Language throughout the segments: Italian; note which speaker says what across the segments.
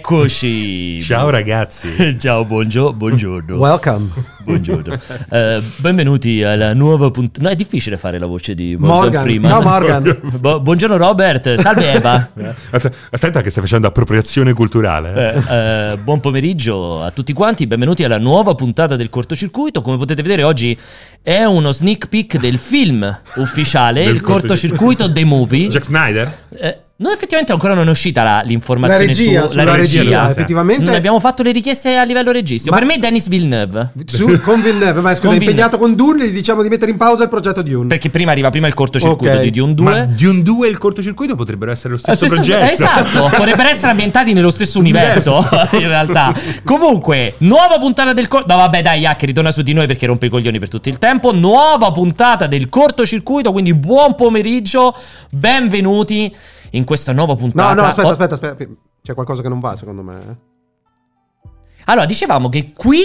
Speaker 1: Eccoci!
Speaker 2: Ciao ragazzi!
Speaker 1: Ciao, buongio- buongiorno.
Speaker 3: Welcome.
Speaker 1: Buongiorno. Eh, benvenuti alla nuova puntata. No, è difficile fare la voce di Morgan,
Speaker 3: Morgan.
Speaker 1: Freeman.
Speaker 3: Ciao Morgan.
Speaker 1: Bu- buongiorno Robert, salve Eva.
Speaker 2: Att- attenta che stai facendo appropriazione culturale. eh.
Speaker 1: Eh, eh, buon pomeriggio a tutti quanti, benvenuti alla nuova puntata del cortocircuito. Come potete vedere oggi è uno sneak peek del film ufficiale,
Speaker 2: Del
Speaker 1: il cortocircuito The Movie.
Speaker 2: Jack Snyder?
Speaker 1: Eh, noi effettivamente ancora non è uscita la- l'informazione
Speaker 3: La regia,
Speaker 1: su,
Speaker 3: sulla
Speaker 2: regia, sì.
Speaker 3: effettivamente-
Speaker 1: Non abbiamo fatto le richieste a livello registro.
Speaker 3: Ma-
Speaker 1: Per me è Dennis Villeneuve.
Speaker 3: Su, con Villeneuve, ma scusa,
Speaker 1: Con
Speaker 3: è impegnato con Dune, gli diciamo di mettere in pausa il progetto di Dune.
Speaker 1: Perché prima arriva prima il cortocircuito
Speaker 3: Ok,
Speaker 1: di Dune 2.
Speaker 2: Ma Dune 2 e il cortocircuito potrebbero essere lo stesso,
Speaker 1: Eh,
Speaker 2: progetto.
Speaker 1: eh, Esatto, potrebbero essere ambientati nello stesso universo, in realtà. Comunque, nuova puntata del corto. No, vabbè, dai, Jack, ritorna su di noi perché rompe i coglioni per tutto il tempo. Nuova puntata del cortocircuito, quindi buon pomeriggio, benvenuti in questa nuova
Speaker 3: No,
Speaker 1: puntata.
Speaker 3: no, aspetta,
Speaker 1: Oh,
Speaker 3: aspetta, aspetta. C'è qualcosa che non va, secondo me. eh?
Speaker 1: Allora, dicevamo che qui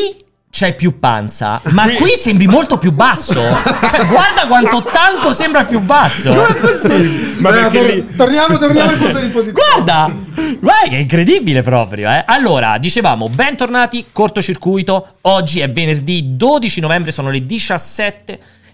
Speaker 1: c'è più panza, ma qui sembri molto più basso. Cioè, guarda quanto tanto sembra più basso.
Speaker 2: Ma
Speaker 3: Eh,
Speaker 2: perché
Speaker 3: tor-
Speaker 2: lì-
Speaker 3: Torniamo, torniamo al punto di posizione.
Speaker 1: Guarda, guarda che è incredibile proprio. eh. Allora, dicevamo, bentornati, cortocircuito. Oggi è venerdì 12 novembre, sono le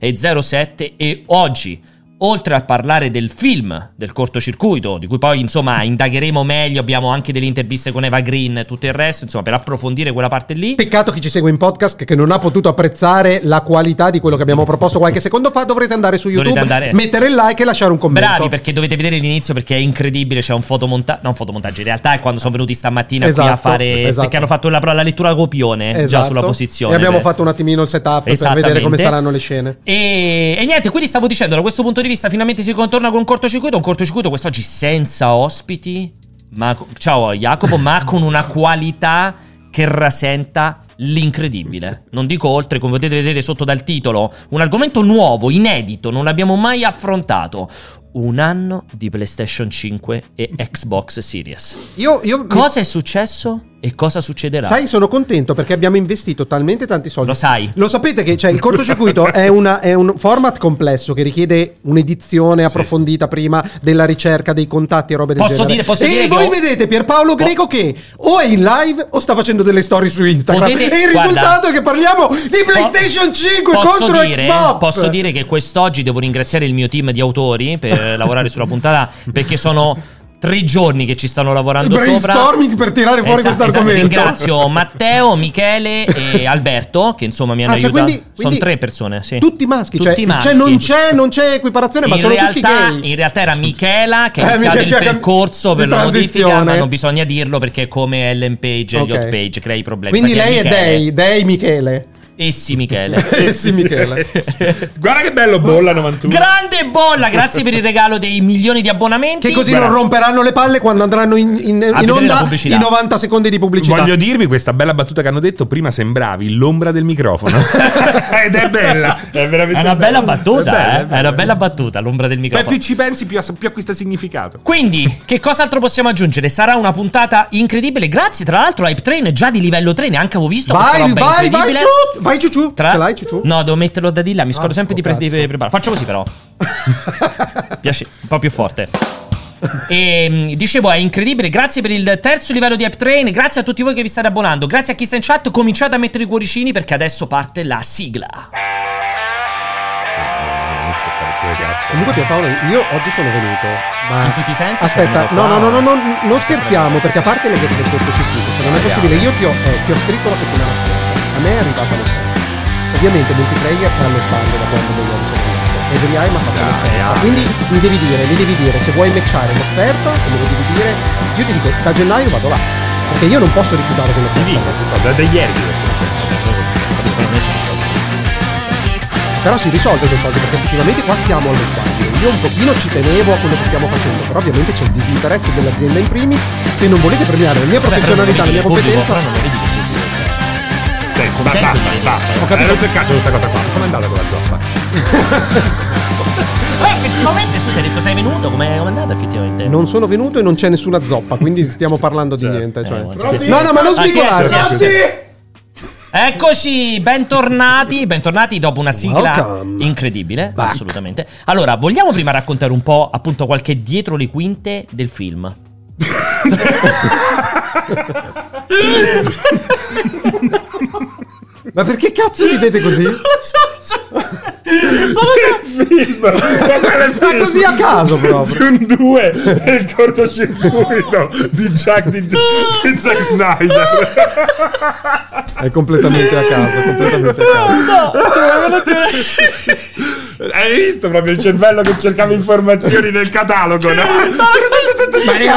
Speaker 1: 17.07 e oggi, oltre a parlare del film del cortocircuito, di cui poi insomma indagheremo meglio, abbiamo anche delle interviste con Eva Green e tutto il resto, insomma, per approfondire quella parte lì.
Speaker 3: Peccato chi ci segue in podcast che- che non ha potuto apprezzare la qualità di quello che abbiamo proposto qualche secondo fa. Dovrete andare su
Speaker 1: Dovrete
Speaker 3: YouTube,
Speaker 1: andare-
Speaker 3: mettere il like e lasciare un commento.
Speaker 1: Bravi perché dovete vedere l'inizio perché è incredibile, c'è un fotomontaggio, non fotomontaggio, in realtà è quando sono venuti stamattina qui a
Speaker 3: Esatto,
Speaker 1: fare,
Speaker 3: esatto.
Speaker 1: perché hanno fatto la, la lettura copione già
Speaker 3: Esatto.
Speaker 1: sulla posizione.
Speaker 3: E abbiamo
Speaker 1: Beh.
Speaker 3: fatto un attimino il setup per
Speaker 1: Esattamente.
Speaker 3: vedere come saranno le scene.
Speaker 1: E, e niente, quindi stavo dicendo, da questo punto di vista finalmente si contorna con un cortocircuito, un cortocircuito quest'oggi senza ospiti, ma co- ciao Jacopo, ma con una qualità che rasenta l'incredibile. Non dico oltre, come potete vedere sotto dal titolo, un argomento nuovo, inedito, non l'abbiamo mai affrontato. Un anno di PlayStation 5 e Xbox Series.
Speaker 3: Io, io mi-
Speaker 1: Cosa è successo e cosa succederà?
Speaker 3: Sai, sono contento perché abbiamo investito talmente tanti soldi.
Speaker 1: Lo sai.
Speaker 3: Lo sapete che cioè, il cortocircuito è, una- è un format complesso che richiede un'edizione approfondita prima della ricerca dei contatti e robe del
Speaker 1: Posso
Speaker 3: genere.
Speaker 1: dire- posso
Speaker 3: e
Speaker 1: dire che
Speaker 3: voi
Speaker 1: ho-
Speaker 3: vedete Pierpaolo Greco che o è in live o sta facendo delle storie su Instagram.
Speaker 1: Potete-
Speaker 3: e il
Speaker 1: guarda-
Speaker 3: risultato è che parliamo di PlayStation 5
Speaker 1: Posso
Speaker 3: contro
Speaker 1: dire-
Speaker 3: Xbox.
Speaker 1: Posso dire che quest'oggi devo ringraziare il mio team di autori per lavorare sulla puntata perché sono tre giorni che ci stanno lavorando sopra.
Speaker 3: brainstorming per tirare fuori
Speaker 1: Esatto,
Speaker 3: questo
Speaker 1: esatto.
Speaker 3: argomento.
Speaker 1: Ringrazio Matteo, Michele e Alberto che insomma mi hanno
Speaker 3: Ah, cioè,
Speaker 1: aiutato.
Speaker 3: quindi-
Speaker 1: sono
Speaker 3: quindi
Speaker 1: tre persone, sì.
Speaker 3: Tutti maschi, cioè,
Speaker 1: Tutti maschi.
Speaker 3: cioè non, c'è, non c'è equiparazione, ma
Speaker 1: in
Speaker 3: sono
Speaker 1: realtà,
Speaker 3: tutti gay.
Speaker 1: in realtà era Michela che
Speaker 3: Eh,
Speaker 1: ha iniziato
Speaker 3: Michela
Speaker 1: il
Speaker 3: che ha-
Speaker 1: percorso per
Speaker 3: di
Speaker 1: la modifica,
Speaker 3: transizione.
Speaker 1: ma non bisogna dirlo perché è come Ellen Page e
Speaker 3: Ok.
Speaker 1: Elliot Page crea i problemi.
Speaker 3: Quindi
Speaker 1: Perché
Speaker 3: lei è
Speaker 1: Michele-
Speaker 3: Dei, Dei Michele.
Speaker 1: Essi Michele.
Speaker 3: Eh sì, Michele.
Speaker 2: Guarda che bello bolla 91.
Speaker 1: Grande bolla, grazie per il regalo dei milioni di abbonamenti.
Speaker 3: Che così
Speaker 2: Bravo.
Speaker 3: non romperanno le palle quando andranno in, in-
Speaker 1: A
Speaker 3: in
Speaker 1: vedere la
Speaker 3: onda
Speaker 1: Ah, pubblicità.
Speaker 3: i 90 secondi di pubblicità.
Speaker 2: Voglio dirvi questa bella battuta che hanno detto prima sembravi l'ombra del microfono. Ed è bella, è veramente
Speaker 1: È una bella
Speaker 2: È bella,
Speaker 1: battuta, eh.
Speaker 2: è bella.
Speaker 1: È una bella battuta, l'ombra del
Speaker 2: Beh, più
Speaker 1: microfono.
Speaker 2: ci pensi più, ass- più acquista significato.
Speaker 1: Quindi, che cos'altro possiamo aggiungere? Sarà una puntata incredibile. Grazie, tra l'altro, Hype Train è già di livello 3, neanche avevo visto. questa
Speaker 3: Vai,
Speaker 1: roba
Speaker 3: vai, vai,
Speaker 1: incredibile.
Speaker 3: giù. Vai, giù, giù.
Speaker 1: Tra-
Speaker 3: Ce l'hai, giù, giù.
Speaker 1: No, devo metterlo da di là, mi scordo
Speaker 3: Ah,
Speaker 1: sempre di,
Speaker 3: oh,
Speaker 1: pres- di
Speaker 3: cazzo.
Speaker 1: preparare. Faccio così, però. Piace, un po' più forte. E mh, dicevo, è incredibile. Grazie per il terzo livello di App Train. Grazie a tutti voi che vi state abbonando. Grazie a chi sta in chat. Cominciate a mettere i cuoricini perché adesso parte la sigla. Eh,
Speaker 2: Inizio a stare con le cazzo.
Speaker 3: Comunque, Pierpaolo, io oggi sono venuto. Ma
Speaker 1: In tutti i sensi
Speaker 3: Aspetta,
Speaker 1: sono
Speaker 3: no, no,
Speaker 1: venuto
Speaker 3: no,
Speaker 1: qua.
Speaker 3: no, no, non scherziamo perché a parte le cose del cortocircuito, se non è possibile, io ti ho, eh, ti ho scritto la settimana scorsa. A me è arrivata l'offerta. Ovviamente multiplayer fa lo standard da quando vogliamo sapere. E Driai mi ha fatto
Speaker 1: ah.
Speaker 3: l'offerta. Quindi mi devi dire, mi devi dire, se vuoi matchare l'offerta, se me lo devi dire, io ti dico, da gennaio vado là. Perché io non posso rifiutare quello
Speaker 2: Ti
Speaker 3: che
Speaker 2: dico, da, da ieri.
Speaker 3: Però si risolve quel soldi perché effettivamente qua siamo allo sbaglio. Io un pochino ci tenevo a quello che stiamo facendo, però ovviamente c'è il disinteresse dell'azienda in primis. Se non volete premiare la mia
Speaker 1: Vabbè, però non lo
Speaker 3: professionalità, la
Speaker 1: vedi
Speaker 3: mia
Speaker 1: il pubblico,
Speaker 3: competenza,
Speaker 1: però non lo vedi il pubblico.
Speaker 2: Cioè, ba- basta, basta. Ho capito per caso questa cosa qua. Com'è andata con la zoppa?
Speaker 1: Eh, effettivamente, scusa, hai detto sei venuto? Come è andata effettivamente?
Speaker 3: non sono venuto e non c'è nessuna zoppa, quindi stiamo parlando di
Speaker 2: Certo.
Speaker 3: niente. Cioè.
Speaker 1: Eh, certo. guarda, sì.
Speaker 3: No, no, ma non
Speaker 1: Ah, sì,
Speaker 3: svicolare.
Speaker 1: sì, sì, sì, sì. Eccoci, bentornati, bentornati dopo una sigla
Speaker 3: Welcome
Speaker 1: incredibile,
Speaker 3: back.
Speaker 1: assolutamente. Allora, vogliamo prima raccontare un po' appunto qualche dietro le quinte del film.
Speaker 3: Ma perché cazzo ridete così? Ma così a caso proprio.
Speaker 2: un 2 è il cortocircuito di Jack di, di Zack Snyder.
Speaker 3: È completamente a caso, è completamente a caso.
Speaker 2: Hai visto proprio il cervello che cercava informazioni nel catalogo, no?
Speaker 3: Ma era-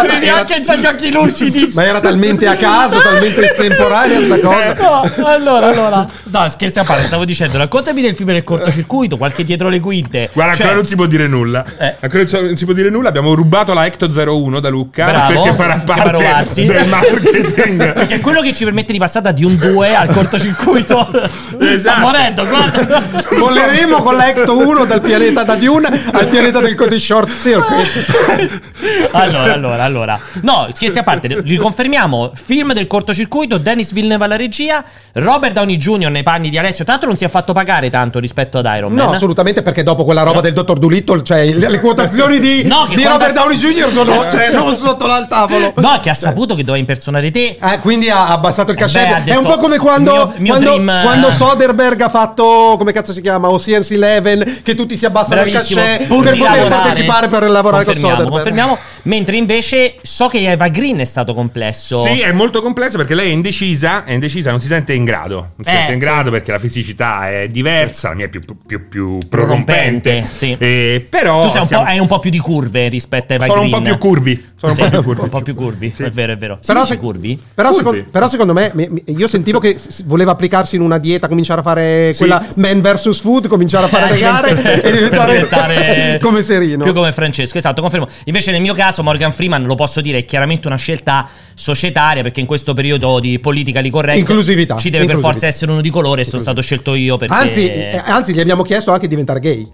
Speaker 1: Avevi
Speaker 3: era-
Speaker 1: anche già gli occhi lucidi.
Speaker 3: Ma era talmente a caso, talmente estemporanea sta cosa.
Speaker 1: No, allora, allora. No, scherzi a parte, stavo dicendo, raccontami del film del cortocircuito, qualche dietro le quinte.
Speaker 2: Guarda,
Speaker 1: Cioè,
Speaker 2: ancora non si può dire nulla.
Speaker 1: Eh.
Speaker 2: Ancora non so- non si può dire nulla. Abbiamo rubato la Ecto 01 da Luca
Speaker 1: Bravo,
Speaker 2: perché farà
Speaker 1: insieme a
Speaker 2: parte
Speaker 1: Rovazzi.
Speaker 2: del marketing.
Speaker 1: Che è quello che ci permette di passare da di un 2 al cortocircuito. Sta
Speaker 2: Esatto.
Speaker 1: morendo, guarda.
Speaker 3: Voleremo con l'Ecto 1 dal pianeta da Dune al pianeta del Cody Short
Speaker 1: Ah.
Speaker 3: Circuit.
Speaker 1: Allora, allora, allora. No, scherzi a parte, riconfermiamo film del cortocircuito, Dennis Villeneuve alla regia, Robert Downey Jr. nei panni di Alessio. Tanto non si è fatto pagare tanto rispetto ad Iron Man.
Speaker 3: No, assolutamente perché dopo quella roba del dottor Doolittle, cioè il- le quotazioni di,
Speaker 1: No, che
Speaker 3: di
Speaker 1: quando
Speaker 3: Robert
Speaker 1: ass-
Speaker 3: Downey Jr. sono cioè, non sotto al tavolo.
Speaker 1: No, che ha saputo che doveva impersonare te.
Speaker 3: Eh, quindi ha abbassato il
Speaker 1: Eh beh,
Speaker 3: cachet.
Speaker 1: ha
Speaker 3: È
Speaker 1: detto,
Speaker 3: un po' come quando,
Speaker 1: mio- mio
Speaker 3: quando-
Speaker 1: dream, eh.
Speaker 3: quando Soderbergh ha fatto, come cazzo si chiama, Ocean's Eleven, che tutti si abbassano
Speaker 1: Bravissimo,
Speaker 3: il cachet
Speaker 1: pur
Speaker 3: per
Speaker 1: di
Speaker 3: poter
Speaker 1: lavorare.
Speaker 3: partecipare, per lavorare con
Speaker 1: Confermiamo,
Speaker 3: Soderbergh.
Speaker 1: Confermiamo, mentre invece so che Eva Green è stato complesso.
Speaker 2: Sì, è molto complesso perché lei è indecisa, è indecisa, non si sente in grado. Non si
Speaker 1: Eh,
Speaker 2: sente in
Speaker 1: sì.
Speaker 2: grado perché la fisicità è diversa, la mia è più, più, più, più
Speaker 1: Prorompente,
Speaker 2: prorompente.
Speaker 1: sì.
Speaker 2: Eh, però
Speaker 1: tu sei un
Speaker 2: siamo-
Speaker 1: po', hai un po' più di curve rispetto a Eva
Speaker 2: sono un
Speaker 1: Green.
Speaker 2: po' più curvi. Sono
Speaker 1: Sì,
Speaker 2: un po' più curvi.
Speaker 1: un po' più curvi,
Speaker 2: Sì.
Speaker 1: è vero, è vero. Si
Speaker 3: Però
Speaker 1: dice
Speaker 3: se-
Speaker 1: curvi?
Speaker 3: Però,
Speaker 2: Curvi.
Speaker 3: secondo, però secondo me, mi- mi- io sentivo che s- voleva applicarsi in una dieta, cominciare a fare quella man versus food, cominciare a fare le gare e
Speaker 1: Eh, Per
Speaker 3: diventare, come Serino.
Speaker 1: più come Francesco esatto confermo invece nel mio caso Morgan Freeman lo posso dire è chiaramente una scelta societaria perché in questo periodo di politica li corretta
Speaker 3: Inclusività,
Speaker 1: ci deve per
Speaker 3: inclusività.
Speaker 1: forza essere uno di colore e sono stato scelto io perché
Speaker 3: Anzi, eh, anzi, gli abbiamo chiesto anche di diventare gay.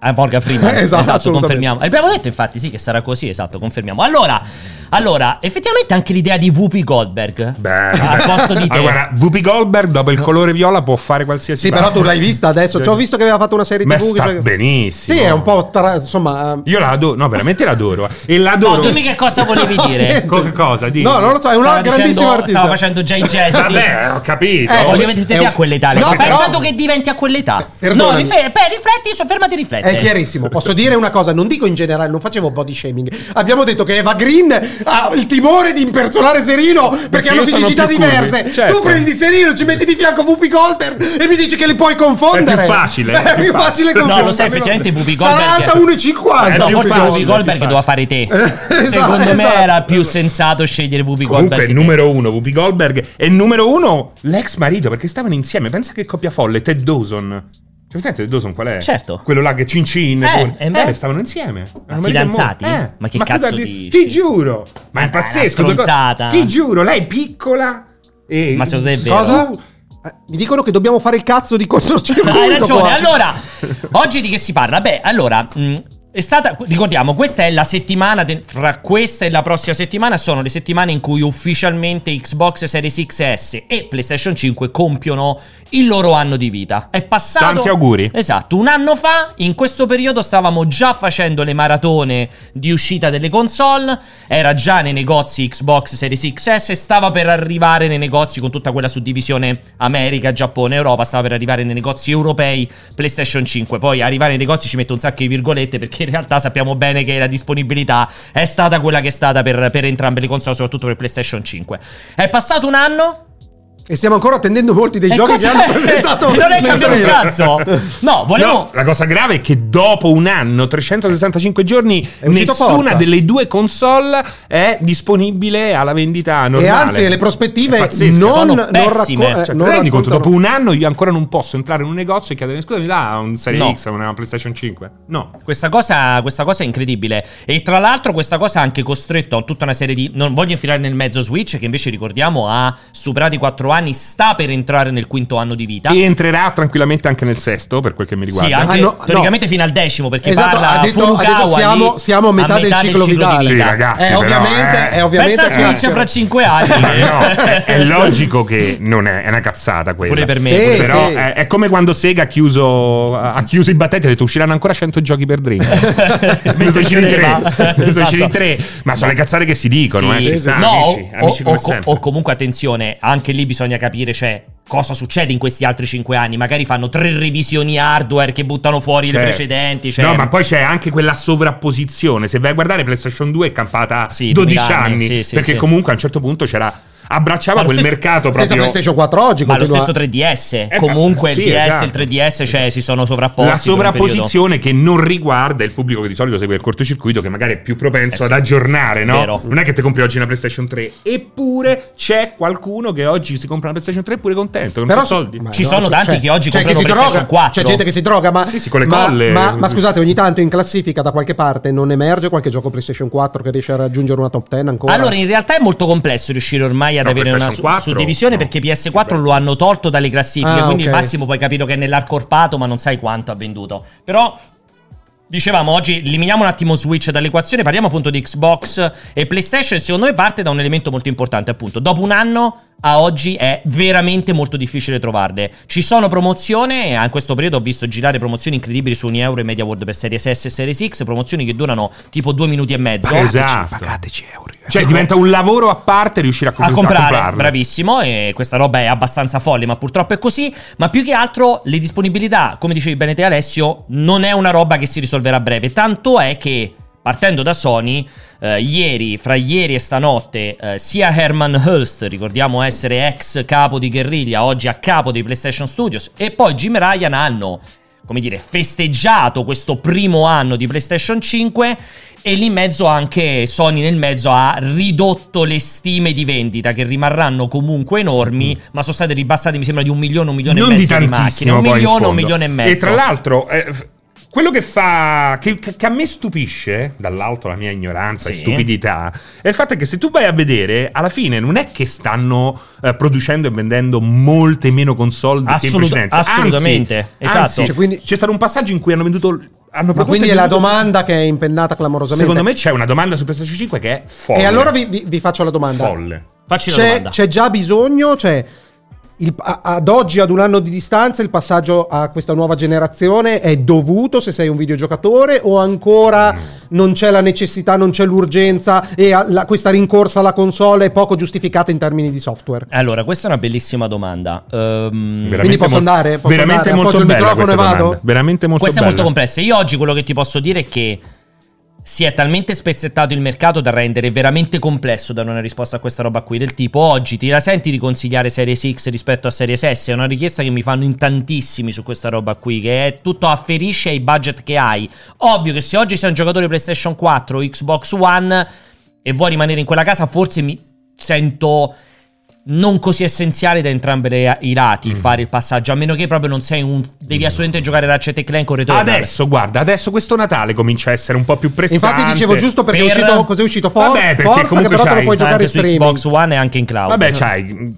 Speaker 1: Ah, Morgan Freeman.
Speaker 3: Esatto,
Speaker 1: esatto,
Speaker 3: assolutamente.
Speaker 1: confermiamo. Abbiamo detto infatti sì che sarà così, esatto, confermiamo. Allora, allora effettivamente anche l'idea di Whoopi Goldberg
Speaker 2: Beh,
Speaker 1: al posto di te.
Speaker 2: Allora, guarda, Whoopi Goldberg dopo il colore viola può fare qualsiasi
Speaker 3: Sì, però
Speaker 2: cosa.
Speaker 3: tu l'hai vista adesso. Ci ho visto che aveva fatto una serie
Speaker 2: Ma
Speaker 3: TV.
Speaker 2: sta
Speaker 3: cioè-
Speaker 2: benissimo.
Speaker 3: Sì, è un po' tra- insomma.
Speaker 2: Io la adoro, no, veramente l'adoro. E
Speaker 1: no,
Speaker 2: l'adoro.
Speaker 1: dimmi che cosa volevi dire.
Speaker 2: Co- cosa? Dimmi.
Speaker 3: No, non lo so, è una
Speaker 1: Stava
Speaker 3: grandissima
Speaker 1: dicendo-
Speaker 3: artista.
Speaker 1: Stavo facendo già i gesti.
Speaker 2: Vabbè, ho capito.
Speaker 3: Eh,
Speaker 1: Voglio vedere
Speaker 3: È
Speaker 1: te
Speaker 3: un-
Speaker 1: a quell'età.
Speaker 3: No,
Speaker 1: No,
Speaker 3: però-
Speaker 1: pensato che diventi a quell'età.
Speaker 3: Perdonami.
Speaker 1: No, rife- beh, rifletti, so, fermati e rifletti.
Speaker 3: È chiarissimo, posso dire una cosa, non dico in generale, non facevo body shaming. Abbiamo detto che Eva Green ha il timore di impersonare Serino perché,
Speaker 2: Perché
Speaker 3: hanno
Speaker 2: io sono
Speaker 3: fisicità
Speaker 2: più curvi.
Speaker 3: diverse.
Speaker 2: Certo.
Speaker 3: Tu prendi Serino, ci metti di fianco Whoopi Goldberg e mi dici che li puoi confondere.
Speaker 2: È più facile,
Speaker 3: È più facile confondere.
Speaker 1: No, lo sai, effettivamente Whoopi
Speaker 3: Sarà
Speaker 1: Goldberg-
Speaker 3: alta
Speaker 2: È
Speaker 1: Eh, No,
Speaker 3: 1,50.
Speaker 2: più
Speaker 1: forse
Speaker 2: facile,
Speaker 1: Whoopi Goldberg
Speaker 2: più
Speaker 1: doveva fare te.
Speaker 3: esatto.
Speaker 1: Secondo me era più sensato scegliere Whoopi
Speaker 2: Comunque,
Speaker 1: Goldberg. che te.
Speaker 2: numero uno, Whoopi Goldberg. E numero uno, l'ex marito, perché stavano insieme. Pensa che coppia folle, Ted Dawson. Cioè, sai Ted Dawson qual è?
Speaker 1: Certo.
Speaker 2: Quello là che cincin.
Speaker 1: Eh,
Speaker 2: con-
Speaker 1: eh, beh.
Speaker 2: stavano insieme. Erano marito e
Speaker 1: fidanzati?
Speaker 2: moglie. Eh,
Speaker 1: Ma che cazzo
Speaker 2: cosa-
Speaker 1: dici?
Speaker 2: Ti giuro. Ma
Speaker 1: Ma
Speaker 2: è pazzesco.
Speaker 1: una
Speaker 2: due cose-
Speaker 1: stronzata.
Speaker 2: Ti giuro, lei è piccola. E
Speaker 1: Ma secondo te è vero?
Speaker 3: Cosa?
Speaker 2: Uh.
Speaker 3: Eh, Mi dicono che dobbiamo fare il cazzo di controcircuito.
Speaker 1: Hai ragione.
Speaker 3: qua.
Speaker 1: Allora, oggi di che si parla? Beh, allora. mh, è stata, ricordiamo, questa è la settimana, de- fra questa e la prossima settimana sono le settimane in cui ufficialmente Xbox Series XS e PlayStation 5 compiono il loro anno di vita. È passato...
Speaker 2: Tanti auguri.
Speaker 1: Esatto, un anno fa, in questo periodo, stavamo già facendo le maratone di uscita delle console, era già nei negozi Xbox Series XS, stava per arrivare nei negozi con tutta quella suddivisione America, Giappone, Europa, stava per arrivare nei negozi europei PlayStation 5. Poi arrivare nei negozi ci metto un sacco di virgolette perché in realtà sappiamo bene che la disponibilità è stata quella che è stata per, per entrambe le console, soprattutto per PlayStation 5. È passato un anno,
Speaker 3: E stiamo ancora attendendo molti dei
Speaker 1: e
Speaker 3: giochi che
Speaker 1: cos'è?
Speaker 3: hanno presentato.
Speaker 1: non è
Speaker 3: nel
Speaker 1: cambiato un
Speaker 3: trailer.
Speaker 1: cazzo. No, volevo...
Speaker 2: No, la cosa grave è che dopo un anno, 365 giorni,
Speaker 3: È uscito
Speaker 2: nessuna
Speaker 3: Forza.
Speaker 2: delle due console è disponibile alla vendita normale.
Speaker 3: E anzi, le prospettive
Speaker 2: È pazzesco.
Speaker 3: non,
Speaker 1: Sono
Speaker 3: non
Speaker 1: pessime.
Speaker 3: racco- eh,
Speaker 2: Cioè, te
Speaker 3: non
Speaker 2: rendi conto,
Speaker 3: raccontano-
Speaker 2: dopo un anno io ancora non posso entrare in un negozio e chiedere scusa, mi dà un Serie
Speaker 1: No.
Speaker 2: X, una PlayStation 5? No.
Speaker 1: Questa cosa, questa cosa è incredibile. E tra l'altro, questa cosa ha anche costretto a tutta una serie di. Non voglio infilare nel mezzo Switch, che invece ricordiamo ha superato i 4 anni, sta per entrare nel quinto anno di vita.
Speaker 2: E entrerà tranquillamente anche nel sesto, per quel che mi
Speaker 1: Sì,
Speaker 2: riguarda.
Speaker 1: anche
Speaker 4: Ah, no,
Speaker 1: teoricamente fino al decimo, perché
Speaker 4: Esatto,
Speaker 1: parla
Speaker 4: ha detto-
Speaker 1: Furukawa
Speaker 4: ha detto siamo-
Speaker 1: lì,
Speaker 4: siamo a metà del ciclo vitale.
Speaker 2: Sì, ragazzi,
Speaker 4: Eh,
Speaker 2: però,
Speaker 4: ovviamente,
Speaker 2: eh.
Speaker 4: eh, ovviamente
Speaker 1: Pensa a
Speaker 4: eh.
Speaker 1: Switch fra cinque anni.
Speaker 2: No, è, è logico che non è, è una cazzata quella.
Speaker 1: Pure per me.
Speaker 4: Sì,
Speaker 1: pure per-
Speaker 2: Però È, è come quando Sega ha chiuso, ha chiuso i battenti e ha detto usciranno ancora 100 giochi per Dream. ne sono usciti
Speaker 1: Chiudeva.
Speaker 2: tre. Ne sono usciti
Speaker 1: Cioè, Esatto.
Speaker 2: tre. Ma sono le cazzate che si dicono, eh,
Speaker 1: Sì.
Speaker 2: ci sta,
Speaker 1: No,
Speaker 2: amici,
Speaker 1: o-
Speaker 2: amici
Speaker 1: o,
Speaker 2: come
Speaker 1: o-
Speaker 2: sempre.
Speaker 1: o comunque attenzione, anche lì bisogna capire cioè, cosa succede in questi altri cinque anni. Magari fanno tre revisioni hardware che buttano fuori le
Speaker 2: Certo.
Speaker 1: precedenti. cioè-
Speaker 2: No, ma poi c'è anche quella sovrapposizione. Se vai a guardare PlayStation 2 è campata
Speaker 1: Sì,
Speaker 2: 12
Speaker 1: 2000
Speaker 2: anni,
Speaker 1: anni, sì, sì,
Speaker 2: perché
Speaker 1: sì.
Speaker 2: comunque a un certo punto c'era abbracciava
Speaker 1: Ma lo
Speaker 2: quel
Speaker 1: stesso-
Speaker 2: mercato
Speaker 4: Stessa
Speaker 2: proprio
Speaker 4: PlayStation 4 oggi
Speaker 1: Ma lo
Speaker 4: continua-
Speaker 1: stesso 3DS,
Speaker 2: Eh,
Speaker 1: comunque
Speaker 2: sì,
Speaker 1: il DS
Speaker 2: esatto.
Speaker 1: il 3DS cioè, si sono sovrapposti.
Speaker 2: la
Speaker 1: per un periodo.
Speaker 2: sovrapposizione che non riguarda il pubblico che di solito segue il cortocircuito, che magari è più propenso
Speaker 1: Eh sì.
Speaker 2: ad aggiornare, no?
Speaker 1: Vero.
Speaker 2: Non è che ti compri oggi una PlayStation 3, eppure c'è qualcuno che oggi si compra una PlayStation 3 pure contento, con
Speaker 4: Però
Speaker 2: i soldi.
Speaker 4: ma cioè,
Speaker 1: Ci sono tanti che oggi
Speaker 4: c'è chi
Speaker 1: comprano
Speaker 4: si droga,
Speaker 1: PlayStation 4.
Speaker 4: C'è gente che si droga, ma,
Speaker 2: Sì, sì, con le
Speaker 4: ma-
Speaker 2: colle.
Speaker 4: ma- ma scusate, ogni tanto in classifica da qualche parte non emerge qualche gioco PlayStation 4 che riesce a raggiungere una top 10 ancora.
Speaker 1: Allora, in realtà è molto complesso riuscire ormai ad
Speaker 2: No,
Speaker 1: avere una
Speaker 2: PlayStation
Speaker 1: su-
Speaker 2: 4,
Speaker 1: suddivisione
Speaker 2: no.
Speaker 1: perché PS4 lo hanno tolto dalle classifiche,
Speaker 4: Ah,
Speaker 1: quindi
Speaker 4: ok.
Speaker 1: il massimo puoi capire che è nell'arcorpato, ma non sai quanto ha venduto. Però dicevamo oggi eliminiamo un attimo Switch dall'equazione, parliamo appunto di Xbox e PlayStation, secondo me parte da un elemento molto importante, appunto. Dopo un anno a oggi è veramente molto difficile trovarle. Ci sono promozioni, e in questo periodo ho visto girare promozioni incredibili su ogni euro e Media World per Series S e Series X, promozioni che durano tipo due minuti e mezzo.
Speaker 2: esatto. pagateci euro. Cioè diventa un lavoro a parte riuscire a,
Speaker 1: a
Speaker 2: comprare
Speaker 1: comprare, bravissimo, e questa roba è abbastanza folle, ma purtroppo è così, ma più che altro le disponibilità, come dicevi bene te Alessio, non è una roba che si risolverà a breve, tanto è che partendo da Sony, eh, ieri, fra ieri e stanotte, eh, sia Herman Hulst, ricordiamo essere ex capo di Guerriglia, oggi a capo dei PlayStation Studios, e poi Jim Ryan hanno come dire, festeggiato questo primo anno di PlayStation 5 e lì in mezzo anche Sony nel mezzo ha ridotto le stime di vendita che rimarranno comunque enormi, ma sono state ribassate mi sembra di un milione, un milione
Speaker 2: Mm. non
Speaker 1: e
Speaker 2: di
Speaker 1: mezzo di, macchine,
Speaker 2: tantissimo
Speaker 1: un
Speaker 2: poi, in
Speaker 1: milione,
Speaker 2: fondo.
Speaker 1: un milione e mezzo.
Speaker 2: e tra l'altro eh, f- quello che fa che, che- che a me stupisce dall'alto la mia ignoranza e
Speaker 1: Sì.
Speaker 2: stupidità è il fatto che se tu vai a vedere alla fine non è che stanno eh, producendo e vendendo molte meno console di- che in
Speaker 1: Assolut-
Speaker 2: precedenza
Speaker 1: assolutamente,
Speaker 2: Anzi-
Speaker 1: esatto.
Speaker 2: anzi,
Speaker 4: Cioè, quindi-
Speaker 2: c'è stato un passaggio in cui hanno venduto hanno
Speaker 4: ma
Speaker 2: proposto
Speaker 4: quindi
Speaker 2: e
Speaker 4: è la
Speaker 2: venduto-
Speaker 4: domanda che è impennata clamorosamente.
Speaker 2: secondo me c'è una domanda su PlayStation 5 che è folle
Speaker 4: E allora vi, vi- vi faccio la domanda.
Speaker 2: folle
Speaker 1: Facci la
Speaker 4: C'è,
Speaker 1: domanda.
Speaker 4: c'è già bisogno, cioè il- a- ad oggi, ad un anno di distanza, il passaggio a questa nuova generazione è dovuto se sei un videogiocatore o ancora non c'è la necessità, non c'è l'urgenza e a- la- questa rincorsa alla console è poco giustificata in termini di software?
Speaker 1: Allora, questa è una bellissima domanda. Ehm,
Speaker 2: Veramente
Speaker 4: Quindi posso
Speaker 2: mol-
Speaker 4: andare? Posso
Speaker 2: veramente
Speaker 4: andare?
Speaker 2: molto
Speaker 4: Appoggio il
Speaker 2: bella
Speaker 4: microfono
Speaker 2: questa
Speaker 4: e vado?
Speaker 2: domanda veramente molto
Speaker 1: Questa è molto
Speaker 2: bella.
Speaker 1: complessa. Io oggi quello che ti posso dire è che si è talmente spezzettato il mercato da rendere veramente complesso dare una risposta a questa roba qui. Del tipo, oggi ti la senti di consigliare Series X rispetto a Series S? È una richiesta che mi fanno in tantissimi su questa roba qui, che è tutto afferisce ai budget che hai. Ovvio che se oggi sei un giocatore PlayStation 4 o Xbox One e vuoi rimanere in quella casa, forse mi sento non così essenziale da entrambi le- i lati
Speaker 2: Mm.
Speaker 1: fare il passaggio, a meno che proprio non sei un... devi assolutamente giocare Ratchet e Clank o Returnal.
Speaker 2: Adesso, guarda, adesso questo Natale comincia a essere un po' più pressante.
Speaker 4: Infatti dicevo giusto perché
Speaker 1: Per-
Speaker 4: è uscito, cos'è uscito For-
Speaker 2: Vabbè, perché
Speaker 4: Forza, che
Speaker 2: comunque
Speaker 4: però te lo
Speaker 2: c'hai-
Speaker 4: puoi
Speaker 1: Anche
Speaker 4: giocare in
Speaker 1: su
Speaker 4: streaming.
Speaker 1: Xbox One e anche in cloud.
Speaker 2: Vabbè, c'hai.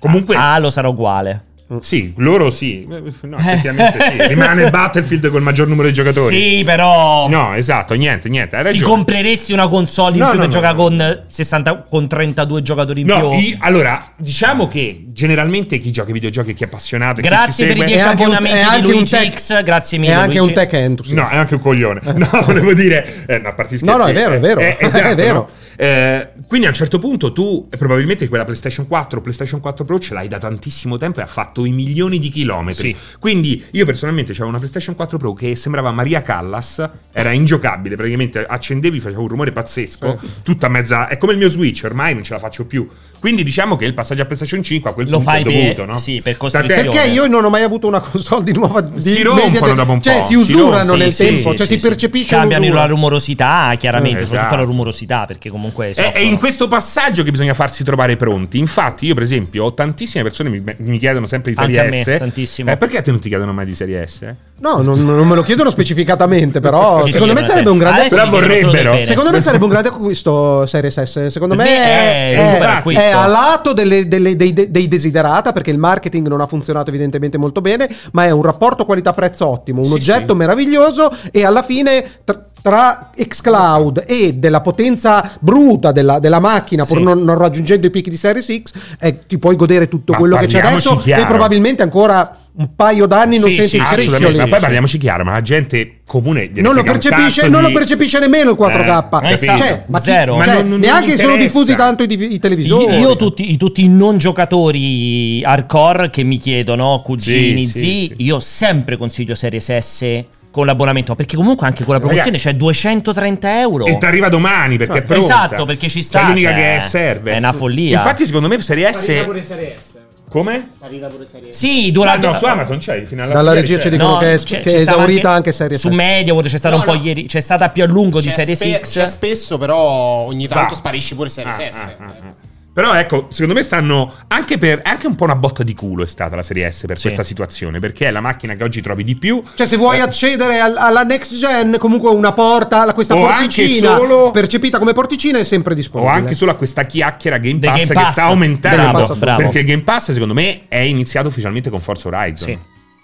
Speaker 2: Comunque,
Speaker 1: Ah, lo sarà uguale.
Speaker 2: sì, loro sì. No, effettivamente sì. Rimane Battlefield col maggior numero di giocatori.
Speaker 1: Sì, però
Speaker 2: No, esatto, niente, niente. Hai
Speaker 1: ti
Speaker 2: ragione.
Speaker 1: compreresti una console in
Speaker 2: No,
Speaker 1: più
Speaker 2: no,
Speaker 1: che
Speaker 2: no,
Speaker 1: gioca
Speaker 2: no.
Speaker 1: Con, 60 con 32 giocatori in
Speaker 2: No,
Speaker 1: più.
Speaker 2: i- allora, diciamo che generalmente chi gioca ai videogiochi, chi è appassionato, e chi ci
Speaker 1: Grazie per i
Speaker 2: segue-
Speaker 1: 10
Speaker 4: anche un- è
Speaker 1: abbonamenti
Speaker 4: anche
Speaker 1: di
Speaker 4: un
Speaker 1: Luigi
Speaker 4: tech-
Speaker 1: X. Grazie mille.
Speaker 4: È anche
Speaker 1: Luigi.
Speaker 4: un tech enthusiast.
Speaker 2: No, è anche un coglione. No, volevo dire. eh, no, a parte scherzi,
Speaker 4: Eh. No, no, è vero, è vero.
Speaker 2: eh, esatto,
Speaker 4: È vero.
Speaker 2: no? Eh, quindi a un certo punto tu, eh, probabilmente quella PlayStation 4, PlayStation 4 Pro ce l'hai da tantissimo tempo e ha fatto i milioni di chilometri.
Speaker 1: Sì.
Speaker 2: Quindi io personalmente c'avevo una PlayStation 4 Pro che sembrava Maria Callas, era ingiocabile, praticamente accendevi, faceva un rumore pazzesco, tutta mezza. È come il mio Switch, ormai non ce la faccio più. Quindi diciamo che il passaggio a PlayStation 5 a quel
Speaker 1: Lo
Speaker 2: punto
Speaker 1: fai
Speaker 2: è
Speaker 1: per-
Speaker 2: dovuto, no?
Speaker 1: sì, per
Speaker 2: Tant'è-
Speaker 1: costrizione.
Speaker 4: Perché io non ho mai avuto una console di nuova di
Speaker 2: Si
Speaker 4: media,
Speaker 2: rompono
Speaker 4: cioè-
Speaker 2: dopo un
Speaker 4: Cioè,
Speaker 2: po',
Speaker 4: si
Speaker 2: si
Speaker 4: usurano
Speaker 2: rompono,
Speaker 4: nel
Speaker 2: sì,
Speaker 4: tempo,
Speaker 2: sì,
Speaker 4: cioè
Speaker 2: sì,
Speaker 4: si
Speaker 2: sì.
Speaker 4: percepisce
Speaker 1: Cambiano
Speaker 4: l'usura.
Speaker 1: la rumorosità, chiaramente,
Speaker 2: Eh,
Speaker 1: soprattutto
Speaker 2: esatto.
Speaker 1: la rumorosità, perché comunque
Speaker 2: È, è
Speaker 1: soffrono.
Speaker 2: in questo passaggio che bisogna farsi trovare pronti. Infatti, io, per esempio, ho tantissime persone mi, mi chiedono sempre sempre di
Speaker 1: Anche
Speaker 2: serie
Speaker 1: a me,
Speaker 2: S.
Speaker 1: tantissimo.
Speaker 2: Eh, perché te non ti chiedono mai di serie S?
Speaker 3: No, non, non me lo chiedono specificatamente, però
Speaker 1: Chi
Speaker 3: secondo me
Speaker 1: chiedono,
Speaker 3: sarebbe
Speaker 1: eh?
Speaker 3: un grande
Speaker 1: Adesso
Speaker 2: Però
Speaker 1: gli chiedono solo del
Speaker 2: vorrebbero.
Speaker 1: bene.
Speaker 3: Secondo me sarebbe un grande acquisto Series S. Secondo me
Speaker 1: Per me
Speaker 3: è,
Speaker 1: è
Speaker 2: un
Speaker 3: è-
Speaker 2: super
Speaker 1: acquisto.
Speaker 3: è a lato delle- delle- dei, dei- dei desiderata perché il marketing non ha funzionato evidentemente molto bene, ma è un rapporto qualità-prezzo ottimo, un
Speaker 2: Sì,
Speaker 3: oggetto
Speaker 2: sì.
Speaker 3: meraviglioso e alla fine... tr- tra xCloud e della potenza bruta della, della macchina, pur
Speaker 1: Sì.
Speaker 3: non, non raggiungendo i picchi di Series X, eh, ti puoi godere tutto
Speaker 2: Ma
Speaker 3: quello che c'è
Speaker 2: parliamoci
Speaker 3: adesso e
Speaker 2: chiaro.
Speaker 3: probabilmente ancora un paio d'anni non
Speaker 1: Sì,
Speaker 3: senti
Speaker 1: sì,
Speaker 3: il
Speaker 1: sì,
Speaker 3: cristiano.
Speaker 2: Assolutamente.
Speaker 1: sì,
Speaker 2: ma
Speaker 1: sì,
Speaker 2: poi
Speaker 1: sì.
Speaker 2: parliamoci chiaro, ma la gente comune gliene
Speaker 3: non lo,
Speaker 2: frega un
Speaker 3: percepisce,
Speaker 2: cazzo
Speaker 3: non lo
Speaker 2: di-
Speaker 3: percepisce nemmeno il 4K.
Speaker 2: Eh,
Speaker 1: Esatto.
Speaker 2: capito?
Speaker 3: Cioè, ma chi-
Speaker 1: Zero.
Speaker 2: Ma
Speaker 3: cioè,
Speaker 2: non- non
Speaker 3: neanche sono
Speaker 2: interessa.
Speaker 3: diffusi tanto i, div- i televisori.
Speaker 1: Io, tutti, i- tutti i non giocatori hardcore che mi chiedono, cugini,
Speaker 2: Sì, sì,
Speaker 1: zii,
Speaker 2: sì.
Speaker 1: io sempre consiglio Series S con l'abbonamento, perché comunque anche con la promozione
Speaker 2: Ragazzi,
Speaker 1: c'è 230 euro.
Speaker 2: E ti arriva domani perché è pronta.
Speaker 1: Esatto, perché ci sta,
Speaker 2: È l'unica
Speaker 1: cioè,
Speaker 2: che serve.
Speaker 1: è una follia.
Speaker 2: Infatti, secondo me, serie
Speaker 5: Sparita
Speaker 2: S.
Speaker 5: pure serie S.
Speaker 2: Come?
Speaker 5: Sparita pure serie S.
Speaker 1: Sì, durante...
Speaker 2: Ah, no, su Amazon c'è fino alla
Speaker 3: Dalla
Speaker 2: ieri
Speaker 3: regia ci
Speaker 2: c'era.
Speaker 3: dicono che è-
Speaker 1: c'è-
Speaker 3: che è
Speaker 1: c'è stata
Speaker 3: esaurita anche Series
Speaker 1: su
Speaker 3: S.
Speaker 1: Mediaworld c'è stata
Speaker 5: No,
Speaker 1: un po'
Speaker 5: no.
Speaker 1: ieri c'è stata più a lungo di
Speaker 5: C'è
Speaker 1: Series
Speaker 5: spe-
Speaker 1: X
Speaker 5: C'è spesso, però ogni tanto
Speaker 2: Va.
Speaker 5: sparisce pure serie
Speaker 2: Ah,
Speaker 5: S. eh.
Speaker 2: ah, ah, ah. Però ecco, secondo me stanno anche per anche un po' una botta di culo è stata la serie S per
Speaker 1: Sì.
Speaker 2: questa situazione, perché è la macchina che oggi trovi di più.
Speaker 3: Cioè, se
Speaker 2: Eh.
Speaker 3: vuoi accedere al- alla next gen, comunque una porta, la- questa
Speaker 2: O
Speaker 3: porticina
Speaker 2: anche solo-
Speaker 3: percepita come porticina è sempre
Speaker 2: O
Speaker 3: disponibile.
Speaker 2: anche solo a questa chiacchiera Game
Speaker 1: The
Speaker 2: Pass,
Speaker 1: Game
Speaker 2: che
Speaker 1: Pass.
Speaker 2: sta aumentando.
Speaker 1: Bravo,
Speaker 3: Perché
Speaker 1: bravo.
Speaker 2: Perché il Game Pass, secondo me, è iniziato ufficialmente con Forza Horizon.
Speaker 1: Sì.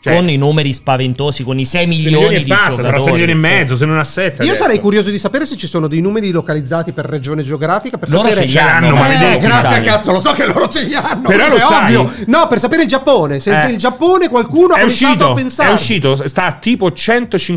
Speaker 2: Cioè,
Speaker 1: con i numeri spaventosi con i 6
Speaker 2: sei
Speaker 1: milioni,
Speaker 2: e
Speaker 1: di
Speaker 2: passa, sarà
Speaker 1: giocatori
Speaker 2: 6 milioni e mezzo, se non a 7.
Speaker 3: Io sarei curioso di sapere se ci sono dei numeri localizzati per regione geografica. Per
Speaker 1: Loro
Speaker 3: sapere...
Speaker 1: ce li hanno,
Speaker 3: Eh,
Speaker 2: ma maledetti,
Speaker 3: grazie
Speaker 1: Italia.
Speaker 3: a cazzo, lo so che loro ce li hanno.
Speaker 2: Però lo
Speaker 3: è
Speaker 2: sai.
Speaker 3: ovvio. No, per sapere il Giappone. Se
Speaker 2: Eh.
Speaker 3: il Giappone qualcuno ha
Speaker 2: è
Speaker 3: cominciato
Speaker 2: uscito,
Speaker 3: a pensare.
Speaker 2: è uscito, sta a tipo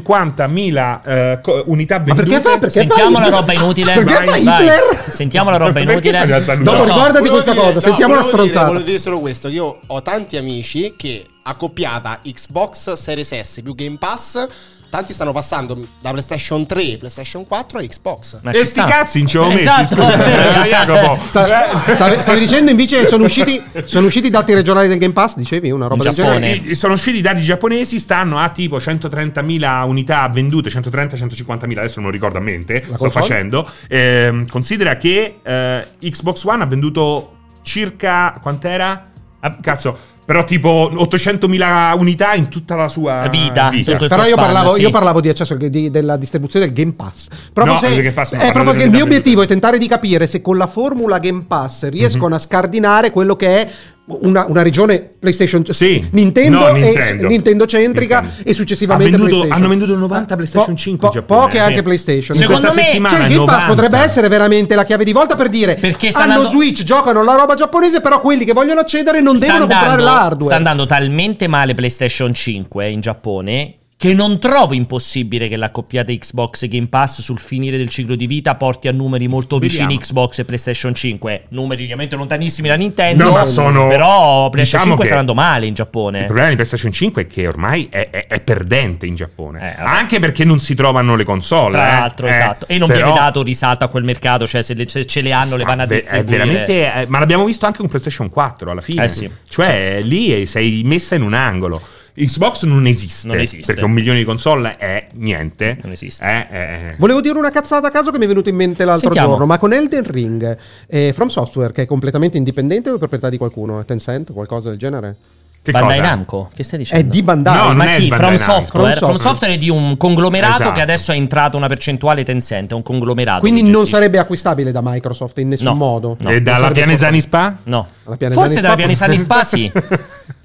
Speaker 2: 150.000 eh, co- unità
Speaker 3: Ma
Speaker 2: vendute.
Speaker 3: perché fa? Perché
Speaker 1: sentiamo
Speaker 3: fa
Speaker 1: la roba inutile
Speaker 3: Perché
Speaker 1: vai,
Speaker 3: fa
Speaker 1: vai.
Speaker 3: Hitler?
Speaker 1: sentiamo la roba
Speaker 2: Perché
Speaker 1: inutile
Speaker 2: stai alzando
Speaker 1: Non lo
Speaker 2: il
Speaker 1: so.
Speaker 3: bravo? Guardati
Speaker 5: Volevo
Speaker 3: questa cosa, sentiamo la
Speaker 5: volevo
Speaker 3: stronzata.
Speaker 5: Dire, volevo dire solo questo: che io ho tanti amici che accoppiata Xbox Series S più Game Pass. Tanti stanno passando da PlayStation 3, PlayStation 4 a Xbox.
Speaker 1: Ma ci
Speaker 2: E sti
Speaker 1: sta.
Speaker 2: cazzi in ce lo metti,
Speaker 1: Esatto,
Speaker 2: scusa.
Speaker 1: è vero.
Speaker 2: Eh, Jacopo.
Speaker 3: Sta- eh, stavi, stavi dicendo invece sono usciti, sono usciti i dati regionali del Game Pass, dicevi una roba
Speaker 1: In
Speaker 3: del
Speaker 1: Giappone.
Speaker 3: genere?
Speaker 2: I- Sono usciti i dati giapponesi, stanno a tipo 130.000 unità vendute, 130-150.000, adesso non ricordo a mente, sto
Speaker 3: console?
Speaker 2: facendo. Ehm, considera che eh, Xbox One ha venduto circa, quant'era? Ah, Cazzo, però tipo 800.000 unità in tutta la sua
Speaker 1: Vita, tutto
Speaker 2: Certo.
Speaker 1: il
Speaker 3: Però
Speaker 1: suo
Speaker 3: io
Speaker 1: span,
Speaker 3: parlavo,
Speaker 1: sì.
Speaker 3: io parlavo di accesso di- della distribuzione del Game Pass. Proprio
Speaker 2: No,
Speaker 3: se-
Speaker 2: del Game Pass, no,
Speaker 3: è
Speaker 2: parlo
Speaker 3: proprio
Speaker 2: delle
Speaker 3: che il mio
Speaker 2: unità
Speaker 3: obiettivo è tentare di capire se con la formula Game Pass
Speaker 2: Mhm.
Speaker 3: riescono a scardinare quello che è una, una regione PlayStation
Speaker 2: Sì.
Speaker 3: Nintendo,
Speaker 2: No,
Speaker 3: e-
Speaker 2: Nintendo.
Speaker 3: Nintendo centrica
Speaker 2: Nintendo.
Speaker 3: e successivamente
Speaker 2: Ha venduto-
Speaker 3: PlayStation.
Speaker 2: hanno venduto 90 PlayStation 5 in Giappone,
Speaker 3: poche
Speaker 2: sì.
Speaker 3: anche PlayStation.
Speaker 2: In
Speaker 1: Secondo
Speaker 2: questa
Speaker 1: me-
Speaker 2: settimana
Speaker 3: Cioè, il Game Pass
Speaker 2: 90.
Speaker 3: potrebbe essere veramente la chiave di volta per dire
Speaker 1: Perché sta
Speaker 3: hanno
Speaker 1: andando-
Speaker 3: Switch, giocano la roba giapponese, però quelli che vogliono accedere non
Speaker 1: Sta
Speaker 3: devono comprare
Speaker 1: andando- Sta
Speaker 3: l'hardware.
Speaker 1: andando talmente male PlayStation 5 in Giappone che non trovo impossibile che l'accoppiata Xbox e Game Pass sul finire del ciclo di vita porti a numeri molto vicini
Speaker 2: Vediamo.
Speaker 1: Xbox e PlayStation 5. Numeri ovviamente lontanissimi da Nintendo.
Speaker 2: No, ma sono-
Speaker 1: Però PlayStation
Speaker 2: diciamo
Speaker 1: 5 sta
Speaker 2: che-
Speaker 1: andando male in Giappone.
Speaker 2: Il problema di PlayStation 5 è che ormai è, è- è perdente in Giappone.
Speaker 1: Eh, vabbè.
Speaker 2: Anche perché non si trovano le console.
Speaker 1: Tra
Speaker 2: eh.
Speaker 1: l'altro,
Speaker 2: Eh,
Speaker 1: esatto. E non
Speaker 2: però-
Speaker 1: viene dato risalto a quel mercato, cioè se, le- se ce le hanno le
Speaker 2: Sta-
Speaker 1: vanno a
Speaker 2: ve- è
Speaker 1: distribuire.
Speaker 2: veramente- eh, ma l'abbiamo visto anche con PlayStation 4 alla fine.
Speaker 1: Eh sì.
Speaker 2: Cioè, lì sei messa in un angolo. Xbox non esiste,
Speaker 1: Non esiste.
Speaker 2: perché un milione di console è niente.
Speaker 1: Non esiste.
Speaker 2: Eh, eh, eh.
Speaker 3: Volevo dire una cazzata a caso che mi è venuta in mente l'altro
Speaker 1: Sentiamo.
Speaker 3: giorno, ma con Elden Ring eh, From Software, che è completamente indipendente o è proprietà di qualcuno? È Tencent, qualcosa del genere?
Speaker 2: Che
Speaker 1: Bandai
Speaker 2: cosa?
Speaker 1: Namco, che stai dicendo?
Speaker 3: È di Bandai.
Speaker 2: No,
Speaker 1: ma
Speaker 2: Ah, non è
Speaker 1: chi?
Speaker 2: il
Speaker 1: From
Speaker 2: Bandai Namco.
Speaker 1: Software?
Speaker 3: From
Speaker 1: From
Speaker 3: Software.
Speaker 1: Software è di un conglomerato
Speaker 2: Esatto.
Speaker 1: che adesso è entrata una percentuale tensente, è un conglomerato.
Speaker 3: Quindi
Speaker 1: che
Speaker 3: non
Speaker 1: gestisce.
Speaker 3: sarebbe acquistabile da Microsoft in nessun
Speaker 1: No,
Speaker 3: modo.
Speaker 1: no.
Speaker 2: e
Speaker 3: Non
Speaker 2: Eh, dalla
Speaker 3: sarebbe
Speaker 2: Pianesani Spa?
Speaker 1: No.
Speaker 3: Alla Pianesani
Speaker 1: Forse
Speaker 3: Spa-
Speaker 1: dalla Pianesani Spa sì.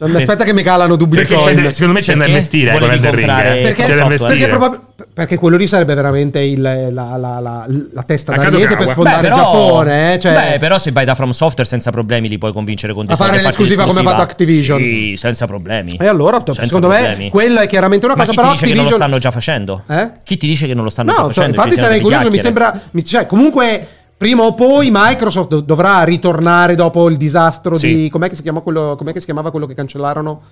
Speaker 3: Cioè, aspetta che mi calano dubbi
Speaker 2: Perché
Speaker 3: coin.
Speaker 2: c'è da- secondo me c'è da
Speaker 1: Perché?
Speaker 2: investire eh, con
Speaker 1: Volevi
Speaker 2: Elden Ring. eh.
Speaker 1: comprare
Speaker 2: C'è
Speaker 3: perché,
Speaker 2: da
Speaker 1: software.
Speaker 2: investire.
Speaker 3: perché probab- perché quello lì sarebbe veramente il- la, la- la- la testa da
Speaker 2: Akadokawa.
Speaker 3: niente per sfondare
Speaker 1: Beh,
Speaker 3: il Giappone. eh, cioè-
Speaker 1: beh, però se vai da From Software senza problemi li puoi convincere con dei
Speaker 3: A fare
Speaker 1: soldi
Speaker 3: l'esclusiva come ha fatto
Speaker 1: l'esclusiva.
Speaker 3: Activision.
Speaker 1: Sì, senza problemi.
Speaker 3: E allora,
Speaker 1: Senza
Speaker 3: secondo
Speaker 1: problemi.
Speaker 3: me, quella è chiaramente una
Speaker 1: Ma
Speaker 3: cosa.
Speaker 1: chi ti
Speaker 3: però
Speaker 1: dice che non lo
Speaker 3: Activision-
Speaker 1: stanno già facendo?
Speaker 3: Eh?
Speaker 1: Chi ti dice che non lo stanno già
Speaker 3: No, cioè,
Speaker 1: facendo?
Speaker 3: infatti
Speaker 1: Ci siano
Speaker 3: sarei
Speaker 1: delle
Speaker 3: curioso, mi
Speaker 1: chiacchiere.
Speaker 3: sembra... mi- cioè, comunque, prima o poi Microsoft dov- dovrà ritornare dopo il disastro
Speaker 1: Sì.
Speaker 3: di... Com'è che, si chiama quello, com'è che si chiamava quello che cancellarono?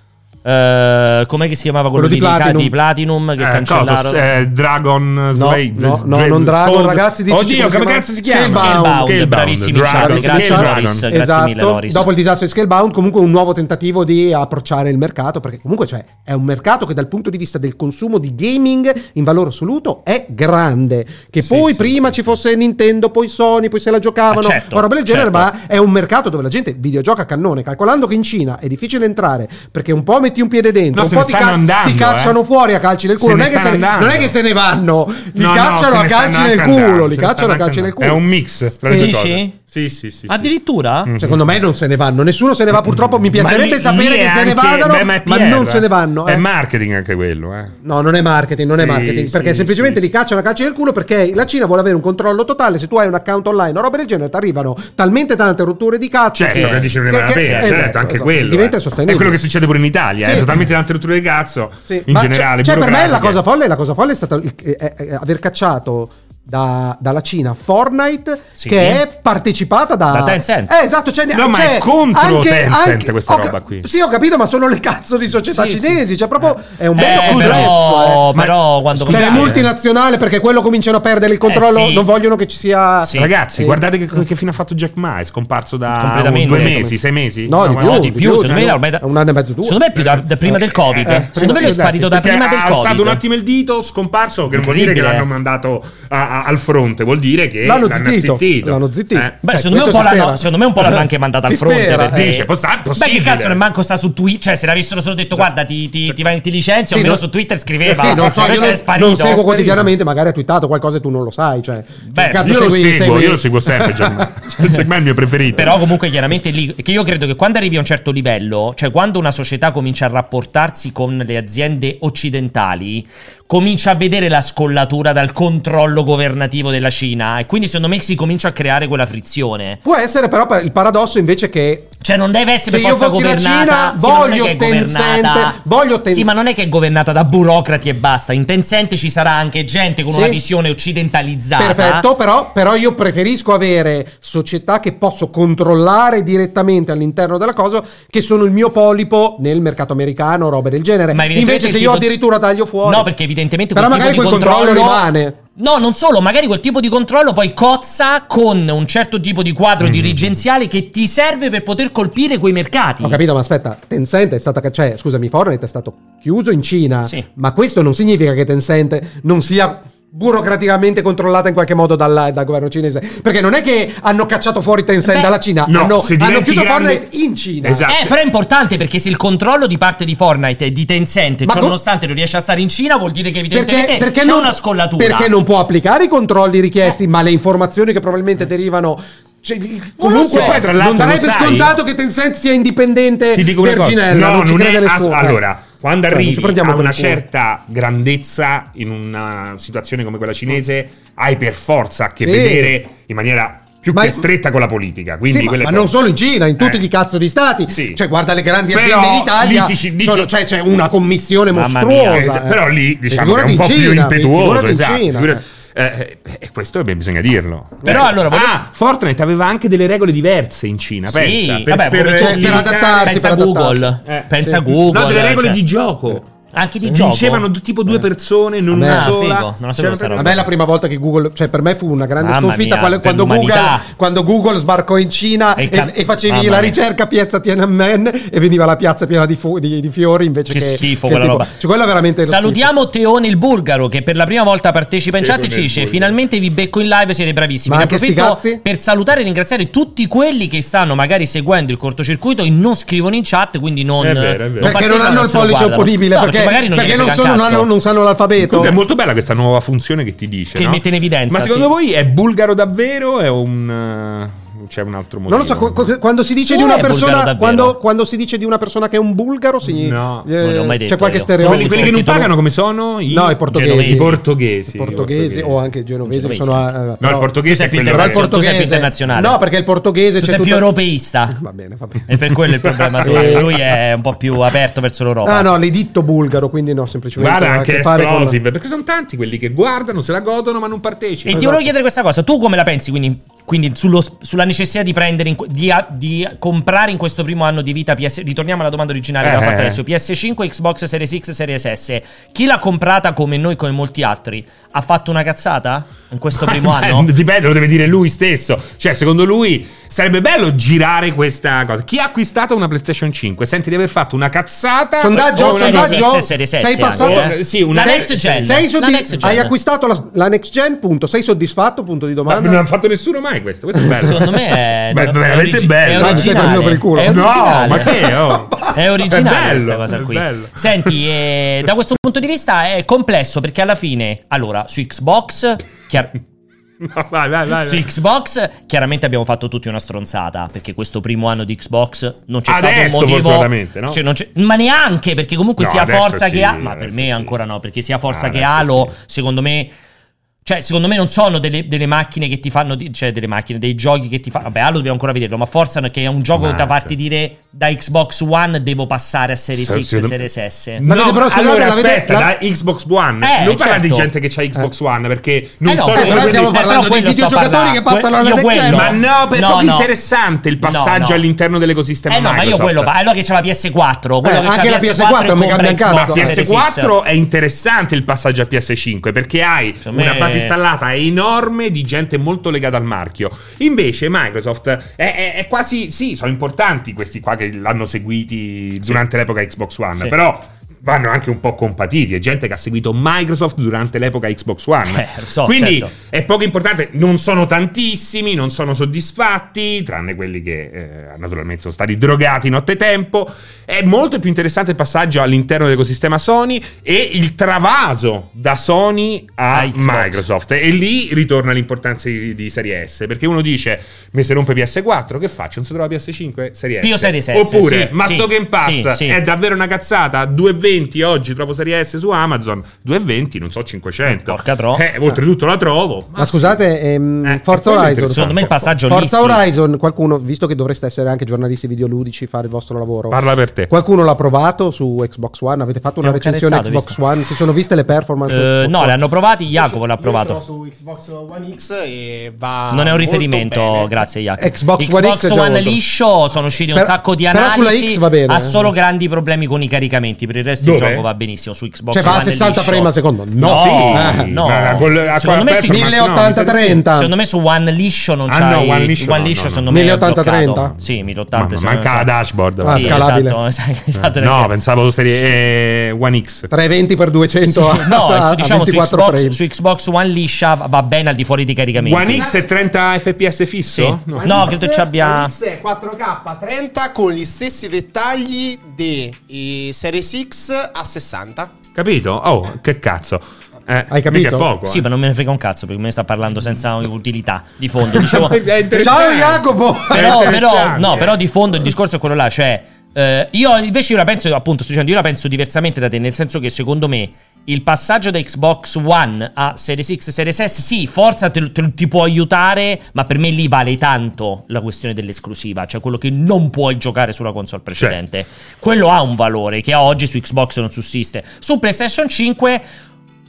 Speaker 1: eh, com'è che si chiamava quello,
Speaker 3: Quello di
Speaker 1: di, di-
Speaker 3: Platinum.
Speaker 1: di Platinum che
Speaker 2: Eh,
Speaker 1: cancellarono?
Speaker 2: cosa? Eh, Dragon Slay.
Speaker 3: no, no, non Dragon, ragazzi, dici
Speaker 2: Oddio,
Speaker 3: come si
Speaker 2: come
Speaker 3: chiama?
Speaker 2: cazzo si chiama?
Speaker 3: Scalebound.
Speaker 1: Scalebound, bravissimi, ciao,
Speaker 2: Dragon,
Speaker 1: grazie,
Speaker 2: Scalebound.
Speaker 1: Loris. Grazie
Speaker 3: esatto.
Speaker 1: mille, Loris.
Speaker 3: Dopo il disastro di Scalebound, comunque un nuovo tentativo di approcciare il mercato, perché comunque cioè, è un mercato che dal punto di vista del consumo di gaming in valore assoluto è grande. Che
Speaker 2: Sì,
Speaker 3: poi
Speaker 2: sì,
Speaker 3: prima
Speaker 2: sì,
Speaker 3: ci
Speaker 2: sì.
Speaker 3: fosse Nintendo, poi Sony, poi se la giocavano,
Speaker 1: Ah, certo,
Speaker 3: una roba del genere,
Speaker 1: certo.
Speaker 3: ma è un mercato dove la gente videogioca a cannone, calcolando che in Cina è difficile entrare, perché un po' metti un piede dentro,
Speaker 2: No,
Speaker 3: un
Speaker 2: se ne
Speaker 3: po' ti,
Speaker 2: stanno andando,
Speaker 3: ti cacciano
Speaker 2: eh.
Speaker 3: fuori a calci nel culo,
Speaker 2: Se
Speaker 3: non
Speaker 2: ne
Speaker 3: è, che se
Speaker 2: stanno
Speaker 3: ne,
Speaker 2: andando.
Speaker 3: non è che se ne vanno, li
Speaker 2: No, no,
Speaker 3: cacciano
Speaker 2: se
Speaker 3: a
Speaker 2: ne
Speaker 3: calci
Speaker 2: stanno
Speaker 3: nel
Speaker 2: anche andando,
Speaker 3: culo, li
Speaker 2: se ne
Speaker 3: cacciano a
Speaker 2: stanno
Speaker 3: calci nel
Speaker 2: anche
Speaker 3: culo.
Speaker 2: andando. È un mix tra le due
Speaker 1: Dici?
Speaker 2: cose. Sì, sì, sì. sì.
Speaker 1: Addirittura?
Speaker 3: Secondo me non se ne vanno, nessuno se ne va purtroppo, mi piacerebbe
Speaker 2: Mhm. Ma lì-
Speaker 3: sapere
Speaker 2: lì
Speaker 3: che
Speaker 2: è
Speaker 3: se ne
Speaker 2: anche-
Speaker 3: vadano,
Speaker 2: beh, è
Speaker 3: ma
Speaker 2: PR,
Speaker 3: non se ne
Speaker 2: eh.
Speaker 3: vanno. eh.
Speaker 2: È marketing anche quello, eh.
Speaker 3: No, non è marketing, non è
Speaker 2: Sì,
Speaker 3: marketing,
Speaker 2: sì,
Speaker 3: perché
Speaker 2: sì,
Speaker 3: semplicemente
Speaker 2: sì.
Speaker 3: li cacciano a calci nel culo perché la Cina vuole avere un controllo totale, se tu hai un account online o roba del genere ti arrivano talmente tante rotture di cazzo.
Speaker 2: Certo, che dice non ne vale la
Speaker 3: che-
Speaker 2: pena,
Speaker 3: che-
Speaker 2: certo,
Speaker 3: esatto,
Speaker 2: anche
Speaker 3: esatto.
Speaker 2: quello.
Speaker 3: Diventa
Speaker 2: eh.
Speaker 3: sostenibile.
Speaker 2: È quello che succede pure in Italia,
Speaker 3: Sì.
Speaker 2: eh, sono talmente tante rotture di cazzo.
Speaker 3: Sì,
Speaker 2: In
Speaker 3: ma
Speaker 2: generale,
Speaker 3: cioè, cioè, per me la
Speaker 2: burocratiche.
Speaker 3: cosa folle, la cosa folle è stata il- eh, eh, eh, aver cacciato da- dalla Cina Fortnite
Speaker 1: Sì.
Speaker 3: che è partecipata da,
Speaker 1: Da Tencent.
Speaker 3: Eh, esatto, cioè,
Speaker 2: No, ma
Speaker 3: cioè,
Speaker 2: è contro
Speaker 3: anche-
Speaker 2: Tencent
Speaker 3: anche-
Speaker 2: questa
Speaker 3: ho ca-
Speaker 2: roba qui.
Speaker 3: Sì, ho capito, ma sono le cazzo di società
Speaker 1: Sì, sì.
Speaker 3: cinesi, cioè proprio è un bel
Speaker 1: Eh,
Speaker 3: complesso, eh.
Speaker 1: però,
Speaker 2: eh. Ma-
Speaker 1: però quando
Speaker 3: Cioè,
Speaker 2: Scusate.
Speaker 3: è multinazionale perché quello cominciano a perdere il controllo,
Speaker 1: Eh, sì.
Speaker 3: non vogliono che ci sia
Speaker 1: Sì.
Speaker 2: Ragazzi,
Speaker 3: Eh.
Speaker 2: guardate che, che fine ha fatto Jack Ma. È scomparso da
Speaker 1: Completamente.
Speaker 2: due mesi, sei mesi?
Speaker 3: No, di
Speaker 2: ma-
Speaker 3: più,
Speaker 1: no, di più, secondo me
Speaker 3: no.
Speaker 1: era ormai da-
Speaker 3: un anno e mezzo due.
Speaker 1: Secondo me è più da, da prima del Covid.
Speaker 3: Eh, eh,
Speaker 1: secondo me lui è
Speaker 3: sì,
Speaker 1: sparito da
Speaker 2: Perché
Speaker 1: prima del
Speaker 2: ha alzato
Speaker 1: Covid.
Speaker 2: un attimo il dito, scomparso, che non vuol dire che
Speaker 1: Incredibile.
Speaker 2: l'hanno mandato a- a- al fronte, vuol dire che
Speaker 3: L'hanno
Speaker 2: l'hanno,
Speaker 3: zittito,
Speaker 2: zittito.
Speaker 3: l'hanno zittito.
Speaker 2: Eh.
Speaker 1: Beh,
Speaker 3: Cioè,
Speaker 1: secondo, me un
Speaker 3: questo
Speaker 1: po
Speaker 3: si
Speaker 1: l'hanno-
Speaker 3: spera.
Speaker 1: secondo me un po' l'hanno anche mandata
Speaker 3: Si
Speaker 1: al fronte.
Speaker 3: spera,
Speaker 1: perché-
Speaker 3: eh.
Speaker 2: Dice, poss- ah,
Speaker 1: Beh, che
Speaker 2: possibile.
Speaker 1: cazzo, non manco sta su Twitter. Cioè, se l'avessero solo detto, guarda, ti, ti, ti, ti licenzio,
Speaker 3: Sì,
Speaker 1: almeno
Speaker 3: no-
Speaker 1: su Twitter scriveva.
Speaker 3: Sì, non so,
Speaker 1: Invece
Speaker 3: io
Speaker 1: è
Speaker 3: non,
Speaker 1: sparito.
Speaker 3: non seguo
Speaker 2: Sparito.
Speaker 3: quotidianamente, magari ha twittato qualcosa e tu non lo sai. Cioè,
Speaker 1: Beh,
Speaker 3: che cazzo
Speaker 2: Io lo
Speaker 3: segui-
Speaker 2: seguo,
Speaker 3: segui-
Speaker 2: io lo seguo sempre. Jack Ma. Cioè, Jack Ma è il mio preferito.
Speaker 1: Però comunque chiaramente lì, che io credo che quando arrivi a un certo livello, cioè quando una società comincia a rapportarsi con le aziende occidentali, comincia a vedere la scollatura dal controllo governativo della Cina e quindi secondo me si comincia a creare quella frizione.
Speaker 3: Può essere però per- il paradosso invece che
Speaker 1: Cioè non deve
Speaker 3: Se
Speaker 1: essere per
Speaker 3: io
Speaker 1: forza
Speaker 3: fossi la Cina,
Speaker 1: governata. Sì, ma non è
Speaker 3: voglio
Speaker 1: che è governata-
Speaker 3: Tencent, voglio Ten-
Speaker 1: Sì, ma non è che è governata da burocrati e basta. In Tencent ci sarà anche gente con
Speaker 3: Sì.
Speaker 1: una visione occidentalizzata.
Speaker 3: Perfetto, però, però io preferisco avere società che posso controllare direttamente all'interno della cosa, che sono il mio polipo nel mercato americano, robe del genere.
Speaker 1: Ma evidentemente
Speaker 3: Invece, se
Speaker 1: il
Speaker 3: io
Speaker 1: tipo-
Speaker 3: addirittura taglio fuori.
Speaker 1: No, perché evidentemente
Speaker 3: Però
Speaker 1: quel
Speaker 3: magari
Speaker 1: tipo di
Speaker 3: quel controllo,
Speaker 1: controllo
Speaker 3: rimane.
Speaker 1: No, non solo, magari quel tipo di controllo poi cozza con un certo tipo di quadro
Speaker 3: Mm.
Speaker 1: dirigenziale che ti serve per poter colpire quei mercati. Eh,
Speaker 3: Ho capito, ma aspetta, Tencent è stata ca- cioè, scusami, Fortnite è stato chiuso in Cina,
Speaker 1: Sì.
Speaker 3: ma questo non significa che Tencent non sia burocraticamente controllata in qualche modo dalla- dal, governo cinese, perché non è che hanno cacciato fuori Tencent
Speaker 1: Beh,
Speaker 3: dalla Cina,
Speaker 2: no,
Speaker 3: hanno,
Speaker 2: se
Speaker 3: hanno
Speaker 2: diventi
Speaker 3: chiuso
Speaker 2: grande-
Speaker 3: Fortnite in Cina.
Speaker 2: Esatto.
Speaker 1: Eh, però è importante perché se il controllo di parte di Fortnite è di Tencent,
Speaker 3: Ma
Speaker 1: cioè
Speaker 3: co-
Speaker 1: nonostante non riesce a stare in Cina, vuol dire che evidentemente
Speaker 3: Perché, perché
Speaker 1: c'è
Speaker 3: non,
Speaker 1: una scollatura.
Speaker 3: perché non può applicare i controlli
Speaker 2: Eh.
Speaker 3: richiesti, ma le informazioni che probabilmente derivano. cioè, comunque,
Speaker 2: so. Poi, tra l'altro,
Speaker 3: non darebbe
Speaker 2: lo sai-
Speaker 3: scontato che Tencent sia indipendente
Speaker 2: Ti dico una
Speaker 3: per
Speaker 2: cosa.
Speaker 3: Ginella,
Speaker 2: No,
Speaker 3: non ci
Speaker 2: non
Speaker 3: crede
Speaker 2: è ass-
Speaker 3: nessuno.
Speaker 2: allora, quando
Speaker 3: Cioè, non ci
Speaker 2: arrivi
Speaker 3: prendiamo
Speaker 2: a
Speaker 3: per il
Speaker 2: una
Speaker 3: culo.
Speaker 2: certa grandezza in una situazione come quella cinese, hai per forza a che
Speaker 3: Sì.
Speaker 2: vedere in maniera più
Speaker 3: Ma-
Speaker 2: che stretta con la politica. Quindi
Speaker 3: Sì, ma,
Speaker 2: quella è
Speaker 3: ma non
Speaker 2: forza.
Speaker 3: solo in Cina, in tutti
Speaker 2: Eh.
Speaker 3: gli cazzo di stati.
Speaker 2: Sì.
Speaker 3: Cioè, guarda le grandi
Speaker 2: Però
Speaker 3: aziende in Italia.
Speaker 2: lì ti ci- lì
Speaker 3: sono-
Speaker 2: ti-
Speaker 3: cioè, c'è una commissione
Speaker 1: Mamma
Speaker 3: mostruosa.
Speaker 1: mia,
Speaker 2: Eh,
Speaker 3: eh.
Speaker 2: Però lì diciamo che è
Speaker 3: Figurati
Speaker 2: un po'
Speaker 3: in
Speaker 2: più
Speaker 3: Cina,
Speaker 2: impetuoso.
Speaker 3: figurati in
Speaker 2: Esatto,
Speaker 3: Cina.
Speaker 2: figurati- eh, eh, eh, questo eh, beh, bisogna dirlo.
Speaker 1: Però
Speaker 2: Eh.
Speaker 1: allora, volevo-
Speaker 2: Ah, Fortnite aveva anche delle regole diverse in Cina.
Speaker 1: Sì,
Speaker 2: pensa,
Speaker 1: vabbè, come
Speaker 3: Cioè,
Speaker 1: tutti.
Speaker 3: per adattarsi,
Speaker 1: pensa
Speaker 3: per
Speaker 1: a Google,
Speaker 3: adattarsi.
Speaker 2: Eh,
Speaker 1: pensa a
Speaker 3: sì.
Speaker 1: Google.
Speaker 2: No, delle regole
Speaker 1: cioè,
Speaker 2: di gioco.
Speaker 1: anche di gioco. Eh.
Speaker 2: Vincevano du- tipo due persone, non
Speaker 3: Vabbè.
Speaker 2: una
Speaker 3: Ah,
Speaker 2: sola.
Speaker 1: figo, non la sapevo
Speaker 2: C'era
Speaker 1: sta roba.
Speaker 3: A me è la prima volta che Google, cioè per me fu una grande
Speaker 1: Mamma
Speaker 3: sconfitta
Speaker 1: mia,
Speaker 3: quando, quando Google,
Speaker 1: dell'umanità.
Speaker 3: quando Google sbarcò in Cina
Speaker 1: E
Speaker 3: e,
Speaker 1: ca-
Speaker 3: e facevi
Speaker 1: mamma
Speaker 3: la
Speaker 1: mia.
Speaker 3: ricerca piazza Tiananmen e veniva la piazza piena di, fu- di- di fiori invece
Speaker 1: Che
Speaker 3: che
Speaker 1: schifo
Speaker 3: che
Speaker 1: quella
Speaker 3: tipo-
Speaker 1: roba.
Speaker 3: Cioè, quello è veramente lo
Speaker 1: Salutiamo Teone il Bulgaro che per la prima volta partecipa in chat e
Speaker 2: Teone
Speaker 1: ci
Speaker 2: il
Speaker 1: dice:
Speaker 2: Bulgaro.
Speaker 1: Finalmente vi becco in live, siete bravissimi.
Speaker 3: Ma
Speaker 1: Ne
Speaker 3: anche sti
Speaker 1: approfitto
Speaker 3: cazzi?
Speaker 1: per salutare e ringraziare tutti quelli che stanno magari seguendo il cortocircuito e non scrivono in chat, quindi non.
Speaker 2: È vero, è vero.
Speaker 3: schifo. perché non
Speaker 1: partecipano,
Speaker 3: hanno il
Speaker 1: se lo
Speaker 3: pollice
Speaker 1: guardano.
Speaker 3: opponibile
Speaker 1: No,
Speaker 3: perché,
Speaker 1: magari non,
Speaker 3: perché
Speaker 1: gli
Speaker 3: non,
Speaker 1: frega un
Speaker 3: sono- non
Speaker 1: cazzo.
Speaker 3: hanno- non sanno l'alfabeto
Speaker 2: Comunque è molto bella questa nuova funzione che ti dice.
Speaker 1: Che
Speaker 2: no?
Speaker 1: mette in evidenza,
Speaker 2: Ma secondo
Speaker 1: sì.
Speaker 2: voi è bulgaro davvero? o È un. eh, C'è un altro motivo?
Speaker 3: non lo so, co- co- quando si dice
Speaker 1: Sì,
Speaker 3: di una
Speaker 1: è bulgaro
Speaker 3: persona
Speaker 1: davvero.
Speaker 3: quando, quando si dice di una persona che è un bulgaro, si,
Speaker 2: No.
Speaker 3: eh,
Speaker 1: Non l'ho mai
Speaker 3: c'è
Speaker 1: detto
Speaker 3: qualche
Speaker 1: io.
Speaker 3: stereotipo.
Speaker 2: quelli, quelli che non pagano come sono? I-
Speaker 3: No, i portoghesi.
Speaker 2: I portoghesi.
Speaker 3: I portoghesi o anche i genovesi che sono
Speaker 1: Genovesi.
Speaker 3: eh,
Speaker 2: No, il
Speaker 3: però-
Speaker 1: Tu
Speaker 2: portoghese
Speaker 1: sei
Speaker 2: è
Speaker 1: più
Speaker 2: quello
Speaker 3: però il
Speaker 1: internazionale. tu sei
Speaker 2: che-
Speaker 1: più
Speaker 3: portoghese
Speaker 1: internazionale.
Speaker 3: No, perché il portoghese c'è
Speaker 1: tu sei più
Speaker 3: tutto-
Speaker 1: europeista.
Speaker 3: Va bene, va bene.
Speaker 1: E per quello è il problema tuo.
Speaker 3: Eh.
Speaker 1: Lui è un po' più aperto verso l'Europa.
Speaker 3: Ah no, l'editto bulgaro, quindi no, semplicemente
Speaker 2: Guarda
Speaker 3: ha a
Speaker 2: anche
Speaker 3: che fare con-
Speaker 2: Explosive, perché sono tanti quelli che guardano, se la godono, ma non
Speaker 1: E
Speaker 2: partecipano.
Speaker 1: ti volevo chiedere questa cosa, tu come la pensi quindi, quindi sullo- sulla necessità di prendere in que- di, a- di comprare in questo primo anno di vita PS ritorniamo alla domanda originale che
Speaker 2: Eh.
Speaker 1: abbiamo fatto adesso PS5 Xbox Series X Series S chi l'ha comprata come noi come molti altri ha fatto una cazzata in questo primo
Speaker 2: Beh,
Speaker 1: anno
Speaker 2: Eh, Dipende, lo deve dire lui stesso. Cioè, secondo lui sarebbe bello girare questa cosa. Chi ha acquistato una PlayStation 5 sente di aver fatto una cazzata. Oh,
Speaker 4: Sondaggio,
Speaker 2: o una
Speaker 1: Series
Speaker 4: sondaggio.
Speaker 1: X e Series S
Speaker 4: sei
Speaker 1: anche,
Speaker 4: passato-
Speaker 1: eh.
Speaker 2: sì, una-
Speaker 1: la next gen
Speaker 4: Sei
Speaker 1: La
Speaker 4: soddisf-
Speaker 1: next gen.
Speaker 4: Hai acquistato la, la next gen, punto. Sei soddisfatto, punto di
Speaker 2: Ma
Speaker 4: domanda.
Speaker 2: non l'ha fatto nessuno mai questo. Questo è bello.
Speaker 1: Secondo me è
Speaker 2: Beh,
Speaker 1: è
Speaker 2: veramente
Speaker 1: origi-
Speaker 2: bello.
Speaker 1: È
Speaker 2: Ma
Speaker 4: mi stai prendendo
Speaker 1: originale.
Speaker 4: per il culo?
Speaker 1: È
Speaker 4: No,
Speaker 1: originale.
Speaker 2: No, ma che? oh?
Speaker 1: È originale
Speaker 2: bello,
Speaker 1: questa cosa
Speaker 2: è
Speaker 1: qui.
Speaker 2: bello.
Speaker 1: Senti, eh, da questo punto di vista è complesso perché alla fine, allora, su Xbox, chiar-
Speaker 2: No, vai, vai, Eh, vai.
Speaker 1: su Xbox chiaramente abbiamo fatto tutti una stronzata perché questo primo anno di Xbox non c'è
Speaker 2: Adesso,
Speaker 1: stato un
Speaker 2: fortunatamente,
Speaker 1: motivo,
Speaker 2: no?
Speaker 1: Cioè, non c'è- ma neanche perché comunque
Speaker 2: No,
Speaker 1: sia
Speaker 2: adesso
Speaker 1: Forza
Speaker 2: sì,
Speaker 1: che ha, ma per
Speaker 2: adesso
Speaker 1: me
Speaker 2: sì.
Speaker 1: ancora no perché sia Forza
Speaker 2: Ah,
Speaker 1: che
Speaker 2: adesso
Speaker 1: Halo,
Speaker 2: sì.
Speaker 1: secondo me. Cioè, secondo me non sono delle, delle macchine che ti fanno. di- cioè, delle macchine, dei giochi che ti fanno. Vabbè, Halo dobbiamo ancora vederlo. Ma Forza che è un gioco da
Speaker 2: Mazza.
Speaker 1: farti dire da Xbox One devo passare a Series X e
Speaker 2: Secondo-
Speaker 1: Series S.
Speaker 2: No,
Speaker 4: Avete però, scusate,
Speaker 2: allora
Speaker 4: l'avete-
Speaker 2: aspetta,
Speaker 4: la-
Speaker 2: da Xbox One.
Speaker 1: Eh,
Speaker 2: non parla di
Speaker 1: certo.
Speaker 2: gente che ha Xbox One perché non
Speaker 1: Eh no,
Speaker 2: sono
Speaker 1: eh,
Speaker 4: però
Speaker 2: quelli-
Speaker 4: stiamo parlando
Speaker 1: quello
Speaker 4: dei
Speaker 1: sto
Speaker 4: videogiocatori
Speaker 1: parlando.
Speaker 4: che passano alla
Speaker 1: Io
Speaker 4: next gen.
Speaker 1: quello-
Speaker 2: Ma no, per- è
Speaker 1: no,
Speaker 2: proprio
Speaker 1: no.
Speaker 2: interessante il passaggio
Speaker 1: No, no.
Speaker 2: all'interno dell'ecosistema
Speaker 1: Eh no, ma io
Speaker 2: Microsoft.
Speaker 1: quello, allora che c'è la PS4, quello
Speaker 4: Eh,
Speaker 1: che
Speaker 4: anche
Speaker 1: c'ha
Speaker 4: la PS4 non
Speaker 1: compra
Speaker 4: mi cambia un
Speaker 1: Xbox
Speaker 2: Ma
Speaker 4: cazzo.
Speaker 1: Series
Speaker 2: PS4
Speaker 1: X.
Speaker 2: è interessante il passaggio a PS5 perché hai
Speaker 1: me-
Speaker 2: una base installata enorme di gente molto legata al marchio. Invece Microsoft è, è- è quasi. Sì, sono importanti questi qua che l'hanno seguiti durante l'epoca Xbox One,
Speaker 1: Sì.
Speaker 2: però vanno anche un po' compatiti. È gente che ha seguito Microsoft durante l'epoca Xbox One.
Speaker 1: Eh, lo so,
Speaker 2: Quindi
Speaker 1: certo.
Speaker 2: è poco importante. Non sono tantissimi, non sono soddisfatti, tranne quelli che eh, naturalmente sono stati drogati notte e tempo. È molto più interessante il passaggio all'interno dell'ecosistema Sony e il travaso da Sony a
Speaker 1: A Xbox.
Speaker 2: Microsoft. E lì ritorna l'importanza di, di Serie S. Perché uno dice: Mi si rompe PS4, che faccio? Non si trova PS5? Serie S.
Speaker 1: Pio Series S, sì,
Speaker 2: Oppure, ma
Speaker 1: sì,
Speaker 2: sto Game Pass
Speaker 1: sì, sì.
Speaker 2: è davvero una cazzata? 2,20 oggi trovo Serie S su Amazon. 2,20, non so, 500.
Speaker 1: Porca tro-
Speaker 2: Eh, oltretutto la trovo.
Speaker 4: Ma scusate, ehm,
Speaker 2: Eh, quello
Speaker 4: Forza
Speaker 2: è
Speaker 4: Horizon.
Speaker 2: interessante.
Speaker 1: Secondo me il passaggio lì
Speaker 4: Forza
Speaker 1: sì.
Speaker 4: Horizon, qualcuno, visto che dovreste essere anche giornalisti videoludici, fare il vostro lavoro.
Speaker 2: Parla per te.
Speaker 4: Qualcuno l'ha provato su Xbox One? Avete fatto una
Speaker 1: Ti hanno
Speaker 4: recensione
Speaker 1: carezzato,
Speaker 4: Xbox One? Si sono viste le performance? su
Speaker 1: Eh,
Speaker 4: Xbox
Speaker 1: no,
Speaker 4: One?
Speaker 1: le hanno provati, Jacopo l'ha
Speaker 5: Io
Speaker 1: provato.
Speaker 5: sono su Xbox One X e va
Speaker 1: Non è
Speaker 5: molto
Speaker 1: un riferimento,
Speaker 5: bene.
Speaker 1: grazie Jacopo.
Speaker 4: Xbox One X è già
Speaker 1: One
Speaker 4: molto.
Speaker 1: liscio, sono usciti un
Speaker 4: Per-
Speaker 1: sacco di
Speaker 4: però
Speaker 1: analisi.
Speaker 4: sulla X va bene. eh.
Speaker 1: Ha solo grandi problemi con i caricamenti, per il resto il
Speaker 2: Dove?
Speaker 1: gioco va benissimo su Xbox
Speaker 4: Cioè, va a
Speaker 1: One
Speaker 4: 60
Speaker 1: liscio.
Speaker 4: frame al secondo? No,
Speaker 2: sì.
Speaker 1: Eh, no.
Speaker 2: Ma col- a
Speaker 1: Secondo me
Speaker 2: quella
Speaker 1: sì.
Speaker 2: performance no,
Speaker 4: 1080
Speaker 2: mi sa di sì.
Speaker 4: 30.
Speaker 1: Secondo me su One liscio non
Speaker 2: Ah,
Speaker 1: c'hai
Speaker 2: no, One liscio no, no, no.
Speaker 1: secondo me è
Speaker 4: 1080,
Speaker 1: bloccato.
Speaker 4: 30?
Speaker 1: Sì, 1080
Speaker 2: Mamma,
Speaker 1: secondo me
Speaker 2: manca la
Speaker 1: so.
Speaker 2: dashboard.
Speaker 4: Ah,
Speaker 1: Sì,
Speaker 4: scalabile.
Speaker 1: esatto, esatto, esatto,
Speaker 2: No,
Speaker 1: perché-
Speaker 2: pensavo serie eh, One X.
Speaker 4: 320 x 200 a,
Speaker 1: No,
Speaker 4: a-
Speaker 1: su-
Speaker 4: a
Speaker 1: diciamo su
Speaker 4: 24
Speaker 1: Xbox,
Speaker 4: frame.
Speaker 1: su Xbox One liscia va- va bene al di fuori dei caricamenti.
Speaker 2: One X è 30 fps
Speaker 1: Sì.
Speaker 2: fisso?
Speaker 1: No,
Speaker 5: One X-
Speaker 1: credo ci abbia.
Speaker 5: One X è 4K 30 con gli stessi dettagli di eh, Series X a 60.
Speaker 2: Capito? Oh, che cazzo. Eh,
Speaker 4: Hai capito?
Speaker 2: mica è poco.
Speaker 1: Sì,
Speaker 2: eh.
Speaker 1: ma non me ne frega un cazzo perché me ne sta parlando senza utilità di fondo. Dicevo,
Speaker 2: È
Speaker 4: Ciao
Speaker 2: interessante.
Speaker 4: Jacopo!
Speaker 1: diciamo- però, però,
Speaker 2: È interessante.
Speaker 1: no, però di fondo il discorso è quello là, cioè eh, io invece io la penso appunto, sto dicendo, io la penso diversamente da te, nel senso che secondo me il passaggio da Xbox One a Series X, Series S, sì, forza te- te- ti può aiutare, ma per me lì vale tanto la questione dell'esclusiva, cioè quello che non puoi giocare sulla console
Speaker 2: Certo.
Speaker 1: precedente. Quello ha un valore che oggi su Xbox non sussiste. Su PlayStation 5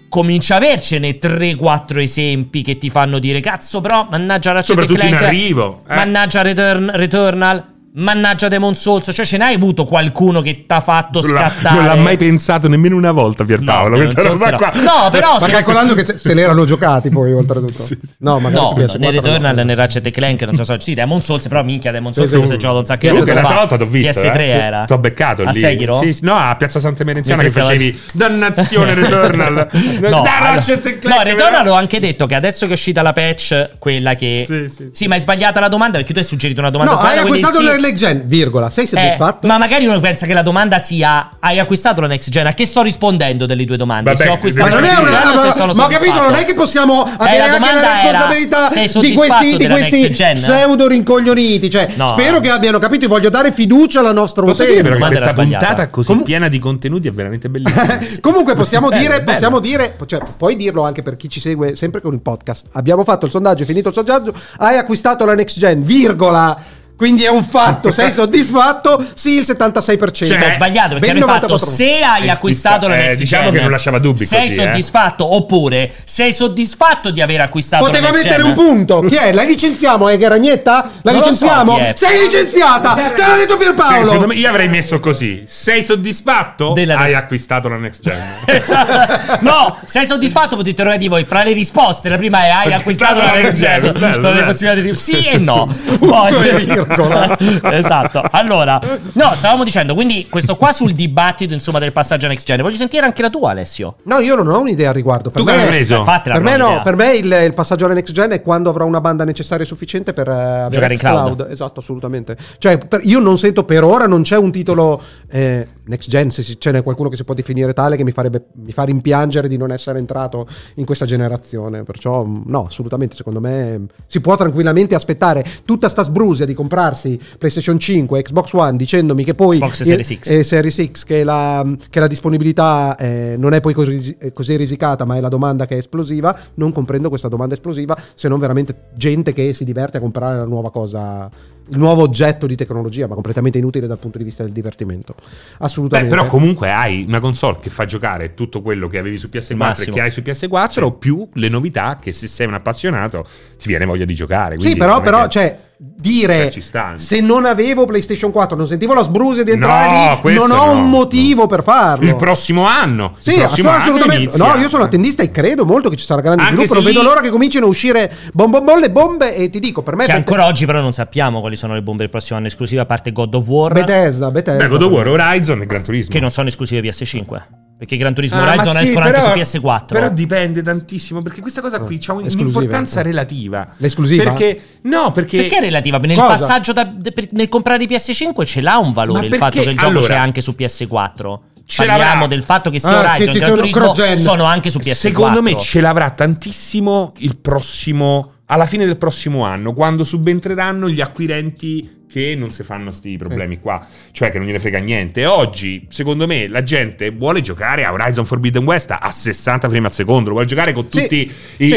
Speaker 1: comincia a avercene 3-4 esempi che ti fanno dire cazzo però mannaggia Ratchet
Speaker 2: Soprattutto in
Speaker 1: Clank
Speaker 2: arrivo, eh.
Speaker 1: mannaggia Return- Returnal mannaggia Demon Souls cioè ce n'hai avuto qualcuno che t'ha fatto
Speaker 2: Non l'ha-
Speaker 1: scattare
Speaker 2: non l'ha mai pensato nemmeno una volta Pierpaolo.
Speaker 1: No,
Speaker 2: questa
Speaker 1: Demon Souls
Speaker 2: roba
Speaker 1: no.
Speaker 2: qua.
Speaker 1: No, però
Speaker 4: Ma
Speaker 1: se-
Speaker 4: calcolando che se, se l'erano giocati poi oltretutto. No, magari
Speaker 1: No,
Speaker 4: su PS4
Speaker 1: ne Returnal,
Speaker 4: no.
Speaker 1: ne Ratchet Clank, non so, so sì, Demon Souls, però minchia, Demon Souls
Speaker 4: Sì, sì.
Speaker 1: lo sei giocato un sacco di
Speaker 2: Comunque,
Speaker 1: tempo
Speaker 2: l'altra
Speaker 1: fa.
Speaker 2: volta t'ho visto.
Speaker 1: PS3
Speaker 2: eh.
Speaker 1: era.
Speaker 2: T'ho beccato
Speaker 1: a
Speaker 2: lì.
Speaker 1: Seghiro?
Speaker 2: Sì, sì, no, a Piazza Santa Emerenziana
Speaker 1: Mi
Speaker 2: che
Speaker 1: prestava-
Speaker 2: facevi dannazione Returnal.
Speaker 1: no,
Speaker 2: da
Speaker 1: allora-
Speaker 2: Ratchet e Clank.
Speaker 1: no, Returnal ho anche detto che adesso che è uscita la patch, quella che.
Speaker 2: Sì, sì.
Speaker 1: ma è sbagliata la domanda perché tu hai suggerito una domanda
Speaker 4: No, hai
Speaker 1: sbagliata. quindi
Speaker 4: acquistato
Speaker 1: sì.
Speaker 4: la next gen, virgola. Sei
Speaker 1: Eh,
Speaker 4: soddisfatto?
Speaker 1: ma magari uno pensa che la domanda sia: Hai acquistato la next gen? A che sto rispondendo delle due domande?
Speaker 2: Vabbè,
Speaker 1: se ho acquistato
Speaker 4: Ma
Speaker 2: Ma
Speaker 4: non è
Speaker 1: la next
Speaker 4: una.
Speaker 1: gen o se
Speaker 4: ma-
Speaker 1: sono
Speaker 4: ma ho capito,
Speaker 1: soddisfatto?
Speaker 4: non è che possiamo
Speaker 1: Eh,
Speaker 4: avere
Speaker 1: la
Speaker 4: anche
Speaker 1: domanda
Speaker 4: la
Speaker 1: era,
Speaker 4: responsabilità
Speaker 1: sei
Speaker 4: di
Speaker 1: soddisfatto
Speaker 4: questi, di
Speaker 1: della
Speaker 4: questi
Speaker 1: next gen?
Speaker 4: pseudo rincoglioniti. Cioè,
Speaker 1: No.
Speaker 4: spero che abbiano capito. Voglio dare fiducia alla nostra
Speaker 2: Posso dire però
Speaker 4: utente.
Speaker 2: che
Speaker 1: domanda era
Speaker 2: questa
Speaker 1: sbagliata.
Speaker 2: puntata così
Speaker 4: Comu-
Speaker 2: piena di contenuti è veramente bellissima.
Speaker 4: Eh, Comunque possiamo
Speaker 2: Bello,
Speaker 4: dire,
Speaker 2: Eh, bello.
Speaker 4: possiamo dire, cioè, puoi dirlo anche per chi ci segue sempre con il podcast. Abbiamo fatto il sondaggio, è finito il sondaggio, hai acquistato la next gen, virgola.
Speaker 3: Quindi è un fatto. Sei soddisfatto? Sì, il 76%.
Speaker 2: Cioè,
Speaker 1: Ho sbagliato perché
Speaker 3: ben
Speaker 1: hanno fatto
Speaker 3: 94.
Speaker 1: se hai
Speaker 2: Eh,
Speaker 1: acquistato la
Speaker 2: eh,
Speaker 1: next
Speaker 2: diciamo
Speaker 1: gen,
Speaker 2: che non lasciava dubbi
Speaker 1: sei
Speaker 2: così, eh.
Speaker 1: soddisfatto oppure sei soddisfatto di aver acquistato
Speaker 3: Poteva
Speaker 1: la next
Speaker 3: mettere
Speaker 1: gen?
Speaker 3: un punto. Chi è? La licenziamo, eh, Garagnetta? La
Speaker 1: eh? Non lo so
Speaker 3: licenziamo?
Speaker 1: chi è.
Speaker 3: Sei licenziata! Te l'ha detto
Speaker 2: Sì,
Speaker 3: Pierpaolo!
Speaker 2: secondo me- io avrei messo così. Sei soddisfatto?
Speaker 1: Della-
Speaker 2: Hai acquistato la next gen.
Speaker 1: Esatto. No, sei soddisfatto? Punto interrogativo. E fra le risposte, la prima è hai
Speaker 2: Perché
Speaker 1: acquistato
Speaker 2: è
Speaker 1: la
Speaker 2: stato
Speaker 1: next gen.
Speaker 2: bello, bello,
Speaker 1: Sono le
Speaker 2: bello.
Speaker 1: possibilità di- Sì e no.
Speaker 3: e virgola.
Speaker 1: esatto. Allora, no, stavamo dicendo, quindi questo qua sul dibattito, insomma, del passaggio a next gen. Voglio sentire anche la tua, Alessio.
Speaker 3: No, io non ho un'idea al riguardo. Per
Speaker 2: tu che
Speaker 3: me-
Speaker 2: avevi preso?
Speaker 1: Infatti, la
Speaker 3: Per me
Speaker 1: tua
Speaker 3: no,
Speaker 1: idea.
Speaker 3: per me il, il passaggio alla next gen è quando avrò una banda necessaria e sufficiente per eh, avere
Speaker 1: Giocare in
Speaker 3: xCloud.
Speaker 1: cloud.
Speaker 3: Esatto, assolutamente. Cioè, per- io non sento per ora non c'è un titolo eh, next gen, se si- ce n'è qualcuno che si può definire tale che mi, farebbe, mi fa rimpiangere di non essere entrato in questa generazione. Perciò mh, no, assolutamente, secondo me mh, si può tranquillamente aspettare tutta sta sbrusia di comprarsi PlayStation 5, Xbox One dicendomi che poi
Speaker 1: Xbox Series X.
Speaker 3: eh, eh, Series X che la, che la disponibilità eh, non è poi così, eh, così risicata ma è la domanda che è esplosiva non comprendo questa domanda esplosiva se non veramente gente che si diverte a comprare la nuova cosa il nuovo oggetto di tecnologia ma completamente inutile dal punto di vista del divertimento
Speaker 2: Beh,
Speaker 3: assolutamente
Speaker 2: però comunque hai una console che fa giocare tutto quello che avevi su PS4 e
Speaker 1: Massimo.
Speaker 2: che hai su PS4 più le novità che se sei un appassionato ti viene voglia di giocare.
Speaker 3: sì
Speaker 2: quindi
Speaker 3: però,
Speaker 2: non è
Speaker 3: però
Speaker 2: che-
Speaker 3: cioè dire
Speaker 2: Cioè, ci sta anche.
Speaker 3: se non avevo PlayStation 4 non sentivo la sbrusia di
Speaker 2: No,
Speaker 3: entrare lì
Speaker 2: questo
Speaker 3: non ho
Speaker 2: no,
Speaker 3: un
Speaker 2: no.
Speaker 3: motivo per farlo
Speaker 2: Il prossimo anno.
Speaker 3: Sì,
Speaker 2: il prossimo
Speaker 3: assolut-
Speaker 2: anno
Speaker 3: assolutamente.
Speaker 2: inizia.
Speaker 3: No, io sono attendista e credo molto che ci sarà grande
Speaker 2: Anche
Speaker 3: sviluppo.
Speaker 2: se
Speaker 3: Non vedo
Speaker 2: lì-
Speaker 3: l'ora che cominciano a uscire bom bom bom le bombe. E ti dico, per me.
Speaker 1: Che
Speaker 3: Beth-
Speaker 1: ancora oggi, però, non sappiamo quali sono le bombe del prossimo anno esclusive, a parte God of War.
Speaker 3: Bethesda, Bethesda.
Speaker 2: Beh, God of War, Horizon e Gran Turismo.
Speaker 1: che non sono esclusive PS5. Perché Gran Turismo
Speaker 2: Ah,
Speaker 1: Horizon
Speaker 2: ma sì,
Speaker 1: escono anche su PS4.
Speaker 2: Però dipende tantissimo, perché questa cosa qui ha un-
Speaker 3: esclusiva,
Speaker 2: un'importanza
Speaker 3: eh.
Speaker 2: relativa.
Speaker 3: L'esclusiva?
Speaker 2: Perché no, perché
Speaker 1: ecco. perché è relativa? Nel
Speaker 3: Cosa?
Speaker 1: passaggio da- de- per- nel comprare i PS5 ce l'ha un valore
Speaker 2: Ma
Speaker 1: il
Speaker 2: perché-
Speaker 1: fatto che il gioco
Speaker 2: allora,
Speaker 1: c'è anche su PS4.
Speaker 2: ce
Speaker 1: Parliamo
Speaker 2: l'avrà.
Speaker 1: del fatto che sia
Speaker 3: Ah, che ci
Speaker 1: Horizon e Gran
Speaker 3: sono
Speaker 1: Turismo
Speaker 3: cross-gen.
Speaker 1: sono anche su PS4.
Speaker 2: Secondo me ce l'avrà tantissimo il prossimo. Alla fine del prossimo anno, quando subentreranno gli acquirenti che non si fanno
Speaker 3: Eh.
Speaker 2: sti problemi qua, cioè che non gliene frega niente. Oggi, secondo me, la gente vuole giocare a Horizon Forbidden West a 60 frame al secondo, vuole giocare con
Speaker 3: Sì,
Speaker 2: tutte
Speaker 3: sì.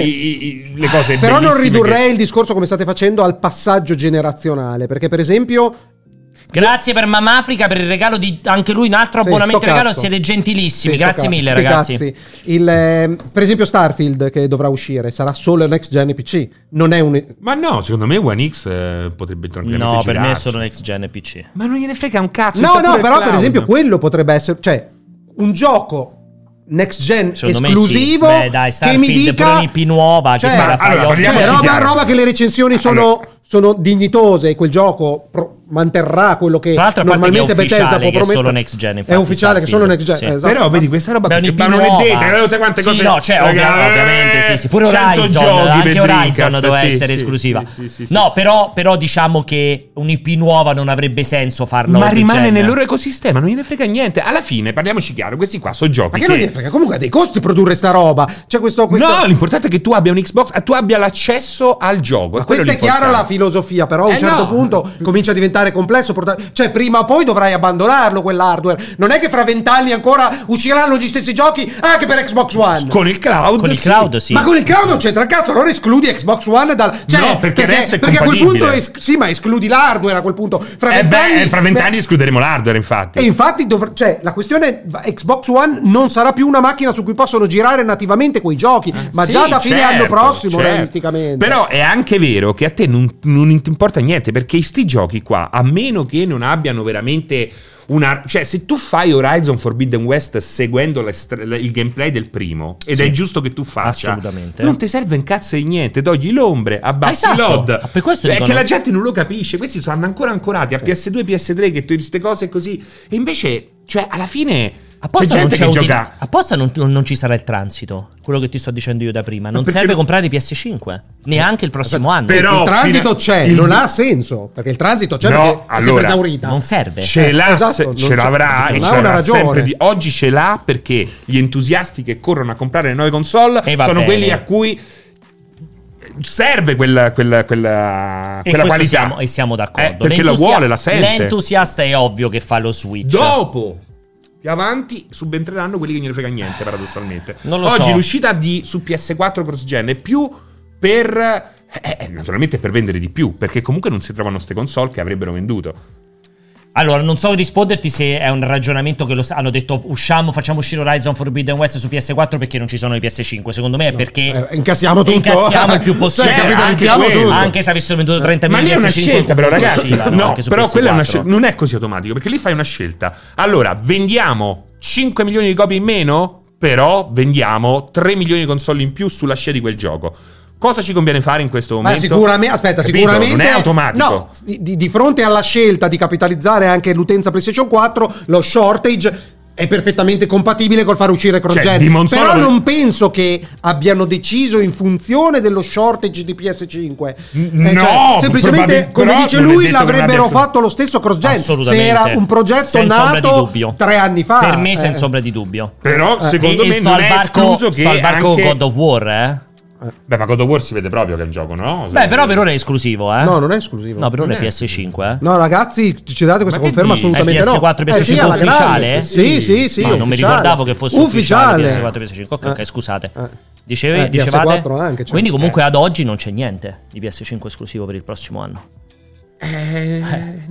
Speaker 3: Ah,
Speaker 2: le cose
Speaker 3: Però non
Speaker 2: bellissime che-
Speaker 3: ridurrei il discorso come state facendo al passaggio generazionale. Perché, per esempio,
Speaker 1: Grazie per Mamafrica per il regalo di anche lui un altro
Speaker 3: Sì,
Speaker 1: abbonamento
Speaker 3: sto
Speaker 1: regalo.
Speaker 3: cazzo.
Speaker 1: Siete gentilissimi.
Speaker 3: Sì,
Speaker 1: Grazie
Speaker 3: sto ca-
Speaker 1: mille,
Speaker 3: sti
Speaker 1: ragazzi.
Speaker 3: cazzi. Il, ehm, per esempio, Starfield che dovrà uscire sarà solo next gen e PC. Non è un.
Speaker 2: Ma no, secondo me One X eh, potrebbe tranquillamente
Speaker 1: No, per me è
Speaker 2: girarci.
Speaker 1: solo next gen e PC.
Speaker 2: Ma non gliene frega un cazzo.
Speaker 3: No,
Speaker 2: sta
Speaker 3: no,
Speaker 2: pure
Speaker 3: però,
Speaker 2: il
Speaker 3: per
Speaker 2: cloud.
Speaker 3: esempio, quello potrebbe essere. Cioè, un gioco. Next gen
Speaker 1: Secondo me
Speaker 3: esclusivo
Speaker 1: sì. Beh,
Speaker 3: che
Speaker 1: dai,
Speaker 3: mi
Speaker 1: Starfield,
Speaker 3: dica
Speaker 1: pure l'IP nuova, che
Speaker 3: Cioè,
Speaker 1: fa la fai
Speaker 2: allora,
Speaker 1: oggi.
Speaker 2: parliamoci
Speaker 3: Cioè, roba,
Speaker 2: chiaro.
Speaker 3: roba che le recensioni sono,
Speaker 2: Allora.
Speaker 3: sono dignitose e quel gioco pro- manterrà quello che
Speaker 1: Tra l'altro, a parte
Speaker 3: normalmente
Speaker 1: che è
Speaker 3: Bethesda può
Speaker 1: ufficiale che è
Speaker 3: promettere.
Speaker 1: solo next gen, infatti,
Speaker 3: è ufficiale che solo
Speaker 1: Starfield.
Speaker 3: next gen.
Speaker 1: Sì.
Speaker 3: esatto.
Speaker 2: Però vedi questa roba
Speaker 1: Beh,
Speaker 2: qui,
Speaker 1: un
Speaker 2: ma
Speaker 1: IP
Speaker 2: non è
Speaker 1: nuova.
Speaker 2: detta, non sai quante
Speaker 1: Sì,
Speaker 2: cose
Speaker 1: no, cioè,
Speaker 2: Raga,
Speaker 1: ovvia- ovviamente, sì, sì. Pure
Speaker 2: 100
Speaker 1: Horizon,
Speaker 2: giochi
Speaker 1: anche
Speaker 2: per
Speaker 1: Horizon
Speaker 2: Dreamcast,
Speaker 1: doveva
Speaker 2: sì,
Speaker 1: essere
Speaker 2: sì,
Speaker 1: esclusiva.
Speaker 2: sì, sì, sì, sì.
Speaker 1: No, però, però diciamo che un'IP nuova non avrebbe senso farla
Speaker 2: ma
Speaker 1: ogni
Speaker 2: rimane
Speaker 1: gen.
Speaker 2: nel loro ecosistema, non gliene frega niente. Alla fine, parliamoci chiaro, questi qua sono
Speaker 3: Ma
Speaker 2: giochi
Speaker 3: che
Speaker 2: che...
Speaker 3: non gli frega? Comunque ha dei costi produrre sta roba. C'è questo. questo...
Speaker 2: No, l'importante è che tu abbia un Xbox, eh, tu abbia l'accesso al gioco.
Speaker 3: Ma questa è chiara la filosofia, però a un
Speaker 2: Eh,
Speaker 3: certo
Speaker 2: no.
Speaker 3: punto comincia a diventare complesso. portare- Cioè, prima o poi dovrai abbandonarlo quell'hardware. Non è che fra vent'anni ancora usciranno gli stessi giochi anche per Xbox One.
Speaker 2: Con il cloud.
Speaker 1: Con il
Speaker 2: sì.
Speaker 1: cloud, sì.
Speaker 3: Ma con il cloud non c'entra il cazzo, allora escludi Xbox One dal. Cioè,
Speaker 2: No, perché adesso è
Speaker 3: perché a quel punto.
Speaker 2: compatibile.
Speaker 3: es- sì, ma escludi l'hardware a quel punto. Fra
Speaker 2: Eh
Speaker 3: vent'anni.
Speaker 2: beh, fra vent'anni escluderemo l'hardware, infatti.
Speaker 3: E infatti, dovr- cioè, la questione è Xbox One non sarà più una macchina su cui possono girare nativamente quei giochi, ma
Speaker 2: Sì,
Speaker 3: già da fine
Speaker 2: certo,
Speaker 3: anno prossimo,
Speaker 2: certo.
Speaker 3: realisticamente.
Speaker 2: Però è anche vero che a te non, non ti importa niente perché sti giochi qua, a meno che non abbiano veramente una. Cioè, se tu fai Horizon Forbidden West seguendo la stra- la- il gameplay del primo, ed
Speaker 1: Sì.
Speaker 2: è giusto che tu faccia,
Speaker 1: Assolutamente.
Speaker 2: non ti serve un cazzo di niente. Togli l'ombre, abbassi
Speaker 1: Esatto.
Speaker 2: l'od.
Speaker 1: Ma per questo
Speaker 2: è
Speaker 1: dicono-
Speaker 2: che la gente non lo capisce. Questi sono ancora ancorati a PS2, PS3, che tutte queste cose così. E invece, cioè, alla fine. C'è
Speaker 1: Apposta non
Speaker 2: gente che
Speaker 1: un di-
Speaker 2: gioca.
Speaker 1: apposta non, non- non ci sarà il transito, quello che ti sto dicendo io da prima. Non
Speaker 2: perché
Speaker 1: serve
Speaker 2: no- Esatto.
Speaker 1: comprare PS5, neanche il prossimo anno.
Speaker 2: però-
Speaker 3: il
Speaker 2: no,
Speaker 3: transito
Speaker 2: fino-
Speaker 3: c'è,
Speaker 2: il-
Speaker 3: non ha senso perché il transito c'è
Speaker 2: No,
Speaker 3: perché è sempre
Speaker 2: allora,
Speaker 3: esaurita.
Speaker 1: Non serve.
Speaker 2: Ce
Speaker 3: Eh,
Speaker 2: l'ha,
Speaker 3: esatto,
Speaker 2: se-
Speaker 3: non
Speaker 2: ce
Speaker 3: c'è-
Speaker 2: l'avrà
Speaker 3: non
Speaker 2: e
Speaker 3: ha
Speaker 2: ce
Speaker 3: una
Speaker 2: l'avrà
Speaker 3: ragione.
Speaker 2: sempre di- Oggi ce l'ha perché gli entusiasti che corrono a comprare le nuove console
Speaker 1: E va
Speaker 2: sono
Speaker 1: bene.
Speaker 2: quelli a cui serve quella, quella, quella,
Speaker 1: E
Speaker 2: quella
Speaker 1: questo
Speaker 2: qualità.
Speaker 1: siamo- e siamo d'accordo.
Speaker 2: Eh, perché la
Speaker 1: L'entusia-
Speaker 2: vuole, la sente.
Speaker 1: L'entusiasta è ovvio che fa lo Switch.
Speaker 2: Dopo, più avanti, subentreranno quelli che non ne frega niente, paradossalmente.
Speaker 1: Non lo
Speaker 2: Oggi
Speaker 1: so.
Speaker 2: l'uscita di, su PS4 cross-gen è più per Eh, naturalmente per vendere di più, perché comunque non si trovano queste console che avrebbero venduto.
Speaker 1: Allora, non so risponderti se è un ragionamento che lo sa- hanno detto usciamo, facciamo uscire Horizon Forbidden West su PS4 perché non ci sono i PS5. Secondo me è perché
Speaker 3: eh, incassiamo tutto.
Speaker 1: incassiamo il più possibile.
Speaker 3: Cioè, capito,
Speaker 1: anche,
Speaker 3: incassiamo tutto.
Speaker 1: anche se avessero venduto 30
Speaker 2: Ma lì è una scelta, però, ragazzi. no, però quella è una scelta.
Speaker 1: scelta.
Speaker 2: Non è così automatico, perché lì fai una scelta. Allora, vendiamo 5 milioni di copie in meno, però vendiamo 3 milioni di console in più sulla scia di quel gioco. Cosa ci conviene fare in questo
Speaker 3: Ma
Speaker 2: momento?
Speaker 3: sicuramente, aspetta,
Speaker 2: Capito?
Speaker 3: sicuramente
Speaker 2: Non è automatico.
Speaker 3: No, di, di- di fronte alla scelta di capitalizzare anche l'utenza PlayStation 4, lo shortage è perfettamente compatibile col far uscire
Speaker 2: Cioè,
Speaker 3: Crossgen.
Speaker 2: Demon Soul-
Speaker 3: Però non penso che abbiano deciso in funzione dello shortage di PS5.
Speaker 2: N-
Speaker 3: Eh,
Speaker 2: no,
Speaker 3: cioè, semplicemente
Speaker 2: probabil-
Speaker 3: come
Speaker 2: però
Speaker 3: dice
Speaker 2: non è
Speaker 3: lui
Speaker 2: detto che non
Speaker 3: l'avrebbero
Speaker 2: abbia-
Speaker 3: fatto lo stesso
Speaker 2: cioè,
Speaker 3: Crossgen se
Speaker 1: Assolutamente.
Speaker 3: era un progetto
Speaker 1: Senza ombra di
Speaker 3: nato
Speaker 1: dubbio.
Speaker 3: tre anni fa.
Speaker 1: Per me,
Speaker 3: Eh.
Speaker 1: senza ombra di dubbio.
Speaker 2: Però, secondo
Speaker 1: Eh, E- e
Speaker 2: me,
Speaker 1: sto
Speaker 2: non
Speaker 1: al
Speaker 2: è
Speaker 1: barco-
Speaker 2: escluso
Speaker 1: sto
Speaker 2: che.
Speaker 1: al barco
Speaker 2: anche...
Speaker 1: God of War, eh.
Speaker 2: Beh, ma God of War si vede proprio che è un gioco, no?
Speaker 1: Beh, però per ora è esclusivo, eh.
Speaker 3: No, non è esclusivo.
Speaker 1: No, per ora è
Speaker 2: Non è
Speaker 1: PS5, eh.
Speaker 3: No, ragazzi, ci date questa
Speaker 2: Ma che
Speaker 3: conferma
Speaker 2: dici?
Speaker 3: assolutamente
Speaker 1: È
Speaker 3: no. Eh,
Speaker 1: PS4, PS5
Speaker 3: alla grande,
Speaker 1: ufficiale?
Speaker 3: Sì, sì, sì.
Speaker 1: Ma non mi
Speaker 3: ufficiale.
Speaker 1: ricordavo che fosse ufficiale, PS4 PS5. Ok, ok,
Speaker 3: Eh.
Speaker 1: scusate.
Speaker 3: Eh.
Speaker 1: Dicevi,
Speaker 3: Eh,
Speaker 1: dicevate?
Speaker 3: PS4 anche, cioè.
Speaker 1: Quindi comunque ad oggi non c'è niente di PS5 esclusivo per il prossimo anno. Eh,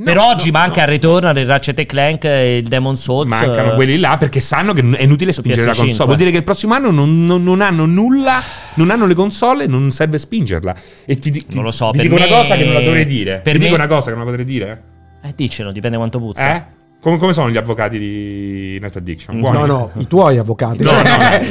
Speaker 1: per oggi manca il Returnal, il Ratchet and Clank, e il Demon Souls.
Speaker 2: Mancano
Speaker 1: eh,
Speaker 2: quelli là perché sanno che è inutile spingere la
Speaker 1: PS5.
Speaker 2: console. Vuol dire che il prossimo anno non, non- non hanno nulla, non hanno le console, non serve spingerla. E ti, di- ti-
Speaker 1: Non lo so,
Speaker 2: vi
Speaker 1: per
Speaker 2: dico
Speaker 1: me-
Speaker 2: una cosa che non la dovrei dire.
Speaker 1: per
Speaker 2: vi dico
Speaker 1: me-
Speaker 2: una cosa che non la potrei dire.
Speaker 1: Eh, dicelo, dipende quanto puzza.
Speaker 2: Eh? Come, come sono gli avvocati di Net Addiction? Buoni?
Speaker 3: No, no, i tuoi avvocati.
Speaker 2: No, no, no.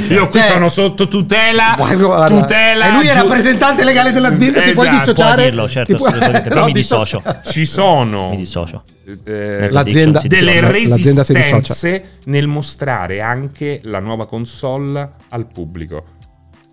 Speaker 2: Io qui
Speaker 3: Cioè,
Speaker 2: sono sotto tutela.
Speaker 3: guarda,
Speaker 2: tutela.
Speaker 3: E lui è
Speaker 2: giu-
Speaker 3: rappresentante legale dell'azienda, ti puoi
Speaker 2: Esatto,
Speaker 3: dissociare.
Speaker 1: puoi dirlo, certo,
Speaker 3: Ti puoi-
Speaker 1: assolutamente, però mi dissocio.
Speaker 2: Ci sono.
Speaker 1: Mi dissocio.
Speaker 2: eh,
Speaker 1: La-
Speaker 3: L'azienda
Speaker 1: si
Speaker 2: delle
Speaker 1: dissocia.
Speaker 3: L'azienda si dissocia.
Speaker 2: resistenze nel mostrare anche la nuova console al pubblico.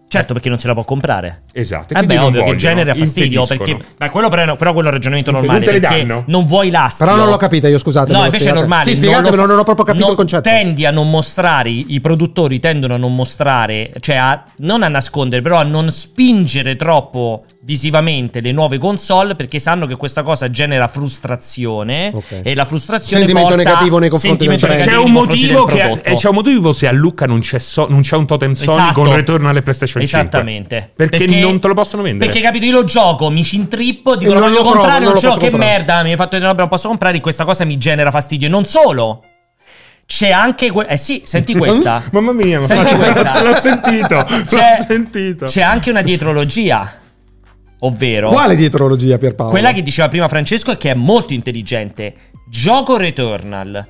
Speaker 1: Certo, perché non se la può comprare.
Speaker 2: Esatto. e
Speaker 1: Eh
Speaker 2: quindi
Speaker 1: beh,
Speaker 2: non
Speaker 1: ovvio che
Speaker 2: vogliono,
Speaker 1: genera fastidio perché.
Speaker 2: impediscono.
Speaker 1: Ma quello però, però quello è un ragionamento normale.
Speaker 2: Non te le
Speaker 1: perché
Speaker 2: danno?
Speaker 1: Non vuoi l'astio.
Speaker 3: Però non l'ho capita, io, scusate,
Speaker 1: No,
Speaker 3: me lo
Speaker 1: invece è
Speaker 3: spiegate.
Speaker 1: normale.
Speaker 3: Sì, spiegatemelo,
Speaker 1: lo fa-
Speaker 3: non ho proprio capito il concetto.
Speaker 1: Tendi a non mostrare, i produttori tendono a non mostrare, cioè a non a nascondere, però a non spingere troppo visivamente le nuove console perché sanno che questa cosa genera frustrazione
Speaker 3: Ok.
Speaker 1: e la frustrazione
Speaker 3: Sentimento
Speaker 1: porta
Speaker 3: negativo nei confronti
Speaker 1: sentimento
Speaker 3: del
Speaker 2: Cioè, C'è
Speaker 1: negativo
Speaker 2: un,
Speaker 1: nei confronti
Speaker 2: motivo
Speaker 1: del
Speaker 2: che,
Speaker 1: prodotto.
Speaker 2: eh, c'è un motivo se a Lucca non c'è, so- non c'è un totem Sony
Speaker 1: Esatto.
Speaker 2: con ritorno alle PlayStation 5.
Speaker 1: Esattamente.
Speaker 2: Perché, non te lo possono vendere.
Speaker 1: Perché capito, io lo gioco, mi ci intrippo, dico
Speaker 3: E
Speaker 1: lo
Speaker 3: non
Speaker 1: voglio
Speaker 3: lo
Speaker 1: comprare,
Speaker 3: trovo,
Speaker 1: non
Speaker 3: non
Speaker 1: ce
Speaker 3: lo
Speaker 1: l'ho,
Speaker 3: posso
Speaker 1: che
Speaker 3: comprare.
Speaker 1: merda, mi hai fatto vedere, no, non posso comprare, questa cosa mi genera fastidio. E non solo, c'è anche... que- eh sì, senti questa.
Speaker 2: Mm? Mamma mia, ma
Speaker 1: Senti questa.
Speaker 2: l'ho sentito.
Speaker 1: C'è-
Speaker 2: L'ho sentito.
Speaker 1: C'è anche una dietrologia, ovvero...
Speaker 3: Quale dietrologia, Pierpaolo?
Speaker 1: Quella che diceva prima Francesco e che è molto intelligente. Gioco Returnal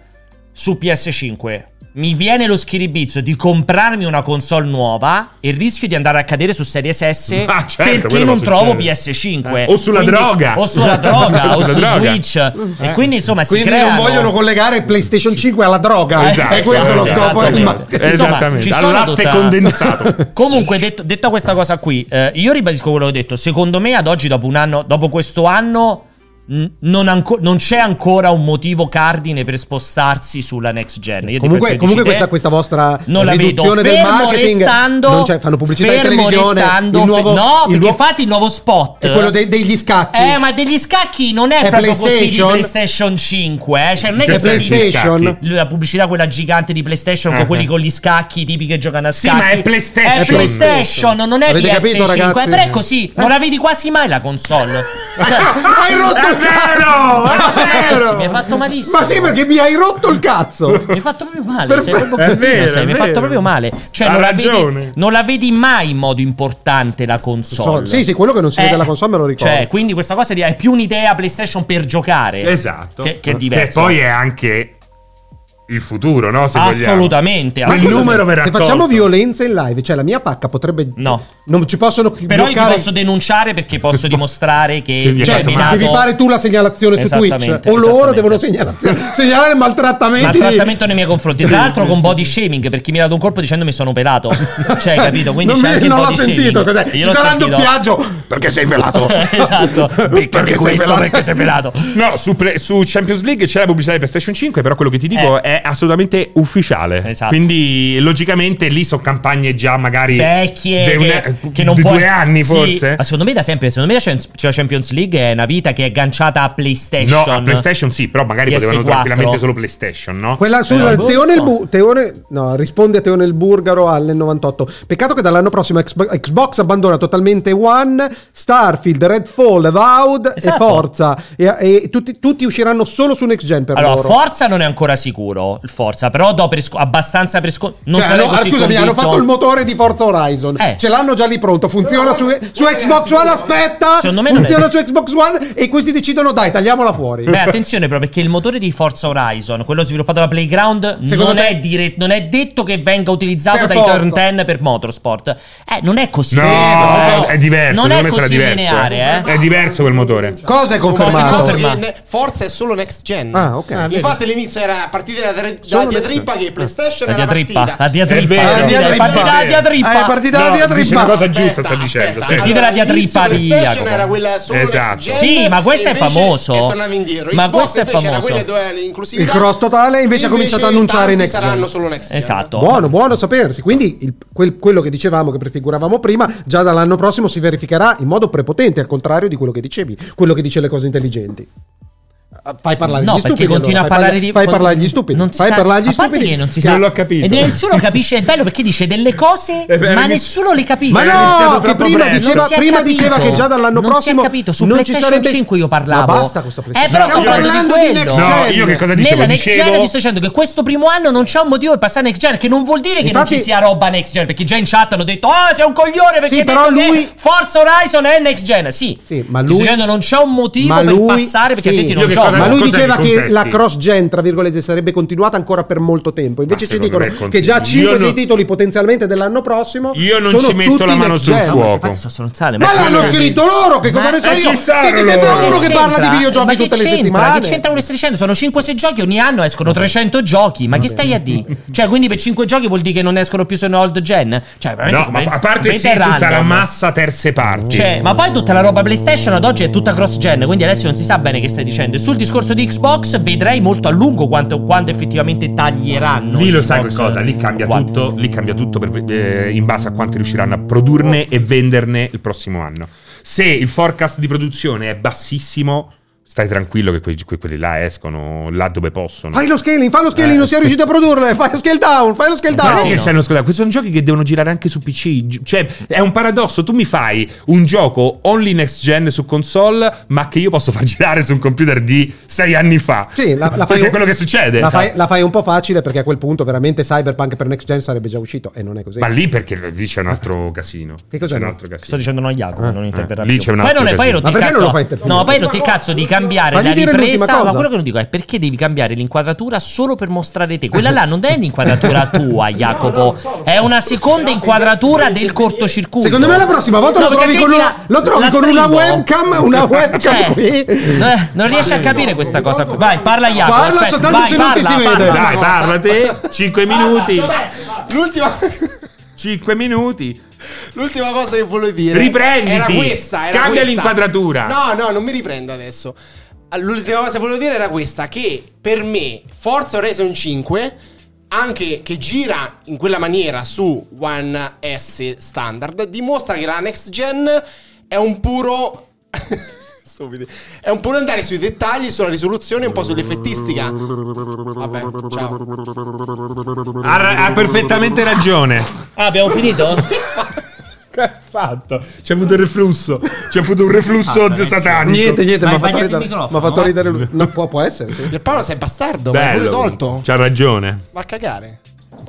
Speaker 1: su PS5. Mi viene lo schiribizzo di comprarmi una console nuova e rischio di andare a cadere su Series S
Speaker 2: Ah, certo,
Speaker 1: perché
Speaker 2: quello
Speaker 1: non
Speaker 2: può
Speaker 1: trovo
Speaker 2: succedere.
Speaker 1: PS5.
Speaker 2: Eh, o sulla droga.
Speaker 1: O sulla droga,
Speaker 2: O
Speaker 1: o
Speaker 2: sulla
Speaker 1: su
Speaker 2: droga.
Speaker 1: Switch. E quindi insomma si
Speaker 3: Quindi
Speaker 1: creano...
Speaker 3: non vogliono collegare PlayStation 5 alla droga. eh?
Speaker 2: Esatto,
Speaker 3: è questo lo scopo. eh,
Speaker 2: esattamente.
Speaker 3: Ma-
Speaker 1: Insomma,
Speaker 2: Esattamente,
Speaker 1: ci
Speaker 2: al
Speaker 1: sono
Speaker 2: latte
Speaker 1: tutta-
Speaker 2: condensato.
Speaker 1: Comunque, detto- detta questa cosa qui, eh, io ribadisco quello che ho detto. Secondo me, ad oggi, dopo un anno, dopo questo anno, mh, non, anco- non c'è ancora un motivo cardine per spostarsi sulla next gen. Io, a differenza
Speaker 3: Comunque,
Speaker 1: di
Speaker 3: comunque
Speaker 1: te,
Speaker 3: questa, questa vostra
Speaker 1: non la vedo.
Speaker 3: riduzione del
Speaker 1: Fermo
Speaker 3: marketing
Speaker 1: restando,
Speaker 3: non c'è, fanno pubblicità in
Speaker 1: fermo
Speaker 3: televisione.
Speaker 1: restando,
Speaker 3: il
Speaker 1: fe-
Speaker 3: nuovo,
Speaker 1: no,
Speaker 3: il
Speaker 1: perché
Speaker 3: nuovo-
Speaker 1: fate il nuovo spot.
Speaker 3: è quello dei- degli scacchi.
Speaker 1: Eh, ma degli scacchi non è,
Speaker 3: È
Speaker 1: proprio così di
Speaker 3: PlayStation?
Speaker 1: PlayStation 5. eh. Cioè, non è
Speaker 2: Che
Speaker 1: che
Speaker 3: È
Speaker 1: sono
Speaker 2: PlayStation?
Speaker 1: gli-
Speaker 3: PlayStation.
Speaker 1: la pubblicità quella gigante di PlayStation con
Speaker 2: Ah.
Speaker 1: quelli con gli scacchi tipi che giocano a
Speaker 2: Sì,
Speaker 1: scacchi.
Speaker 2: ma è PlayStation.
Speaker 1: È PlayStation, non è
Speaker 3: Avete
Speaker 1: PS5,
Speaker 3: capito, ragazzi? Eh.
Speaker 1: però è così, non la vedi quasi mai la console. Cioè,
Speaker 3: Hai rotto
Speaker 2: È
Speaker 3: il cazzo!
Speaker 2: vero, è
Speaker 1: ragazzi, mi hai
Speaker 2: vero.
Speaker 1: fatto malissimo.
Speaker 3: Ma sì, perché mi hai rotto il cazzo!
Speaker 1: Mi hai fatto proprio male,
Speaker 3: Per-
Speaker 1: sei proprio
Speaker 2: è
Speaker 1: cretino,
Speaker 2: vero,
Speaker 1: sei,
Speaker 2: è
Speaker 1: mi hai fatto
Speaker 2: vero.
Speaker 1: proprio male. Cioè,
Speaker 2: Ha
Speaker 1: non la, vedi,
Speaker 2: ragione.
Speaker 1: non la vedi mai in modo importante la console.
Speaker 3: Sì, sì, quello che non si vede
Speaker 1: Eh,
Speaker 3: alla console me lo ricordo.
Speaker 1: Cioè, quindi questa cosa di- è più un'idea PlayStation per giocare.
Speaker 2: Esatto.
Speaker 1: Che, che è diverso.
Speaker 2: Che poi è anche il futuro, no? Se vogliamo.
Speaker 1: assolutamente,
Speaker 2: Ma il
Speaker 1: assolutamente.
Speaker 2: numero verrà
Speaker 3: Se facciamo
Speaker 2: accolto.
Speaker 3: violenza in live, cioè la mia pacca potrebbe.
Speaker 1: No.
Speaker 3: Non ci possono
Speaker 1: Però io ti
Speaker 3: bloccare-
Speaker 1: posso denunciare perché posso dimostrare che
Speaker 2: Quindi hai
Speaker 3: Cioè,
Speaker 2: fatto
Speaker 1: determinato-
Speaker 2: male.
Speaker 3: devi fare tu la segnalazione su Twitch.
Speaker 1: Esattamente,
Speaker 3: O loro
Speaker 1: esattamente.
Speaker 3: devono segnala- segnalare maltrattamenti.
Speaker 1: maltrattamento nei miei confronti. Tra l'altro con body shaming, perché mi ha dato un colpo dicendo mi sono pelato. Cioè, capito? Quindi
Speaker 3: non
Speaker 1: c'è
Speaker 3: mi-
Speaker 1: anche il
Speaker 3: non
Speaker 1: body
Speaker 3: l'ho sentito.
Speaker 1: shaming.
Speaker 3: Cos'è?
Speaker 1: Io
Speaker 3: Ci
Speaker 1: l'ho
Speaker 3: sarà il
Speaker 1: sentito.
Speaker 3: doppiaggio. Perché sei velato?
Speaker 1: esatto. Perché, di
Speaker 3: sei
Speaker 1: questo
Speaker 3: pelato?
Speaker 1: perché sei pelato.
Speaker 2: No, su, pre- su Champions League c'è la pubblicità di PlayStation 5, però quello che ti dico
Speaker 1: Eh.
Speaker 2: è è assolutamente ufficiale.
Speaker 1: Esatto.
Speaker 2: Quindi, logicamente, lì sono campagne già magari
Speaker 1: vecchie
Speaker 2: de-
Speaker 1: che,
Speaker 2: un-
Speaker 1: che non
Speaker 2: di
Speaker 1: può-
Speaker 2: due anni
Speaker 1: Sì,
Speaker 2: forse.
Speaker 1: ma secondo me da sempre secondo me la Champions- cioè la Champions League è una vita che è agganciata a PlayStation
Speaker 2: No, a PlayStation sì, però magari potevano
Speaker 1: PS4.
Speaker 2: tranquillamente solo PlayStation, no?
Speaker 3: Quella scusa,
Speaker 1: Eh, boh,
Speaker 3: Teone, il
Speaker 1: non so.
Speaker 3: Bu- Teone- no, risponde a Teone il Burgaro al 98. Peccato che dall'anno prossimo Xbox, Xbox abbandona totalmente One, Starfield, Redfall, Vaud e
Speaker 1: Esatto.
Speaker 3: Forza. E, e tutti, tutti usciranno solo su Next Gen per
Speaker 1: allora
Speaker 3: loro.
Speaker 1: Forza non è ancora sicuro il Forza però do per sco- abbastanza per scontato non
Speaker 3: Cioè,
Speaker 1: sarei
Speaker 3: hanno- ah,
Speaker 1: così
Speaker 3: scusami, hanno
Speaker 1: convinto.
Speaker 3: fatto il motore di Forza Horizon.
Speaker 1: Eh.
Speaker 3: Ce l'hanno già lì pronto. Funziona su, su Xbox One. Aspetta,
Speaker 1: Secondo me non è-
Speaker 3: funziona su Xbox One. E questi decidono, dai, tagliamola fuori.
Speaker 1: Beh, attenzione però perché il motore di Forza Horizon, quello sviluppato da Playground,
Speaker 3: Secondo
Speaker 1: non,
Speaker 3: te-
Speaker 1: è dire- non è detto che venga utilizzato
Speaker 3: Per
Speaker 1: dai
Speaker 3: forza.
Speaker 1: turn 10 per Motorsport. Eh, non è così.
Speaker 2: No,
Speaker 1: Eh,
Speaker 2: è, è diverso,
Speaker 1: Non è
Speaker 2: secondo me sarà
Speaker 1: così
Speaker 2: diverso.
Speaker 1: lineare, eh.
Speaker 2: È diverso quel motore.
Speaker 3: Cosa è
Speaker 1: Cosa è
Speaker 3: confermato?
Speaker 1: confermato?
Speaker 5: Eh, ne- Forza è solo next gen.
Speaker 3: Ah, ok. Ah,
Speaker 1: vedi.
Speaker 5: Infatti all'inizio era a partire da, da
Speaker 3: Solo next- Ah.
Speaker 5: diatrippa che PlayStation
Speaker 1: La
Speaker 5: era
Speaker 1: diatrippa, la
Speaker 5: partita.
Speaker 1: diatrippa,
Speaker 2: vero.
Speaker 1: la diatrippa,
Speaker 3: La diatrippa.
Speaker 1: partita la diatrippa.
Speaker 3: Eh, è partita
Speaker 2: No,
Speaker 3: la
Speaker 2: dice una
Speaker 3: diatrippa.
Speaker 2: cosa giusta, sta dicendo. sì.
Speaker 1: aspetta. Sentite la diatrippa di
Speaker 5: PlayStation
Speaker 1: Jacopo.
Speaker 5: era quella solo
Speaker 2: Esatto.
Speaker 5: next gen,
Speaker 1: Sì, ma questo
Speaker 5: e
Speaker 1: è
Speaker 5: invece-
Speaker 1: famoso.
Speaker 5: E tornavi indietro.
Speaker 1: Ma
Speaker 5: Xbox
Speaker 1: questo è
Speaker 5: invece
Speaker 1: famoso.
Speaker 5: Era quella dove l'inclusività.
Speaker 3: Il cross totale, invece ha cominciato ad annunciare i
Speaker 5: tanti
Speaker 3: next gen.
Speaker 5: saranno solo next gen.
Speaker 1: Esatto.
Speaker 3: Buono, buono sapersi. Quindi il- quel- quello che dicevamo, che prefiguravamo prima, già dall'anno prossimo si verificherà in modo prepotente, al contrario di quello che dicevi, quello che dice le cose intelligenti. Ah, Fai parlare
Speaker 1: No,
Speaker 3: gli
Speaker 1: perché
Speaker 3: stupidi.
Speaker 1: continua
Speaker 3: allora.
Speaker 1: a
Speaker 3: Fai
Speaker 1: parlare
Speaker 3: parla-
Speaker 1: di
Speaker 3: Fai
Speaker 1: con-
Speaker 3: parlare agli stupidi.
Speaker 1: Non si
Speaker 3: fai
Speaker 1: sa-
Speaker 3: parlare agli
Speaker 1: a parte
Speaker 3: stupidi.
Speaker 1: che non si
Speaker 2: che
Speaker 1: sa.
Speaker 2: non l'ho capito.
Speaker 1: E nessuno capisce. È bello perché dice delle cose,
Speaker 2: Eh, beh,
Speaker 1: ma
Speaker 2: era
Speaker 1: nessuno le capisce.
Speaker 3: Ma
Speaker 2: Era iniziato
Speaker 3: no, che
Speaker 2: troppo
Speaker 3: prima,
Speaker 2: presto.
Speaker 3: diceva,
Speaker 1: Non si è
Speaker 3: prima
Speaker 1: capito.
Speaker 3: diceva che già dall'anno
Speaker 1: Non si è
Speaker 3: prossimo
Speaker 1: capito, su
Speaker 3: non ci
Speaker 1: PlayStation
Speaker 3: sarebbe-
Speaker 1: 5 io parlavo.
Speaker 3: Ma basta con sta PlayStation.
Speaker 1: Eh, però
Speaker 2: stiamo
Speaker 1: parlando
Speaker 3: parlando
Speaker 1: di
Speaker 3: di
Speaker 1: quello.
Speaker 3: next
Speaker 2: No,
Speaker 3: gen.
Speaker 2: io che cosa dicevo?
Speaker 1: Nella next
Speaker 2: Dicevo-
Speaker 1: gen ti sto dicendo che questo primo anno non c'è un motivo per passare a next gen, che non vuol dire che
Speaker 3: Infatti-
Speaker 1: non ci sia roba next gen, perché già in chat hanno detto "Ah, sei un coglione perché
Speaker 3: Sì,
Speaker 1: hai
Speaker 3: però
Speaker 1: detto che
Speaker 3: lui-
Speaker 1: Forza Horizon è next gen". Sì.
Speaker 3: Sì, ma
Speaker 1: Ti
Speaker 3: lui-
Speaker 1: sto dicendo non c'è un motivo
Speaker 3: Ma
Speaker 1: per
Speaker 3: lui-
Speaker 1: passare
Speaker 3: sì.
Speaker 1: perché a te ti non
Speaker 2: Io che
Speaker 1: gioco.
Speaker 2: cosa-
Speaker 3: Ma lui
Speaker 2: cosa
Speaker 3: diceva
Speaker 2: mi
Speaker 3: che
Speaker 2: contesti?
Speaker 3: la cross gen, tra virgolette, sarebbe continuata ancora per molto tempo. Invece
Speaker 2: Ma
Speaker 3: ci
Speaker 2: secondo
Speaker 3: dicono
Speaker 2: me continua.
Speaker 3: che già
Speaker 2: Io
Speaker 3: 5 dei
Speaker 2: non-
Speaker 3: titoli potenzialmente dell'anno prossimo.
Speaker 2: Io non
Speaker 3: sono
Speaker 2: ci metto
Speaker 3: tutti
Speaker 2: la mano
Speaker 3: next
Speaker 2: sul
Speaker 3: gen.
Speaker 2: fuoco.
Speaker 1: Infatti sto stronzando.
Speaker 3: Ma l'hanno
Speaker 1: quello-
Speaker 3: scritto loro, che cosa
Speaker 1: Ma-
Speaker 3: ne so
Speaker 2: eh,
Speaker 3: io?
Speaker 2: chi sa
Speaker 3: Che ti sembra
Speaker 2: loro?
Speaker 3: uno che parla di
Speaker 1: c'entra? Ma
Speaker 3: videogiochi
Speaker 1: che
Speaker 3: tutte le
Speaker 1: c'entra?
Speaker 3: settimane?
Speaker 1: Che c'entrano queste 300? Sono 5-6 giochi, ogni anno escono 300 giochi. Ma che stai a dire? Cioè, quindi per 5 giochi vuol dire che non escono più sono old gen? Cioè, veramente.
Speaker 2: No, ma
Speaker 1: come-
Speaker 2: a parte sì,
Speaker 1: veramente
Speaker 2: tutta la
Speaker 1: random.
Speaker 2: massa terze parti.
Speaker 1: Cioè, ma poi tutta la roba PlayStation ad oggi è tutta cross gen, quindi adesso non si sa bene che stai dicendo. E sul discorso di Xbox vedrei molto a lungo quanto, quando effettivamente taglieranno.
Speaker 2: Lì lo
Speaker 1: Xbox
Speaker 2: sai qualcosa, lì cambia
Speaker 1: One.
Speaker 2: tutto, lì cambia tutto per- eh, in base a quanti riusciranno a produrne e venderne il prossimo anno. Se il forecast di produzione è bassissimo, stai tranquillo che que- que- quelli là escono là dove possono.
Speaker 3: Fai lo scaling, fai lo scaling, non si è riuscito a produrle. Fai lo scale down, fai lo scale
Speaker 2: Ma
Speaker 3: down.
Speaker 2: non
Speaker 1: Eh.
Speaker 2: è
Speaker 1: sì,
Speaker 2: che
Speaker 1: no.
Speaker 2: c'è uno scusa, questi sono giochi che devono girare anche su PC. Gi- Cioè, è un paradosso. Tu mi fai un gioco only next gen su console, ma che io posso far girare su un computer di sei anni fa.
Speaker 3: Sì, la, la fai
Speaker 2: Perché è quello che succede.
Speaker 3: La
Speaker 2: esatto.
Speaker 3: fai, la fai un po' facile perché a quel punto veramente Cyberpunk per Next Gen sarebbe già uscito e non è così.
Speaker 2: Ma lì perché lì c'è un altro casino.
Speaker 3: Che cos'è?
Speaker 2: C'è un altro
Speaker 1: Sto
Speaker 2: casino.
Speaker 1: dicendo no a Jacopo, non interverrà
Speaker 2: eh. Lì
Speaker 1: più.
Speaker 2: c'è un
Speaker 1: poi
Speaker 2: altro
Speaker 1: non è, poi hai
Speaker 2: casino.
Speaker 1: rotto il
Speaker 3: Ma perché
Speaker 1: cazzo.
Speaker 3: non lo fai intervenire?
Speaker 1: No, poi hai rotto il cazzo di cambiare
Speaker 3: Fagli
Speaker 1: la
Speaker 3: dire l'ultima
Speaker 1: ripresa.
Speaker 3: cosa.
Speaker 1: Ma quello che non dico è perché devi cambiare l'inquadratura solo per mostrare te. Quella là non è l'inquadratura tua, Jacopo. È una seconda inquadratura del cortocircuito.
Speaker 3: Secondo me la prossima volta
Speaker 1: No,
Speaker 3: lo
Speaker 1: perché
Speaker 3: trovi
Speaker 1: te
Speaker 3: con,
Speaker 1: ti
Speaker 3: una,
Speaker 1: la-
Speaker 3: lo trovi
Speaker 1: la
Speaker 3: con una
Speaker 1: strigo.
Speaker 3: webcam, una webcam
Speaker 1: Cioè,
Speaker 3: qui.
Speaker 1: eh, non riesci a capire questa cosa qua. Vai, parla Jacopo.
Speaker 3: Parla
Speaker 1: aspetta,
Speaker 3: soltanto
Speaker 1: vai,
Speaker 3: se non ti
Speaker 1: parla,
Speaker 3: si
Speaker 1: parla.
Speaker 3: vede.
Speaker 2: Dai,
Speaker 5: No,
Speaker 2: parlate. 5 minuti.
Speaker 5: L'ultima,
Speaker 2: 5 minuti.
Speaker 5: l'ultima cosa che volevo dire.
Speaker 2: Riprenditi.
Speaker 5: Era questa. Era
Speaker 2: Cambia
Speaker 5: questa.
Speaker 2: l'inquadratura.
Speaker 5: No, no, non mi riprendo adesso. L'ultima cosa che volevo dire era questa: che per me Forza Horizon 5. Anche che gira in quella maniera su One S standard, dimostra che la next gen è un puro. Stupidi. È un puro andare sui dettagli, sulla risoluzione, un po' sull'effettistica. Vabbè, ciao.
Speaker 3: Ah,
Speaker 2: Ha, ra- ha perfettamente ragione.
Speaker 1: Ah, abbiamo finito?
Speaker 2: Che ha fatto? C'è avuto il reflusso. C'è avuto un reflusso
Speaker 1: Fatto, eh, sì.
Speaker 2: satanico.
Speaker 3: Niente, niente,
Speaker 1: Ma
Speaker 3: mi ha
Speaker 1: hai
Speaker 3: fatto
Speaker 1: bagnato il
Speaker 3: ridere. Mi
Speaker 1: microfono, eh.
Speaker 3: ha fatto
Speaker 1: no?
Speaker 3: ridere lui. No, può, può essere, sì.
Speaker 5: Pierpaolo sei bastardo, ma è pure
Speaker 2: Bello. Cioè
Speaker 5: tolto.
Speaker 2: C'ha ragione.
Speaker 5: Ma a cagare.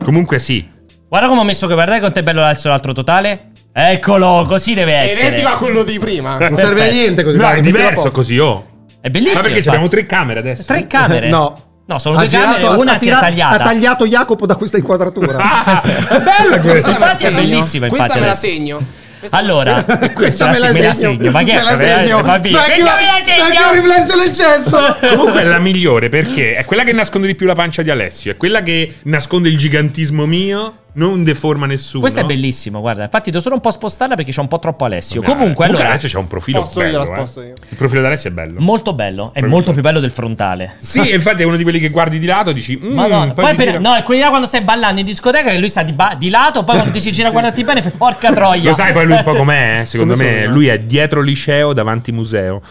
Speaker 2: Comunque sì.
Speaker 1: Guarda come ho messo che guardare quanto è bello l'alzo l'altro totale. Eccolo, così deve
Speaker 5: È identico a
Speaker 1: essere.
Speaker 5: quello di prima.
Speaker 3: Non serve a
Speaker 1: Perfetto.
Speaker 3: niente così.
Speaker 2: No,
Speaker 3: guarda,
Speaker 2: è
Speaker 3: mettila a
Speaker 2: diverso
Speaker 3: posto.
Speaker 2: così, oh.
Speaker 1: È bellissimo.
Speaker 2: Ma perché
Speaker 1: infatti.
Speaker 2: ci abbiamo tre camere adesso?
Speaker 1: Tre camere?
Speaker 3: No.
Speaker 1: No, sono
Speaker 3: Ha
Speaker 1: due camere,
Speaker 3: girato-
Speaker 1: una
Speaker 3: ha
Speaker 1: si è
Speaker 3: tira-
Speaker 1: tagliata.
Speaker 3: Ha tagliato Jacopo da questa inquadratura.
Speaker 2: Ah, è bella questa.
Speaker 1: Infatti è bellissima,
Speaker 5: Questa
Speaker 1: infatti.
Speaker 5: me la segno. Questa-
Speaker 1: Allora,
Speaker 3: Questa
Speaker 1: la
Speaker 3: me
Speaker 1: se-
Speaker 3: la,
Speaker 1: me la
Speaker 3: segno.
Speaker 1: segno. Ma che è? eh,
Speaker 3: Me la segno.
Speaker 1: Va bene.
Speaker 3: Perché-
Speaker 1: Perché me la segno?
Speaker 3: perché ho riflesso nel cesso.
Speaker 2: Comunque è la migliore perché è quella che nasconde di più la pancia di Alessio, è quella che nasconde il gigantismo mio. non deforma nessuno.
Speaker 1: Questo è bellissimo, guarda. Infatti, devo solo un po' spostarla perché c'è un po' troppo Alessio.
Speaker 2: Vabbè,
Speaker 1: Comunque, allora,
Speaker 2: Alessio c'è un profilo
Speaker 5: Sposto io,
Speaker 2: bello.
Speaker 5: la sposto
Speaker 2: eh.
Speaker 5: io.
Speaker 2: Il profilo di Alessio è bello.
Speaker 1: molto bello. È
Speaker 2: Proprio
Speaker 1: molto
Speaker 2: bello.
Speaker 1: più bello del frontale.
Speaker 2: sì, e infatti è uno di quelli che guardi di lato e dici... "Mm,
Speaker 1: Madonna.
Speaker 2: poi
Speaker 1: Poi
Speaker 2: ti
Speaker 1: per-
Speaker 2: gira-".
Speaker 1: no, è quelli là quando stai ballando in discoteca che lui sta di, ba- di lato, poi quando ti si gira a guardarti bene, fai porca troia.
Speaker 2: Lo sai poi lui un po' com'è, eh? secondo
Speaker 3: Come
Speaker 2: me.
Speaker 3: sono?
Speaker 2: Lui è dietro liceo, davanti museo.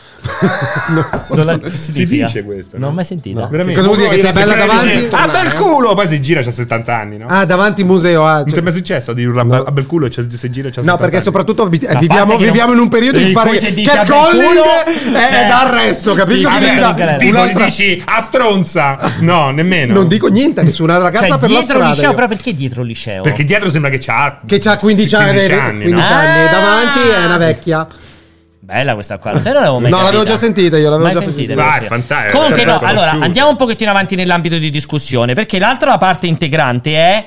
Speaker 1: Non la- che
Speaker 2: si
Speaker 1: significa?
Speaker 2: dice questo.
Speaker 1: Non ho
Speaker 2: no?
Speaker 1: mai sentito.
Speaker 3: No.
Speaker 2: Veramente.
Speaker 3: Cosa vuol dire, che
Speaker 2: Uno
Speaker 3: sei bella
Speaker 2: dice,
Speaker 3: davanti?
Speaker 2: dice, Ah, bel culo! Poi si gira, c'ha 70 anni, no?
Speaker 3: Ah, davanti museo. ah,
Speaker 2: Non ti
Speaker 3: cioè-
Speaker 2: è mai successo di urlare a bel culo e c'è- se gira c'ha 70
Speaker 3: No, perché
Speaker 2: anni?
Speaker 3: soprattutto abit-
Speaker 1: parte
Speaker 3: viviamo,
Speaker 1: che
Speaker 3: viviamo
Speaker 1: non-
Speaker 3: in un periodo in
Speaker 1: in
Speaker 3: cui
Speaker 1: cui
Speaker 3: fare
Speaker 1: si dice a bel
Speaker 3: catcalling
Speaker 1: culo,
Speaker 3: è
Speaker 1: cioè,
Speaker 3: d'arresto, capisci?
Speaker 1: tipo,
Speaker 3: Quindi
Speaker 1: vabbè,
Speaker 3: da-
Speaker 1: galera.
Speaker 2: Ah, Tipo gli
Speaker 3: un'altra-
Speaker 2: dici a stronza! No, nemmeno.
Speaker 3: Non dico niente a nessuna ragazza
Speaker 1: Cioè,
Speaker 3: per la
Speaker 1: dietro
Speaker 3: strada.
Speaker 1: liceo,
Speaker 3: io.
Speaker 1: però perché dietro liceo?
Speaker 2: Perché dietro sembra che c'ha
Speaker 3: Che c'ha 15 anni,
Speaker 2: 15
Speaker 3: eh,
Speaker 2: anni,
Speaker 3: 15
Speaker 2: no?
Speaker 3: anni,
Speaker 1: Ah! Eh,
Speaker 3: davanti è una vecchia.
Speaker 1: Bella questa qua, lo sai, non l'avevo mai
Speaker 3: No,
Speaker 1: capita.
Speaker 3: l'avevo già sentita io, l'avevo
Speaker 1: Mai
Speaker 3: già
Speaker 1: sentita,
Speaker 3: sentita.
Speaker 1: l'avevo
Speaker 2: Dai,
Speaker 1: sentita.
Speaker 2: fantastico,
Speaker 1: Comunque no,
Speaker 2: l'abbiamo
Speaker 1: allora
Speaker 2: conosciuta.
Speaker 1: andiamo un pochettino avanti nell'ambito di discussione, perché l'altra parte integrante è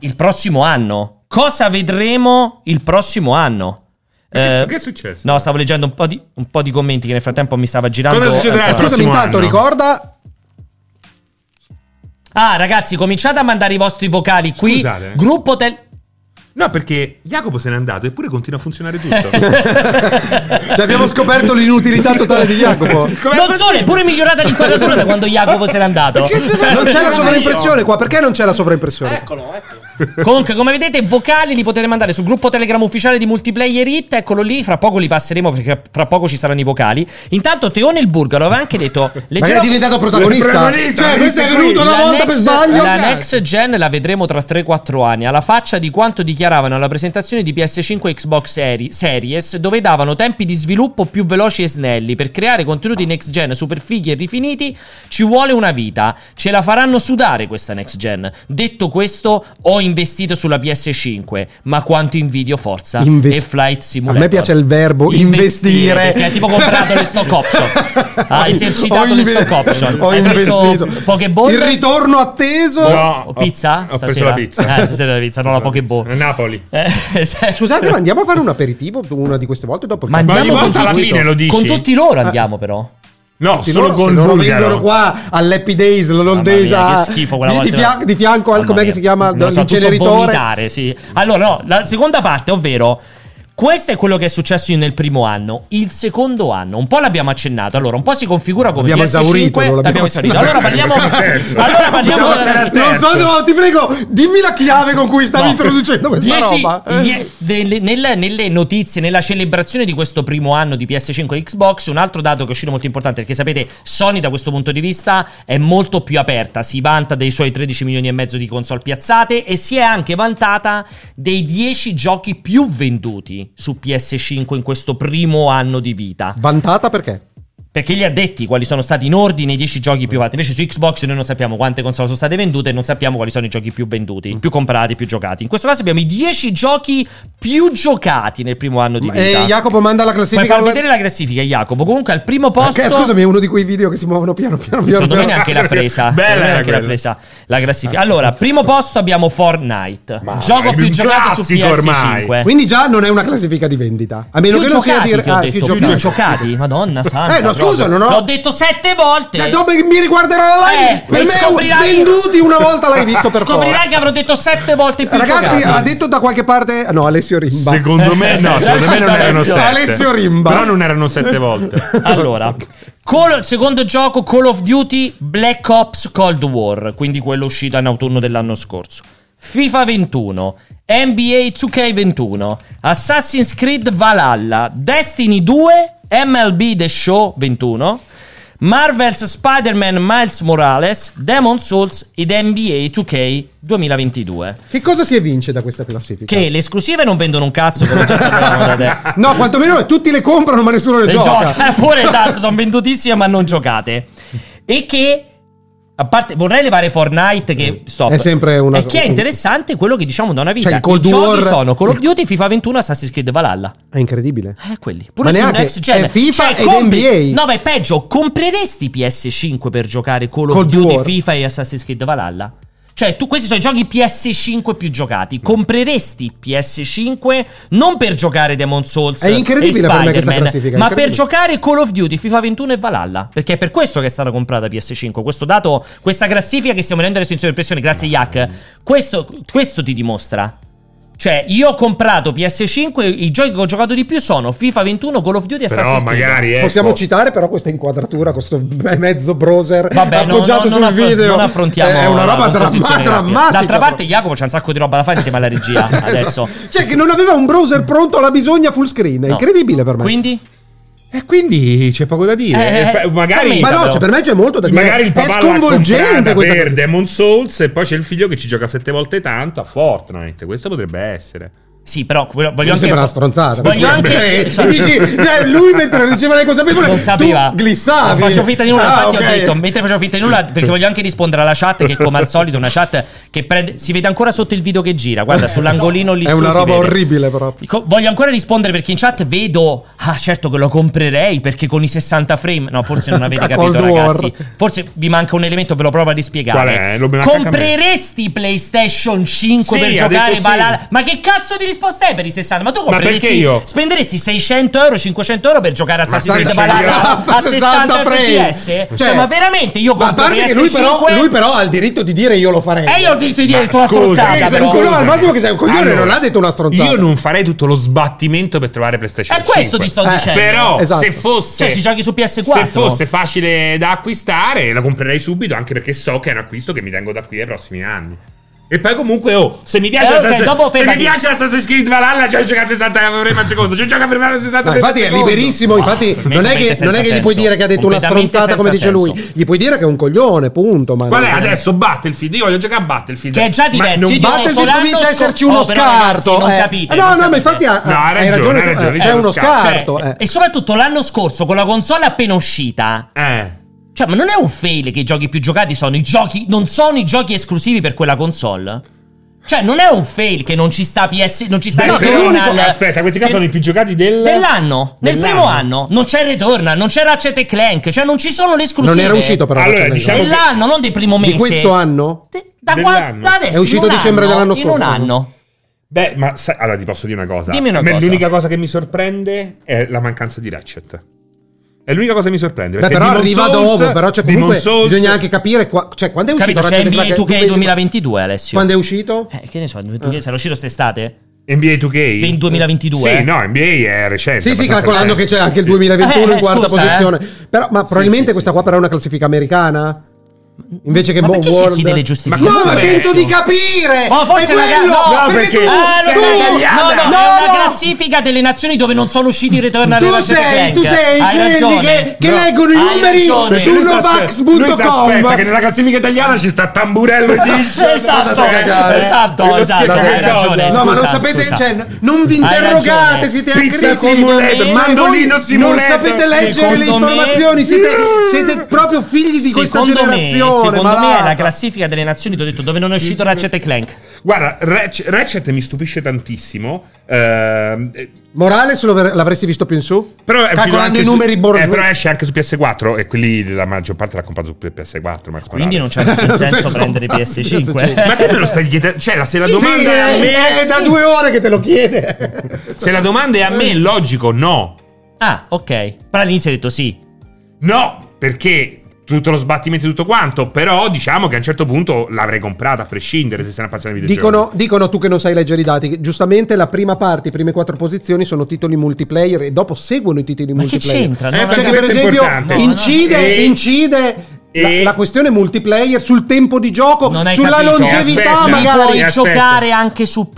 Speaker 1: il prossimo anno. Cosa vedremo il prossimo anno?
Speaker 2: Che-
Speaker 1: Eh,
Speaker 2: che è successo?
Speaker 1: No, stavo leggendo un po' di, un po' di commenti che nel frattempo mi stava girando. Ecco.
Speaker 2: Cosa succederà?
Speaker 1: ancora.
Speaker 3: Scusami,
Speaker 2: prossimo
Speaker 3: intanto
Speaker 2: anno.
Speaker 3: ricorda.
Speaker 1: Ah, ragazzi, cominciate a mandare i vostri vocali qui.
Speaker 2: Scusate.
Speaker 1: Gruppo tel-
Speaker 2: No, perché Jacopo se n'è andato eppure continua a funzionare tutto.
Speaker 3: Cioè, abbiamo scoperto l'inutilità totale di Jacopo.
Speaker 1: Non solo, è pure migliorata l'inquadratura da quando Jacopo se n'è andato.
Speaker 3: Non c'è la sovraimpressione qua, perché non c'è la sovraimpressione?
Speaker 5: Eccolo, ecco. eccolo.
Speaker 1: Comunque, come vedete, vocali li potete mandare sul gruppo Telegram ufficiale di Multiplayer Hit. Eccolo lì, fra poco li passeremo perché fra poco ci saranno i vocali. Intanto, Teone il Burgaro aveva anche detto:
Speaker 3: Ma è
Speaker 1: leggerò-
Speaker 3: diventato protagonista.
Speaker 2: Protagonista,
Speaker 3: Cioè, questo è
Speaker 2: questo
Speaker 3: venuto
Speaker 2: qui.
Speaker 3: una
Speaker 1: la
Speaker 3: volta per
Speaker 1: next-
Speaker 3: sbaglio.
Speaker 1: La next gen la vedremo tra 3-4 anni, alla faccia di quanto dichiaravano alla presentazione di PS5 e Xbox Seri- Series, dove davano tempi di sviluppo più veloci e snelli. Per creare contenuti next gen super fighi e rifiniti ci vuole una vita. Ce la faranno sudare questa next gen. Detto questo, ho investito sulla PS5, ma quanto invidio Forza
Speaker 3: Cioè, Invest-
Speaker 1: e Flight Simulator.
Speaker 3: A me piace il verbo investire.
Speaker 1: Perché è tipo comprato le stock option. Ah, Hai esercitato
Speaker 3: Ho
Speaker 1: le
Speaker 3: inve-
Speaker 1: stock option.
Speaker 3: Ho
Speaker 1: Hai preso
Speaker 3: investito.
Speaker 1: Pokéball?
Speaker 3: Il ritorno atteso.
Speaker 2: No,
Speaker 1: Oh, pizza?
Speaker 2: Ho, ho preso
Speaker 1: Stasera?
Speaker 2: la pizza.
Speaker 1: Eh, stasera la pizza, no, la Eh, Pokéball.
Speaker 2: Napoli.
Speaker 1: esatto.
Speaker 3: Scusate, ma andiamo a fare un aperitivo una di queste volte dopo il
Speaker 1: Ma
Speaker 3: cazzo.
Speaker 2: ogni
Speaker 1: andiamo con,
Speaker 2: volta alla
Speaker 1: tutti-
Speaker 2: fine lo dici.
Speaker 1: con tutti
Speaker 3: Ah.
Speaker 1: loro andiamo però.
Speaker 2: No,
Speaker 3: Tutti
Speaker 2: solo
Speaker 3: loro,
Speaker 2: con
Speaker 3: se loro
Speaker 2: Bulgaro.
Speaker 3: vengono qua all'Happy Days, all'Old
Speaker 1: Mamma
Speaker 3: Days,
Speaker 1: mia,
Speaker 3: a-
Speaker 1: che schifo quella
Speaker 3: di,
Speaker 1: volta.
Speaker 3: di fianco, di fianco al
Speaker 1: Mamma
Speaker 3: com'è che
Speaker 1: mia.
Speaker 3: si chiama
Speaker 1: Non lo so, tutto
Speaker 3: l'inceneritore.
Speaker 1: vomitare, sì. Allora, no, la seconda parte, ovvero. Questo è quello che è successo nel primo anno. Il secondo anno, un po' l'abbiamo accennato. Allora, un po' si configura come
Speaker 3: Abbiamo
Speaker 1: PS5.
Speaker 3: esaurito, non l'abbiamo
Speaker 1: l'abbiamo esaurito. Allora parliamo.
Speaker 2: Siamo al terzo.
Speaker 1: allora parliamo.
Speaker 2: Siamo al terzo.
Speaker 3: Non so, no, ti prego, dimmi la chiave con cui stavi
Speaker 1: No.
Speaker 3: introducendo questa
Speaker 1: Dieci-
Speaker 3: roba.
Speaker 1: die- delle- nella- nelle notizie, nella celebrazione di questo primo anno di PS5 e Xbox, un altro dato che è uscito molto importante, perché sapete, Sony da questo punto di vista è molto più aperta, si vanta dei suoi 13 milioni e mezzo di console piazzate e si è anche vantata dei 10 giochi più venduti su PS5 in questo primo anno di vita.
Speaker 3: Vantata perché?
Speaker 1: Perché gli ha detti quali sono stati in ordine i 10 giochi più venduti. Invece su Xbox noi non sappiamo quante console sono state vendute e non sappiamo quali sono i giochi più
Speaker 3: Mm.
Speaker 1: venduti, più comprati, più giocati. In questo caso abbiamo i 10 giochi più giocati nel primo anno di
Speaker 3: E
Speaker 1: vita.
Speaker 3: eh, Jacopo manda la
Speaker 1: Puoi
Speaker 3: classifica.
Speaker 1: far vedere la classifica, Jacopo. Comunque al primo posto.
Speaker 3: Perché, scusami, è uno di quei video che si muovono piano piano piano.
Speaker 1: Secondo me
Speaker 3: piano.
Speaker 1: neanche l'ha presa.
Speaker 2: Bella
Speaker 1: Secondo me
Speaker 2: era
Speaker 1: neanche l'ha
Speaker 2: quella.
Speaker 1: presa la
Speaker 3: Ah.
Speaker 1: classifica. Allora, primo posto abbiamo Fortnite. gioco
Speaker 2: è
Speaker 1: più
Speaker 2: un
Speaker 1: giocato su
Speaker 2: classico
Speaker 1: PS5.
Speaker 2: ormai.
Speaker 3: Quindi già non è una classifica di vendita. A meno
Speaker 1: più
Speaker 3: che non sia
Speaker 1: giocati,
Speaker 3: dire
Speaker 1: ti ho
Speaker 3: ah,
Speaker 1: detto,
Speaker 3: più
Speaker 1: più
Speaker 3: giocati.
Speaker 1: giocati. Madonna santa.
Speaker 3: Eh, no, scusa,
Speaker 1: proprio.
Speaker 3: non ho-
Speaker 1: L'ho detto sette volte.
Speaker 3: Eh, dopo che mi riguarderò la live,
Speaker 1: Eh,
Speaker 3: per
Speaker 1: e
Speaker 3: me è un-
Speaker 1: scoprirai-
Speaker 3: venduti una volta l'hai visto per
Speaker 1: Scoprirai che avrò detto sette volte più
Speaker 3: forza. Ragazzi,
Speaker 1: giocati.
Speaker 3: ha detto da qualche parte no, Alessio Rimba.
Speaker 2: Secondo me no, secondo me non erano
Speaker 1: Alessio-
Speaker 2: sette.
Speaker 3: Alessio Rimba.
Speaker 2: Però non erano sette volte.
Speaker 1: Allora, Call- secondo gioco Call of Duty Black Ops Cold War, quindi quello uscito in autunno dell'anno scorso. FIFA 21, NBA 2K21, Assassin's Creed Valhalla, Destiny 2, MLB The Show 21, Marvel's Spider-Man Miles Morales, Demon Souls ed NBA 2K 2022.
Speaker 3: Che cosa si evince da questa classifica?
Speaker 1: Che le esclusive non vendono un cazzo, come già sapevamo da te.
Speaker 3: No, quantomeno tutti le comprano, ma nessuno le,
Speaker 1: Le
Speaker 3: gioca.
Speaker 1: gioca. Pure esatto, sono vendutissime ma non giocate. E che a parte, vorrei levare Fortnite che stop.
Speaker 3: Mm. È sempre una-
Speaker 1: E che è interessante quello che diciamo da una vita.
Speaker 3: Cioè, il Cold
Speaker 1: I giochi
Speaker 3: War-
Speaker 1: sono Call of Duty, FIFA 21, Assassin's Creed Valhalla.
Speaker 3: È incredibile.
Speaker 2: Ecco.
Speaker 1: Eh, quelli. Pure
Speaker 3: Ma
Speaker 1: su
Speaker 3: neanche-
Speaker 1: next gen. Cioè,
Speaker 3: è FIFA ed NBA.
Speaker 1: No, ma è peggio. Compreresti PS5 per giocare Call of
Speaker 3: Cold
Speaker 1: Duty,
Speaker 3: War.
Speaker 1: FIFA e Assassin's Creed Valhalla? Cioè, tu, questi sono i giochi PS5 più giocati. Compreresti PS5 non per giocare Demon Souls
Speaker 3: È incredibile per
Speaker 1: e
Speaker 3: me questa
Speaker 1: Spider-Man,
Speaker 3: classifica,
Speaker 1: ma per
Speaker 3: incredibile.
Speaker 1: giocare Call of Duty, FIFA 21 e Valhalla. Perché è per questo che è stata comprata PS5. Questo dato, questa classifica che stiamo vedendo adesso in sovraimpressione, grazie Yak, questo, questo ti dimostra. Cioè, io ho comprato PS5, i giochi che ho giocato di più sono FIFA 21, Call of Duty e
Speaker 2: Però
Speaker 1: Assassin's Creed.
Speaker 2: magari ecco,
Speaker 3: Possiamo citare però questa inquadratura, questo be- mezzo browser
Speaker 1: Vabbè, no,
Speaker 3: appoggiato
Speaker 1: no,
Speaker 3: sul
Speaker 1: non, affron-
Speaker 3: video.
Speaker 1: non affrontiamo.
Speaker 3: È una roba
Speaker 1: la
Speaker 3: dramma-
Speaker 1: composizione grafica.
Speaker 3: drammatica.
Speaker 1: D'altra parte, Jacopo c'ha un sacco di roba da fare insieme alla regia
Speaker 3: Esatto.
Speaker 1: adesso.
Speaker 3: Cioè, che non aveva un browser pronto alla bisogna full screen. È
Speaker 1: No.
Speaker 3: incredibile per me.
Speaker 1: Quindi?
Speaker 2: E quindi c'è poco da dire.
Speaker 1: Eh,
Speaker 2: E fa- magari,
Speaker 1: fammi-
Speaker 3: Ma no,
Speaker 1: Davvero.
Speaker 3: cioè, per me c'è molto da dire.
Speaker 2: magari il
Speaker 3: è
Speaker 2: papà l'ha
Speaker 3: sconvolgente
Speaker 2: comprata
Speaker 3: questa
Speaker 2: per
Speaker 3: cosa.
Speaker 2: Demon Souls e poi c'è il figlio che ci gioca sette volte tanto a Fortnite. Questo potrebbe essere.
Speaker 1: Sì, però quello-
Speaker 3: Mi
Speaker 1: voglio anche.
Speaker 3: sembra una stronzata.
Speaker 1: Voglio anche.
Speaker 3: Cioè,
Speaker 1: cioè,
Speaker 3: e dici, eh, lui mentre diceva le cose consapevole,
Speaker 1: non sapeva.
Speaker 3: tu glissavi.
Speaker 1: Faccio finta di nulla,
Speaker 3: Ah,
Speaker 1: infatti
Speaker 3: ok.
Speaker 1: ho detto, mentre facevo finta di nulla, perché voglio anche rispondere alla chat che come al solito è una chat che prende si vede ancora sotto il video che gira, guarda sull'angolino lì
Speaker 3: È
Speaker 1: su
Speaker 3: una
Speaker 1: si
Speaker 3: roba
Speaker 1: vede.
Speaker 3: orribile proprio.
Speaker 1: Co- voglio ancora rispondere perché in chat vedo. Ah, certo che lo comprerei perché con i 60 frame. No, forse non avete capito,
Speaker 3: Cold War.
Speaker 1: ragazzi. Forse vi manca un elemento, ve lo provo a rispiegare.
Speaker 2: Qual è? Lo manca
Speaker 1: compreresti PlayStation 5
Speaker 2: Sì,
Speaker 1: per
Speaker 2: ha
Speaker 1: giocare
Speaker 2: detto sì.
Speaker 1: Valhalla? Ma che cazzo di risposta è per i 60? Ma tu compreresti.
Speaker 2: perché io?
Speaker 1: Spenderesti 600 euro, 500 euro per giocare Assassin's
Speaker 2: sai
Speaker 1: Creed
Speaker 2: che
Speaker 1: Valhalla
Speaker 3: c'è-
Speaker 1: a 60 fps? Cioè, ma veramente io
Speaker 3: Ma a
Speaker 1: compro
Speaker 3: parte che lui però,
Speaker 1: PS5?
Speaker 3: lui però ha il diritto di dire io lo farei.
Speaker 1: E Eh, io ho il diritto di dire
Speaker 2: Ma
Speaker 1: il tuo
Speaker 3: Eh,
Speaker 2: scusa,
Speaker 1: stronzata
Speaker 3: sei
Speaker 1: però.
Speaker 3: un coglione, al massimo che sei un coglione,
Speaker 2: Allora,
Speaker 3: non ha detto una stronzata.
Speaker 2: Io non farei tutto lo sbattimento per trovare PlayStation
Speaker 1: È questo
Speaker 2: 5.
Speaker 1: ti sto
Speaker 3: Eh,
Speaker 1: dicendo.
Speaker 2: Però
Speaker 3: Esatto.
Speaker 2: se fosse
Speaker 1: Cioè, ci giochi su PS4.
Speaker 2: Se fosse facile da acquistare, la comprerei subito, anche perché so che è un acquisto che mi tengo da qui ai prossimi anni. E poi comunque, oh, se mi piace,
Speaker 1: Eh, ok,
Speaker 2: Assassin's-
Speaker 1: dopo
Speaker 2: se mi
Speaker 1: fermati.
Speaker 2: piace Assassin's Creed Valhalla, già gioca a 60 frame al secondo, ci gioca per me a 60
Speaker 3: No,
Speaker 2: frame al
Speaker 3: infatti è
Speaker 2: secondo.
Speaker 3: liberissimo, infatti
Speaker 1: per me
Speaker 3: non è, che,
Speaker 1: completamente
Speaker 3: non è che gli
Speaker 1: senza
Speaker 3: puoi
Speaker 1: senso.
Speaker 3: dire che ha detto una
Speaker 1: Completamente
Speaker 3: stronzata come dice
Speaker 1: senza
Speaker 3: lui,
Speaker 1: senso.
Speaker 3: gli puoi dire che è un coglione, punto. Ma
Speaker 2: Qual è
Speaker 3: non-
Speaker 2: adesso Battlefield? Io voglio giocare a Battlefield.
Speaker 1: Che è già diverso.
Speaker 2: Ma non
Speaker 1: Io ti ho detto
Speaker 3: Battlefield
Speaker 1: l'anno
Speaker 3: comincia a
Speaker 1: scorso-
Speaker 3: esserci uno
Speaker 1: Oh, però, ragazzi,
Speaker 3: scarto.
Speaker 1: non
Speaker 3: eh.
Speaker 1: capite,
Speaker 3: no,
Speaker 1: non
Speaker 3: no, ma
Speaker 1: capite.
Speaker 3: infatti ha,
Speaker 2: No, ha
Speaker 3: hai ragione,
Speaker 2: ragione, ha ragione,
Speaker 3: eh,
Speaker 2: c'è
Speaker 3: c'è uno
Speaker 2: uno
Speaker 3: scarto.
Speaker 1: Cioè,
Speaker 3: eh.
Speaker 1: E soprattutto l'anno scorso con la console appena uscita.
Speaker 2: Eh.
Speaker 1: Cioè, ma non è un fail che i giochi più giocati sono i giochi. Non sono i giochi esclusivi per quella console. Cioè, non è un fail che non ci sta PS. Non ci sta
Speaker 2: Beh, però-
Speaker 1: Returnal.
Speaker 2: Aspetta, questi qua
Speaker 1: che-
Speaker 2: sono i più giocati del...
Speaker 1: Dell'anno, nel
Speaker 2: dell'anno.
Speaker 1: primo anno, non c'è Returnal, non c'è Ratchet e Clank, cioè non ci sono le esclusive.
Speaker 3: Non era uscito però.
Speaker 2: Allora,
Speaker 3: Ratchet and
Speaker 2: diciamo-
Speaker 1: Dell'anno, non del primo
Speaker 3: Clank.
Speaker 1: mese.
Speaker 3: Di questo anno?
Speaker 1: Te- Da,
Speaker 2: Dell'anno.
Speaker 1: qua- da adesso.
Speaker 3: È uscito
Speaker 1: in un
Speaker 3: dicembre
Speaker 1: anno,
Speaker 3: dell'anno
Speaker 1: In un
Speaker 3: scorso.
Speaker 1: anno.
Speaker 2: Beh, ma sai- allora ti posso dire una cosa.
Speaker 1: Dimmi una
Speaker 2: A me
Speaker 1: cosa.
Speaker 2: L'unica cosa che mi sorprende è la mancanza di Ratchet. È l'unica cosa che mi sorprende.
Speaker 3: Beh,
Speaker 2: perché
Speaker 3: però
Speaker 2: Demon
Speaker 3: arriva
Speaker 2: Souls-
Speaker 3: dopo, però cioè,
Speaker 2: Demon
Speaker 3: comunque
Speaker 2: Souls-
Speaker 3: bisogna anche capire qua- cioè, quando è uscito
Speaker 1: Capito? C'è
Speaker 3: Ratchet
Speaker 1: NBA
Speaker 3: and Clank?
Speaker 1: 2K
Speaker 3: Tu-
Speaker 1: 2022, Alessio.
Speaker 3: Quando è uscito?
Speaker 1: Eh, che ne so, 2K sarà uscito quest'estate?
Speaker 2: NBA 2K?
Speaker 1: In 2022,
Speaker 2: Sì,
Speaker 1: eh.
Speaker 2: no, NBA è recente.
Speaker 3: Sì, sì,
Speaker 2: abbastanza
Speaker 3: calcolando
Speaker 2: recente.
Speaker 3: che c'è anche il
Speaker 2: eh, Sì,
Speaker 3: 2021 in
Speaker 1: Eh,
Speaker 3: quarta
Speaker 1: scusa,
Speaker 3: posizione. Però, ma probabilmente
Speaker 2: sì,
Speaker 3: questa
Speaker 2: sì,
Speaker 3: qua
Speaker 2: sì.
Speaker 3: però è una classifica americana? Invece che
Speaker 1: Ma
Speaker 3: Mo
Speaker 1: perché
Speaker 3: World.
Speaker 1: cerchi delle giustificazioni?
Speaker 3: No, ma
Speaker 2: Adesso.
Speaker 3: tento di capire!
Speaker 1: Ma Eh, Oh, forse
Speaker 3: è
Speaker 1: la-
Speaker 3: quello!
Speaker 1: no,
Speaker 3: perché,
Speaker 2: perché-
Speaker 3: tu,
Speaker 1: Ah, lo
Speaker 3: tu-
Speaker 1: sai,
Speaker 3: tu-
Speaker 1: tagliata.
Speaker 3: no, no,
Speaker 1: No, è una
Speaker 3: no.
Speaker 1: classifica delle nazioni dove non sono usciti i ritorni
Speaker 3: Tu
Speaker 1: alla
Speaker 3: sei, tu sei quelli che, che
Speaker 2: No.
Speaker 3: leggono i
Speaker 1: Hai
Speaker 3: numeri
Speaker 1: ragione.
Speaker 3: su
Speaker 2: Lui si aspe- lui si aspetta che
Speaker 3: Novax.com.
Speaker 2: nella classifica italiana ci sta Tamburello e Dish.
Speaker 1: Esatto,
Speaker 3: Guardate cagare.
Speaker 1: esatto,
Speaker 2: Quello
Speaker 1: esatto,
Speaker 2: schifo che
Speaker 1: hai
Speaker 2: cosa.
Speaker 1: ragione.
Speaker 3: No, ma non
Speaker 1: scusa,
Speaker 3: sapete,
Speaker 1: scusa.
Speaker 3: cioè, n- non vi
Speaker 1: Hai ragione.
Speaker 3: interrogate, siete a
Speaker 2: Pizza Simulator,
Speaker 1: me-
Speaker 2: Mandolino
Speaker 3: Cioè, Non
Speaker 2: Simulator.
Speaker 3: sapete leggere le
Speaker 1: Secondo me-
Speaker 3: informazioni, siete,
Speaker 2: Mm.
Speaker 3: siete proprio figli di questa
Speaker 1: Secondo me-
Speaker 3: generazione.
Speaker 1: secondo me
Speaker 3: malata.
Speaker 1: è la classifica delle nazioni, ti ho detto, dove non è uscito Ratchet e Clank.
Speaker 2: Guarda, Ratch- Ratchet mi stupisce tantissimo. ehm, eh,
Speaker 3: Morales lo ver- l'avresti visto più in su?
Speaker 2: però è uscito
Speaker 3: Calcolando
Speaker 2: anche
Speaker 3: i
Speaker 2: su-
Speaker 3: numeri borgia.
Speaker 2: eh, però esce anche su PS4 e quelli la maggior parte l'ha comprato su PS4. Max
Speaker 1: Quindi
Speaker 2: Morales.
Speaker 1: non c'è nessun senso prendere
Speaker 2: Ma
Speaker 1: PS5.
Speaker 2: te me lo stai chiedendo? Cioè, la- se la
Speaker 3: Sì, eh,
Speaker 2: domanda è a
Speaker 3: è,
Speaker 2: me,
Speaker 3: è da due ore che te lo chiede.
Speaker 2: se la domanda è a me, logico, no.
Speaker 1: Ah, ok. Però all'inizio hai detto sì.
Speaker 2: No, perché tutto lo sbattimento e tutto quanto, però diciamo che a un certo punto l'avrei comprata a prescindere se sei una passione di videogiochi.
Speaker 3: Dicono, dicono tu che non sai leggere i dati. che Giustamente la prima parte, i prime quattro posizioni sono titoli multiplayer e dopo seguono i titoli
Speaker 1: Ma che
Speaker 3: multiplayer.
Speaker 1: c'entra?
Speaker 2: Eh,
Speaker 1: No,
Speaker 3: Cioè
Speaker 2: perché
Speaker 3: che
Speaker 1: ragazzi.
Speaker 3: per
Speaker 2: questo è
Speaker 3: esempio
Speaker 2: importante.
Speaker 3: incide,
Speaker 2: No, no.
Speaker 3: incide
Speaker 2: E-
Speaker 3: la, la questione multiplayer sul tempo di gioco,
Speaker 1: Non hai
Speaker 3: sulla
Speaker 1: capito. eh.
Speaker 3: longevità
Speaker 2: Aspetta.
Speaker 3: magari.
Speaker 1: puoi
Speaker 2: aspetta.
Speaker 1: giocare anche su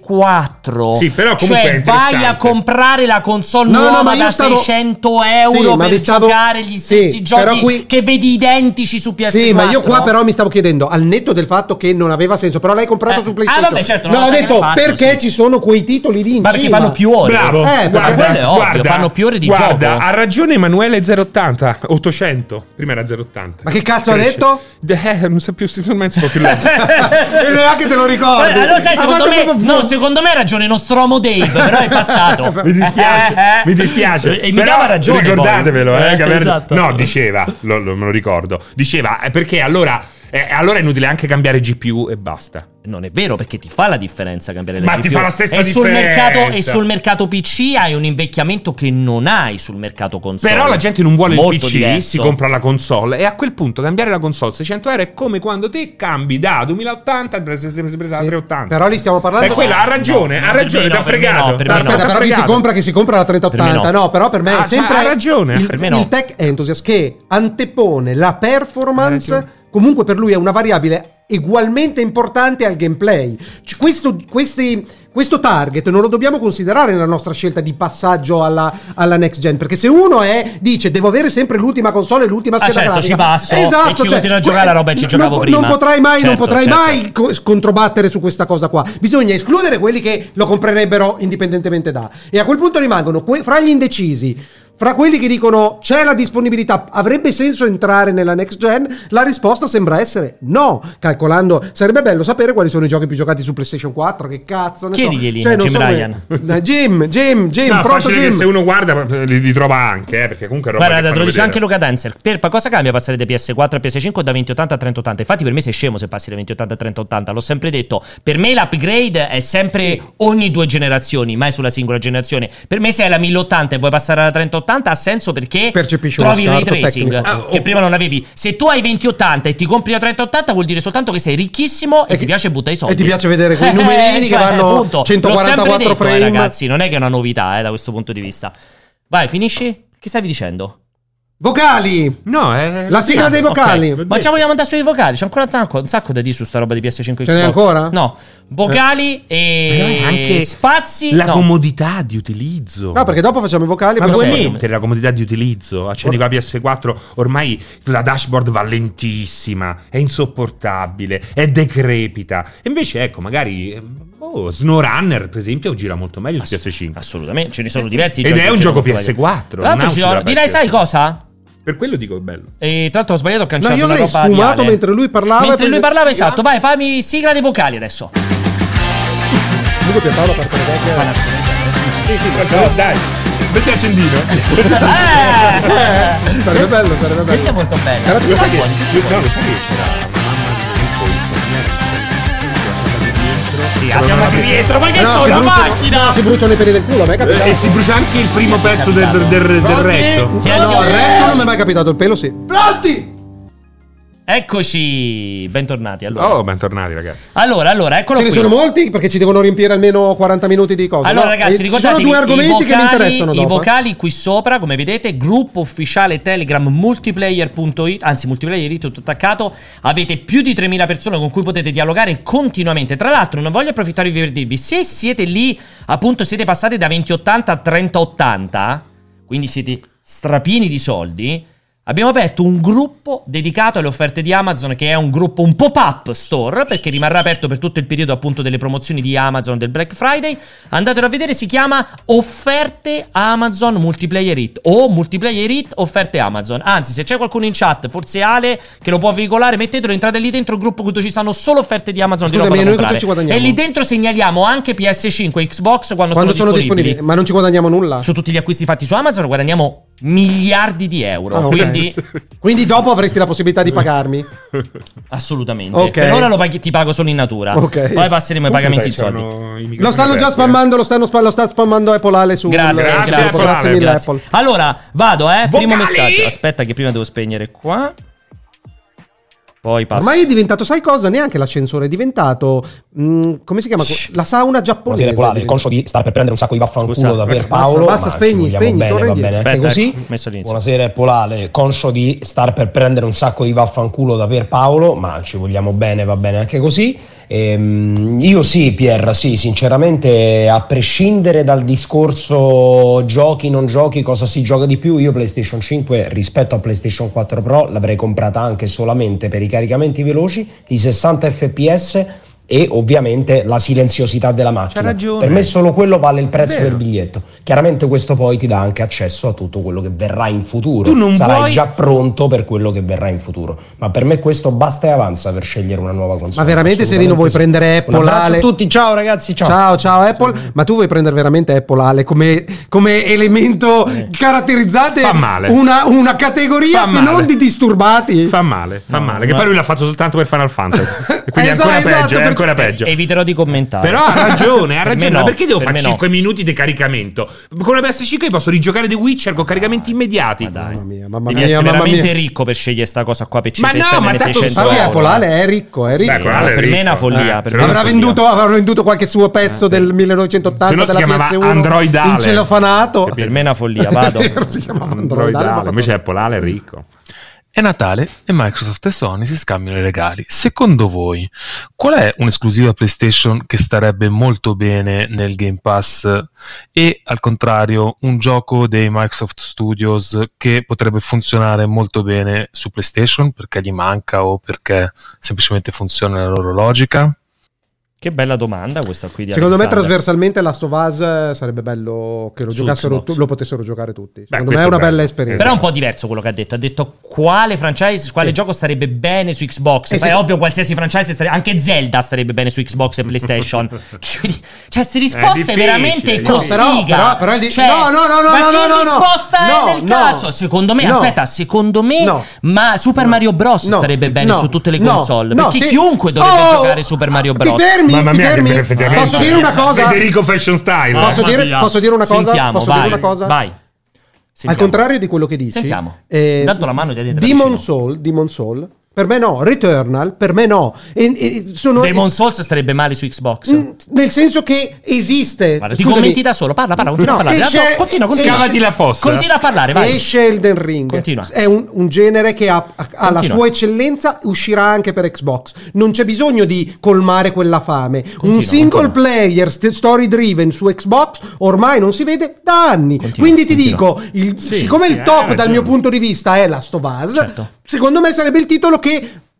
Speaker 1: PS4.
Speaker 2: Sì, però comunque
Speaker 1: cioè,
Speaker 2: è
Speaker 1: vai a
Speaker 2: interessante.
Speaker 1: comprare la console
Speaker 3: No, no,
Speaker 1: nuova
Speaker 3: ma io
Speaker 1: da
Speaker 3: stavo-
Speaker 1: 600
Speaker 3: Sì,
Speaker 1: euro
Speaker 3: ma
Speaker 1: per
Speaker 3: vi stavo-
Speaker 1: giocare
Speaker 3: Sì,
Speaker 1: gli stessi
Speaker 3: però
Speaker 1: giochi
Speaker 3: qui-
Speaker 1: che vedi identici su PS4.
Speaker 3: Sì, ma io qua però mi stavo chiedendo, al netto del fatto che non aveva senso, però l'hai comprato
Speaker 1: Eh,
Speaker 3: su
Speaker 1: ah,
Speaker 3: PlayStation.
Speaker 1: vabbè, certo,
Speaker 3: no,
Speaker 1: non
Speaker 3: ho
Speaker 1: l'ho
Speaker 3: detto
Speaker 1: fatto,
Speaker 3: perché
Speaker 1: sì.
Speaker 3: ci sono quei titoli lì in
Speaker 1: Ma perché
Speaker 3: cima.
Speaker 1: fanno più ore.
Speaker 2: Bravo,
Speaker 3: Eh,
Speaker 2: guarda,
Speaker 3: quello
Speaker 1: è ovvio,
Speaker 2: guarda,
Speaker 1: fanno più ore di
Speaker 2: guarda,
Speaker 1: gioco.
Speaker 2: ha ragione Emanuele 080, 800, prima era 080.
Speaker 3: Ma che cazzo ha
Speaker 2: Cresce.
Speaker 3: detto?
Speaker 2: Eh, non so più, ormai non si può più leggere.
Speaker 3: E Eh, neanche te lo ricordi.
Speaker 1: Eh, lo sai,
Speaker 3: Ha
Speaker 1: secondo
Speaker 3: fatto
Speaker 1: me,
Speaker 3: proprio-
Speaker 1: no, secondo me ha ragione Nostromo Dave, però è passato.
Speaker 2: Mi dispiace,
Speaker 1: Eh, eh.
Speaker 2: mi dispiace.
Speaker 1: E mi
Speaker 2: Però
Speaker 1: dava ragione. poi.
Speaker 2: Ricordatevelo, eh, che avere-
Speaker 1: esatto.
Speaker 2: No, diceva, lo- lo- me lo ricordo. Diceva, eh, perché allora E allora è inutile anche cambiare GPU e basta.
Speaker 1: Non è vero perché ti fa la differenza cambiare le
Speaker 2: Ma
Speaker 1: GPU.
Speaker 2: ti fa la stessa
Speaker 1: e sul
Speaker 2: differenza.
Speaker 1: mercato- e sul mercato PC hai un invecchiamento che non hai sul mercato console.
Speaker 2: Però la gente non vuole
Speaker 1: Molto
Speaker 2: il PC,
Speaker 1: diverso.
Speaker 2: si compra la console e a quel punto cambiare la console 600 euro è come quando te cambi da 2080 al pres- pres- pres- al 380.
Speaker 3: però lì stiamo parlando-
Speaker 2: E quella ha ragione,
Speaker 1: No,
Speaker 2: ha
Speaker 1: per
Speaker 2: ragione,
Speaker 1: me
Speaker 2: ti
Speaker 1: no,
Speaker 2: ha
Speaker 1: per me
Speaker 2: fregato.
Speaker 1: no, per
Speaker 2: T'ha-
Speaker 1: me no.
Speaker 2: t'ha
Speaker 3: Aspetta, però chi si
Speaker 2: fregato.
Speaker 3: compra, chi si compra la 3080,
Speaker 1: Per me
Speaker 3: no. però per me
Speaker 2: Ah,
Speaker 3: è sempre
Speaker 2: cioè, ha ragione.
Speaker 3: il,
Speaker 2: Per
Speaker 1: me no.
Speaker 3: il tech enthusiast che antepone la
Speaker 2: Ha
Speaker 3: performance
Speaker 2: ragione.
Speaker 3: comunque per lui è una variabile ugualmente importante al gameplay. C- Questo, questi- questo target non lo dobbiamo considerare nella nostra scelta di passaggio alla, alla next gen, perché se uno è dice devo avere sempre l'ultima console e l'ultima
Speaker 1: Ah,
Speaker 3: scheda
Speaker 1: certo,
Speaker 3: grafica, Esatto, cioè,
Speaker 1: ci passo e ci continuo a giocare alla roba che ci
Speaker 3: non
Speaker 1: giocavo
Speaker 3: po-
Speaker 1: prima.
Speaker 3: Non potrai mai, non
Speaker 1: Certo,
Speaker 3: potrai
Speaker 1: certo.
Speaker 3: mai co- controbattere su questa cosa qua. Bisogna escludere quelli che lo comprerebbero indipendentemente da. E a quel punto rimangono que- fra gli indecisi. Fra quelli che dicono c'è la disponibilità, avrebbe senso entrare nella next gen? La risposta sembra essere no. Calcolando, sarebbe bello sapere quali sono i giochi più giocati su PlayStation 4. Che cazzo, ne
Speaker 1: Chiediglieli,
Speaker 3: so. Cioè, non
Speaker 1: Jim
Speaker 3: me-
Speaker 1: Ryan.
Speaker 3: Eh, Jim, Jim, Jim,
Speaker 2: No,
Speaker 3: pronto
Speaker 2: facile che
Speaker 3: Jim.
Speaker 2: se uno guarda li, li trova anche, eh, perché comunque è roba
Speaker 1: Guarda,
Speaker 2: che
Speaker 1: te lo
Speaker 2: fanno
Speaker 1: dice anche
Speaker 2: vedere.
Speaker 1: Luca Dancer. Perpa, cosa cambia passare da PS4 a PS5 o da 2080 a 3080? Infatti, per me sei scemo se passi da 2080 a 3080. L'ho sempre detto. Per me l'upgrade è sempre ogni due generazioni, mai sulla singola generazione. Per me, se hai la 1080 e vuoi passare alla 3080, ha senso perché
Speaker 3: Percepisci uno
Speaker 1: trovi il ray
Speaker 3: scarto
Speaker 1: tracing
Speaker 3: tecnico.
Speaker 2: Ah,
Speaker 1: che
Speaker 2: oh.
Speaker 1: prima non avevi. Se tu hai 2080 e ti compri la 3080, vuol dire soltanto che sei ricchissimo e,
Speaker 3: E
Speaker 1: ti
Speaker 3: che-
Speaker 1: piace buttare i soldi. Eh,
Speaker 3: e ti
Speaker 1: cioè,
Speaker 3: piace vedere quei numerini che vanno
Speaker 1: appunto, l'ho
Speaker 3: 144
Speaker 1: sempre detto, eh,
Speaker 3: frame.
Speaker 1: ragazzi, non è che è una novità, eh, da questo punto di vista. Vai, finisci? Che stavi dicendo?
Speaker 3: Vocali.
Speaker 2: No, eh. è...
Speaker 3: La sigla dei vocali.
Speaker 1: Ok, Ma ci vogliamo andare sui vocali. C'è ancora un sacco, un sacco da dire su sta roba di PS5 Xbox.
Speaker 3: Ce n'è ancora? Eh.
Speaker 1: No. Vocali e Eh, spazi.
Speaker 2: la
Speaker 1: no.
Speaker 2: comodità di utilizzo.
Speaker 3: No, perché dopo facciamo i vocali.
Speaker 2: Ma
Speaker 3: poi-
Speaker 1: vuoi-
Speaker 2: puoi
Speaker 1: serio?
Speaker 2: mettere la comodità di utilizzo? Accendi qua PS4, ormai la dashboard va lentissima, è insopportabile, è decrepita. E invece, ecco, magari eh, oh, SnowRunner, per esempio, gira molto meglio su PS5.
Speaker 1: Assolutamente, ce ne sono diversi.
Speaker 2: Ed
Speaker 1: giochi
Speaker 2: è
Speaker 1: che
Speaker 2: un
Speaker 1: c'erano
Speaker 2: gioco
Speaker 1: in quella-
Speaker 2: PS4,
Speaker 1: Tra l'altro,
Speaker 2: non
Speaker 1: ci
Speaker 2: uscirà
Speaker 1: sono-
Speaker 2: per
Speaker 1: direi, sai
Speaker 2: PS5.
Speaker 1: cosa?
Speaker 2: per quello dico è bello.
Speaker 1: E tra l'altro ho sbagliato, ho
Speaker 3: No,
Speaker 1: cancellato
Speaker 3: io
Speaker 1: una
Speaker 3: avrei
Speaker 1: roba
Speaker 3: sfumato
Speaker 1: reale.
Speaker 3: mentre lui parlava. e
Speaker 1: Mentre
Speaker 3: poi-
Speaker 1: lui parlava,
Speaker 3: Sigla.
Speaker 1: esatto. Vai, fammi sigla dei vocali adesso.
Speaker 3: Comunque Pierpaolo parte le vecchie-
Speaker 1: Fai una scusa.
Speaker 2: dai, metti accendino.
Speaker 1: Eh,
Speaker 3: Sarebbe bello, sarebbe
Speaker 1: Questa
Speaker 3: bello.
Speaker 1: è molto bella.
Speaker 3: Però tu
Speaker 2: Lo sai
Speaker 1: Fai
Speaker 2: che,
Speaker 1: buoni.
Speaker 2: no, lo sai che c'era mamma di un po' infermiera che c'era dietro.
Speaker 1: Sì,
Speaker 2: C'era
Speaker 1: abbiamo
Speaker 2: una-
Speaker 1: anche dietro. Ma che
Speaker 3: No,
Speaker 1: sono?
Speaker 3: si
Speaker 1: La
Speaker 3: bruciano-
Speaker 1: macchina!
Speaker 3: Si bruciano i peli del culo, ma è capitato.
Speaker 2: E si brucia anche il primo pezzo del, del, del- del
Speaker 5: Pronti?
Speaker 2: retto.
Speaker 1: Sì,
Speaker 3: Eh No,
Speaker 1: andiamo.
Speaker 3: il retto non mi è mai capitato, il pelo sì.
Speaker 5: Pronti?
Speaker 1: Eccoci, bentornati. Allora,
Speaker 2: Oh, bentornati ragazzi.
Speaker 1: allora, allora, eccolo
Speaker 3: Ce ne
Speaker 1: qui.
Speaker 3: sono molti perché ci devono riempire almeno 40 minuti di cose.
Speaker 1: Allora,
Speaker 3: no? E
Speaker 1: ragazzi,
Speaker 3: ci
Speaker 1: ricordatevi
Speaker 3: sono due argomenti
Speaker 1: i vocali,
Speaker 3: che mi interessano
Speaker 1: i
Speaker 3: dopo. eh.
Speaker 1: vocali qui sopra, come vedete, gruppo ufficiale Telegram multiplayer.it, anzi multiplayer.it tutto attaccato. Avete più di 3000 persone con cui potete dialogare continuamente. Tra l'altro, non voglio approfittare di dirvi se siete lì, appunto, siete passati da 2080 a 3080, quindi siete strapieni di soldi. Abbiamo aperto un gruppo dedicato alle offerte di Amazon che è un gruppo un pop-up store perché rimarrà aperto per tutto il periodo appunto delle promozioni di Amazon del Black Friday. Andatelo a vedere, si chiama Offerte Amazon Multiplayer It o Multiplayer It Offerte Amazon. Anzi, se c'è qualcuno in chat, forse Ale che lo può veicolare, mettetelo, entrate lì dentro il gruppo dove ci stanno solo offerte di Amazon di
Speaker 3: Scusami,
Speaker 1: roba da
Speaker 3: noi cosa
Speaker 1: comprare.
Speaker 3: ci guadagniamo?
Speaker 1: E lì dentro segnaliamo anche PS5 e Xbox quando,
Speaker 3: Quando sono disponibili, ma non ci guadagniamo nulla.
Speaker 1: Su tutti gli acquisti fatti su Amazon guadagniamo miliardi di euro.
Speaker 3: Ah, ok.
Speaker 1: Quindi
Speaker 3: Quindi dopo avresti la possibilità di pagarmi.
Speaker 1: Assolutamente.
Speaker 3: Ok.
Speaker 1: Per ora lo paghi- ti pago solo in natura.
Speaker 3: Ok.
Speaker 1: Poi passeremo ai pagamenti in
Speaker 2: Sai,
Speaker 1: soldi.
Speaker 2: c'erano i microfoni
Speaker 3: Lo stanno già
Speaker 2: aperti, eh.
Speaker 3: spammando, lo, stanno spa- lo sta spammando Apple Ale su
Speaker 1: Grazie,
Speaker 3: sul
Speaker 1: grazie,
Speaker 3: gruppo.
Speaker 2: Apple
Speaker 3: grazie
Speaker 2: Ale,
Speaker 3: mille
Speaker 1: Grazie.
Speaker 3: Apple.
Speaker 1: Allora, vado, eh. Primo
Speaker 2: Vocali!
Speaker 1: messaggio. Aspetta, che prima devo spegnere qua. Poi passo.
Speaker 3: Ormai è diventato, sai cosa? Neanche l'ascensore, è diventato. mh, come si chiama?
Speaker 1: Shh.
Speaker 3: La sauna giapponese.
Speaker 6: Buonasera Polare, conscio di stare per prendere un sacco di vaffanculo
Speaker 1: Scusa,
Speaker 6: da per
Speaker 3: basta,
Speaker 6: Paolo.
Speaker 3: basta,
Speaker 6: ma ci
Speaker 3: spegni,
Speaker 6: vogliamo
Speaker 3: spegni,
Speaker 6: bene,
Speaker 3: torna
Speaker 6: va bene
Speaker 3: indietro.
Speaker 6: anche
Speaker 1: Aspetta,
Speaker 6: così.
Speaker 1: ecco, messo all'inizio.
Speaker 6: Buonasera Polale, conscio di star per prendere un sacco di vaffanculo da per Paolo, ma ci vogliamo bene, va bene anche così. Ehm, io sì, Pier, sì, sinceramente, a prescindere dal discorso giochi, non giochi, cosa si gioca di più, io PlayStation 5 rispetto a PlayStation 4 Pro l'avrei comprata anche solamente per i caricamenti veloci, i 60 fps e ovviamente la silenziosità della macchina.
Speaker 7: ragione.
Speaker 6: Per me solo quello vale il prezzo
Speaker 7: Vero.
Speaker 6: del biglietto. Chiaramente questo poi ti dà anche accesso a tutto quello che verrà in futuro.
Speaker 7: Tu non
Speaker 6: Sarai
Speaker 7: vuoi-
Speaker 6: già pronto per quello che verrà in futuro. Ma per me questo basta e avanza per scegliere una nuova console.
Speaker 3: Ma veramente, Serino,
Speaker 6: Assolutamente
Speaker 3: vuoi
Speaker 6: sì.
Speaker 3: prendere
Speaker 6: Un
Speaker 3: Apple?
Speaker 6: abbraccio
Speaker 3: Ale?
Speaker 6: a tutti, ciao ragazzi, ciao.
Speaker 3: Ciao, ciao Apple. Ma tu vuoi prendere veramente Apple Ale come, come elemento caratterizzante
Speaker 2: Fa male.
Speaker 3: Una, una categoria
Speaker 2: Fa
Speaker 3: se
Speaker 2: male.
Speaker 3: non di disturbati?
Speaker 2: Fa male, fa
Speaker 7: No,
Speaker 2: male. Che
Speaker 7: ma-
Speaker 2: poi lui l'ha fatto soltanto per Final Fantasy. E quindi
Speaker 3: Esatto,
Speaker 2: è ancora
Speaker 3: esatto,
Speaker 2: peggio, è
Speaker 3: per-
Speaker 2: ancora peggio.
Speaker 1: Eviterò di commentare.
Speaker 2: Però ha ragione, ha
Speaker 1: Per me
Speaker 2: ragione.
Speaker 1: no,
Speaker 2: ma perché devo
Speaker 1: per
Speaker 2: fare
Speaker 1: me no.
Speaker 2: 5 minuti di caricamento? Con la PS5 posso rigiocare The Witcher con caricamenti immediati.
Speaker 1: Ma dai.
Speaker 3: Mamma mia, mamma
Speaker 1: Devi
Speaker 3: mia,
Speaker 1: essere
Speaker 3: mamma
Speaker 1: veramente
Speaker 3: mia.
Speaker 1: ricco per scegliere sta cosa qua per
Speaker 2: Ma
Speaker 1: per
Speaker 2: no,
Speaker 1: spenderne
Speaker 2: ma tanto
Speaker 1: 600
Speaker 3: Infatti
Speaker 2: so.
Speaker 1: euro.
Speaker 3: Apple Ale è ricco, è
Speaker 2: Sì,
Speaker 3: ricco.
Speaker 2: ecco, Ale è
Speaker 1: per me è
Speaker 2: ricco.
Speaker 1: una follia,
Speaker 2: Eh,
Speaker 1: per
Speaker 2: se
Speaker 1: me
Speaker 2: no
Speaker 1: è
Speaker 3: Avrà
Speaker 1: una
Speaker 2: non
Speaker 3: venduto, avrà venduto qualche suo pezzo del 1980
Speaker 2: Eh, Se no si
Speaker 3: della
Speaker 2: chiamava
Speaker 3: PS1
Speaker 2: Android Ale.
Speaker 3: in cellofanato.
Speaker 1: Per me è una follia, vado.
Speaker 3: si chiamava Android Ale,
Speaker 2: Android
Speaker 3: ma ha
Speaker 2: Ale,
Speaker 3: fatto-
Speaker 2: invece è polale è ricco.
Speaker 8: È Natale e Microsoft e Sony si scambiano i regali. Secondo voi, qual è un'esclusiva PlayStation che starebbe molto bene nel Game Pass e al contrario un gioco dei Microsoft Studios che potrebbe funzionare molto bene su PlayStation perché gli manca o perché semplicemente funziona nella loro logica?
Speaker 1: Che bella domanda questa qui di
Speaker 3: Secondo me
Speaker 1: Alexander.
Speaker 3: trasversalmente Last of Us eh, sarebbe bello che lo,
Speaker 1: Su
Speaker 3: giocassero,
Speaker 1: Xbox.
Speaker 3: tu- lo potessero giocare tutti. Secondo me
Speaker 2: questo
Speaker 3: è una
Speaker 2: è bello.
Speaker 3: bella esperienza.
Speaker 1: Però è un po' diverso quello che ha detto. Ha detto quale franchise, quale
Speaker 3: Sì.
Speaker 1: gioco starebbe bene su Xbox.
Speaker 3: Eh,
Speaker 1: Poi
Speaker 3: sì.
Speaker 1: È ovvio, qualsiasi franchise stare- anche Zelda starebbe bene su Xbox e PlayStation. Quindi, cioè, queste risposte
Speaker 2: difficile,
Speaker 1: veramente
Speaker 2: è
Speaker 1: così.
Speaker 2: difficile.
Speaker 3: No, però- però- però è di-
Speaker 1: Cioè,
Speaker 3: no, no, no, no,
Speaker 1: ma
Speaker 3: no,
Speaker 1: che
Speaker 3: no, no, no.
Speaker 1: risposta
Speaker 3: No,
Speaker 1: è del
Speaker 3: no.
Speaker 1: cazzo? Secondo me,
Speaker 3: No.
Speaker 1: aspetta, secondo me,
Speaker 3: No.
Speaker 1: ma Super
Speaker 3: No.
Speaker 1: Mario Bros.
Speaker 3: No.
Speaker 1: starebbe bene
Speaker 3: No.
Speaker 1: su tutte le
Speaker 3: No.
Speaker 1: console.
Speaker 3: No.
Speaker 1: perché
Speaker 3: Ti-
Speaker 1: chiunque dovrebbe
Speaker 3: Oh!
Speaker 1: giocare Super Mario Bros.
Speaker 3: Ti fermi?
Speaker 2: Mamma
Speaker 3: Ti
Speaker 2: mia,
Speaker 3: fermi?
Speaker 2: che effettivamente-
Speaker 3: Posso dire una cosa?
Speaker 2: Federico Fashion Style.
Speaker 3: Posso
Speaker 1: Mamma
Speaker 3: dire-
Speaker 1: mia.
Speaker 3: posso dire una cosa?
Speaker 1: Sentiamo,
Speaker 3: Posso
Speaker 1: vai,
Speaker 3: dire una cosa?
Speaker 1: Vai.
Speaker 3: Al
Speaker 1: Sentiamo.
Speaker 3: contrario di quello che dici,
Speaker 1: Sentiamo.
Speaker 3: eh,
Speaker 1: Tanto la mano ti ha detto
Speaker 3: Demon
Speaker 1: vicino.
Speaker 3: Soul, Demon Soul, per me no, Returnal, per me no. E- e- sono-
Speaker 1: Demon Souls starebbe male su Xbox.
Speaker 3: Mm, nel senso che esiste.
Speaker 1: Guarda, ti
Speaker 3: scusami,
Speaker 1: commenti da solo, parla, parla, continua
Speaker 3: No,
Speaker 1: a parlare.
Speaker 3: esce-
Speaker 1: No, continua, continua.
Speaker 2: Scavati la fossa.
Speaker 1: Continua a parlare, vai.
Speaker 3: Esce Elden Ring.
Speaker 1: Continua.
Speaker 3: È un, un genere che ha, ha- ha la
Speaker 1: Continua.
Speaker 3: sua eccellenza, uscirà anche per Xbox. Non c'è bisogno di colmare quella fame. un
Speaker 1: Continua,
Speaker 3: single
Speaker 1: continua.
Speaker 3: player st- story driven su Xbox ormai non si vede da anni.
Speaker 1: Continua,
Speaker 3: Quindi ti
Speaker 1: continua. eh,
Speaker 3: dico, il-
Speaker 2: Sì,
Speaker 3: siccome
Speaker 2: sì,
Speaker 3: il
Speaker 2: hai
Speaker 3: top dal
Speaker 2: ragione.
Speaker 3: mio punto di vista è Last of Us,
Speaker 1: cioè- Certo.
Speaker 3: secondo me sarebbe il titolo che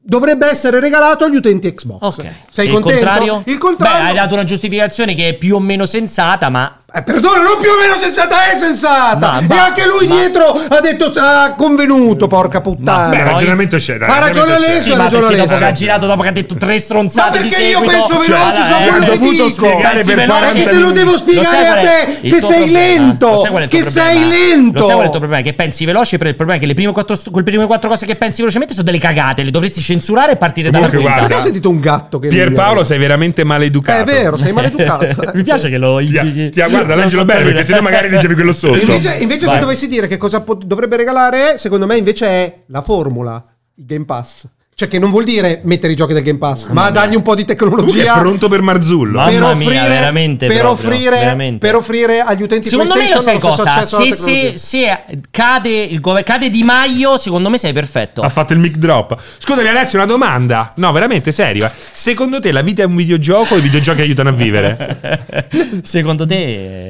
Speaker 3: dovrebbe essere regalato agli utenti Xbox.
Speaker 1: Ok.
Speaker 3: Sei
Speaker 1: E il
Speaker 3: contento?
Speaker 1: Contrario?
Speaker 3: Il contrario
Speaker 1: Beh, hai dato una giustificazione che è più o meno sensata, ma
Speaker 3: eh, perdona, non più o meno sensata, è sensata!
Speaker 1: Ma-
Speaker 3: e
Speaker 1: ma-
Speaker 3: anche lui
Speaker 1: ma- Mm.
Speaker 3: dietro ha detto, ha convenuto, porca puttana!
Speaker 2: Beh, il
Speaker 1: poi-
Speaker 2: ragionamento c'è. dai,
Speaker 3: Ha
Speaker 2: il
Speaker 3: ragione
Speaker 2: ragionamento
Speaker 3: lei,
Speaker 2: c'è.
Speaker 1: sì,
Speaker 3: ha
Speaker 1: ma
Speaker 3: ragione
Speaker 1: perché
Speaker 3: lei,
Speaker 1: dopo
Speaker 3: ha
Speaker 1: che ha
Speaker 3: ragione.
Speaker 1: girato, dopo che ha detto tre
Speaker 3: Ma
Speaker 1: stronzate di
Speaker 3: perché io
Speaker 1: seguito,
Speaker 3: penso veloce,
Speaker 1: cioè,
Speaker 3: so
Speaker 1: eh,
Speaker 3: quello
Speaker 1: hai
Speaker 3: che
Speaker 1: dovuto
Speaker 3: dico!
Speaker 1: spiegare
Speaker 2: Perché
Speaker 1: per
Speaker 2: te lo
Speaker 1: 40
Speaker 3: devo
Speaker 1: minuti.
Speaker 3: spiegare
Speaker 1: sai
Speaker 3: a
Speaker 1: qual è
Speaker 3: te
Speaker 1: il
Speaker 3: che
Speaker 1: tuo
Speaker 3: sei
Speaker 1: problema?
Speaker 3: lento,
Speaker 1: Lo sai qual è il tuo
Speaker 3: che sei
Speaker 1: problema?
Speaker 3: lento!
Speaker 1: Lo sai qual è il tuo problema? Che pensi veloce, per il problema è che le prime quattro, st- quelle prime quattro cose che pensi velocemente sono delle cagate, le dovresti censurare e partire dalla
Speaker 2: Comunque,
Speaker 1: quinta.
Speaker 3: Perché ho
Speaker 2: guarda.
Speaker 3: sentito un gatto che...
Speaker 2: Pierpaolo, sei veramente
Speaker 3: Eh,
Speaker 2: maleducato.
Speaker 3: È vero, sei maleducato.
Speaker 1: Mi piace che lo
Speaker 2: Ti, ti guarda l'angelo bello perché sennò magari dicevi quello sotto.
Speaker 3: Invece, invece se
Speaker 1: Vai.
Speaker 3: dovessi dire che cosa pot- dovrebbe regalare, secondo me invece è la formula, il Game Pass. Cioè che non vuol dire mettere i giochi del Game Pass, ma dargli un po' di
Speaker 2: Comunque è
Speaker 3: tecnologia
Speaker 2: pronto per Marzullo.
Speaker 1: Ma- Mamma mia, veramente
Speaker 3: per,
Speaker 1: proprio,
Speaker 3: offrire,
Speaker 1: veramente.
Speaker 3: per offrire agli utenti
Speaker 1: Secondo me lo
Speaker 3: PlayStation
Speaker 1: sai
Speaker 3: lo stesso
Speaker 1: cosa?
Speaker 3: accesso alla
Speaker 1: Se, se-
Speaker 3: tecnologia.
Speaker 1: se cade, il gove- cade Di Maio, secondo me sei perfetto.
Speaker 2: Ha fatto il mic drop. Scusami, Alessio, una domanda. No, veramente serio. eh. Secondo te la vita è un videogioco o i videogiochi aiutano a vivere?
Speaker 1: secondo te,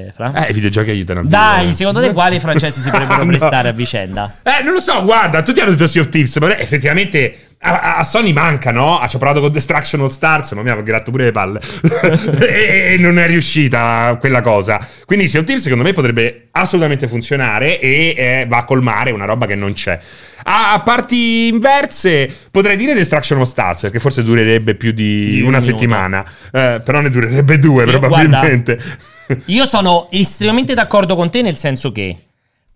Speaker 1: eh, Fra?
Speaker 2: Eh, i videogiochi aiutano a vivere.
Speaker 1: Dai, secondo te quali francesi si potrebbero
Speaker 2: No.
Speaker 1: prestare a vicenda?
Speaker 2: Eh, non lo so, guarda, tutti hanno detto Sea of Tips, ma effettivamente a, a- a Sony manca, no? Ah, Ci ha provato con Destruction All Stars, ma mi ha gratto pure le palle. e, e non è riuscita quella cosa. Quindi Sea of Tips secondo me potrebbe assolutamente funzionare e eh, va a colmare una roba che non c'è. A, a parti inverse potrei dire Destruction All Stars, perché forse durerebbe più di,
Speaker 1: Di un
Speaker 2: una
Speaker 1: minuto.
Speaker 2: settimana, Eh, però ne durerebbe due
Speaker 1: Io-
Speaker 2: probabilmente.
Speaker 1: Io sono estremamente d'accordo con te nel senso che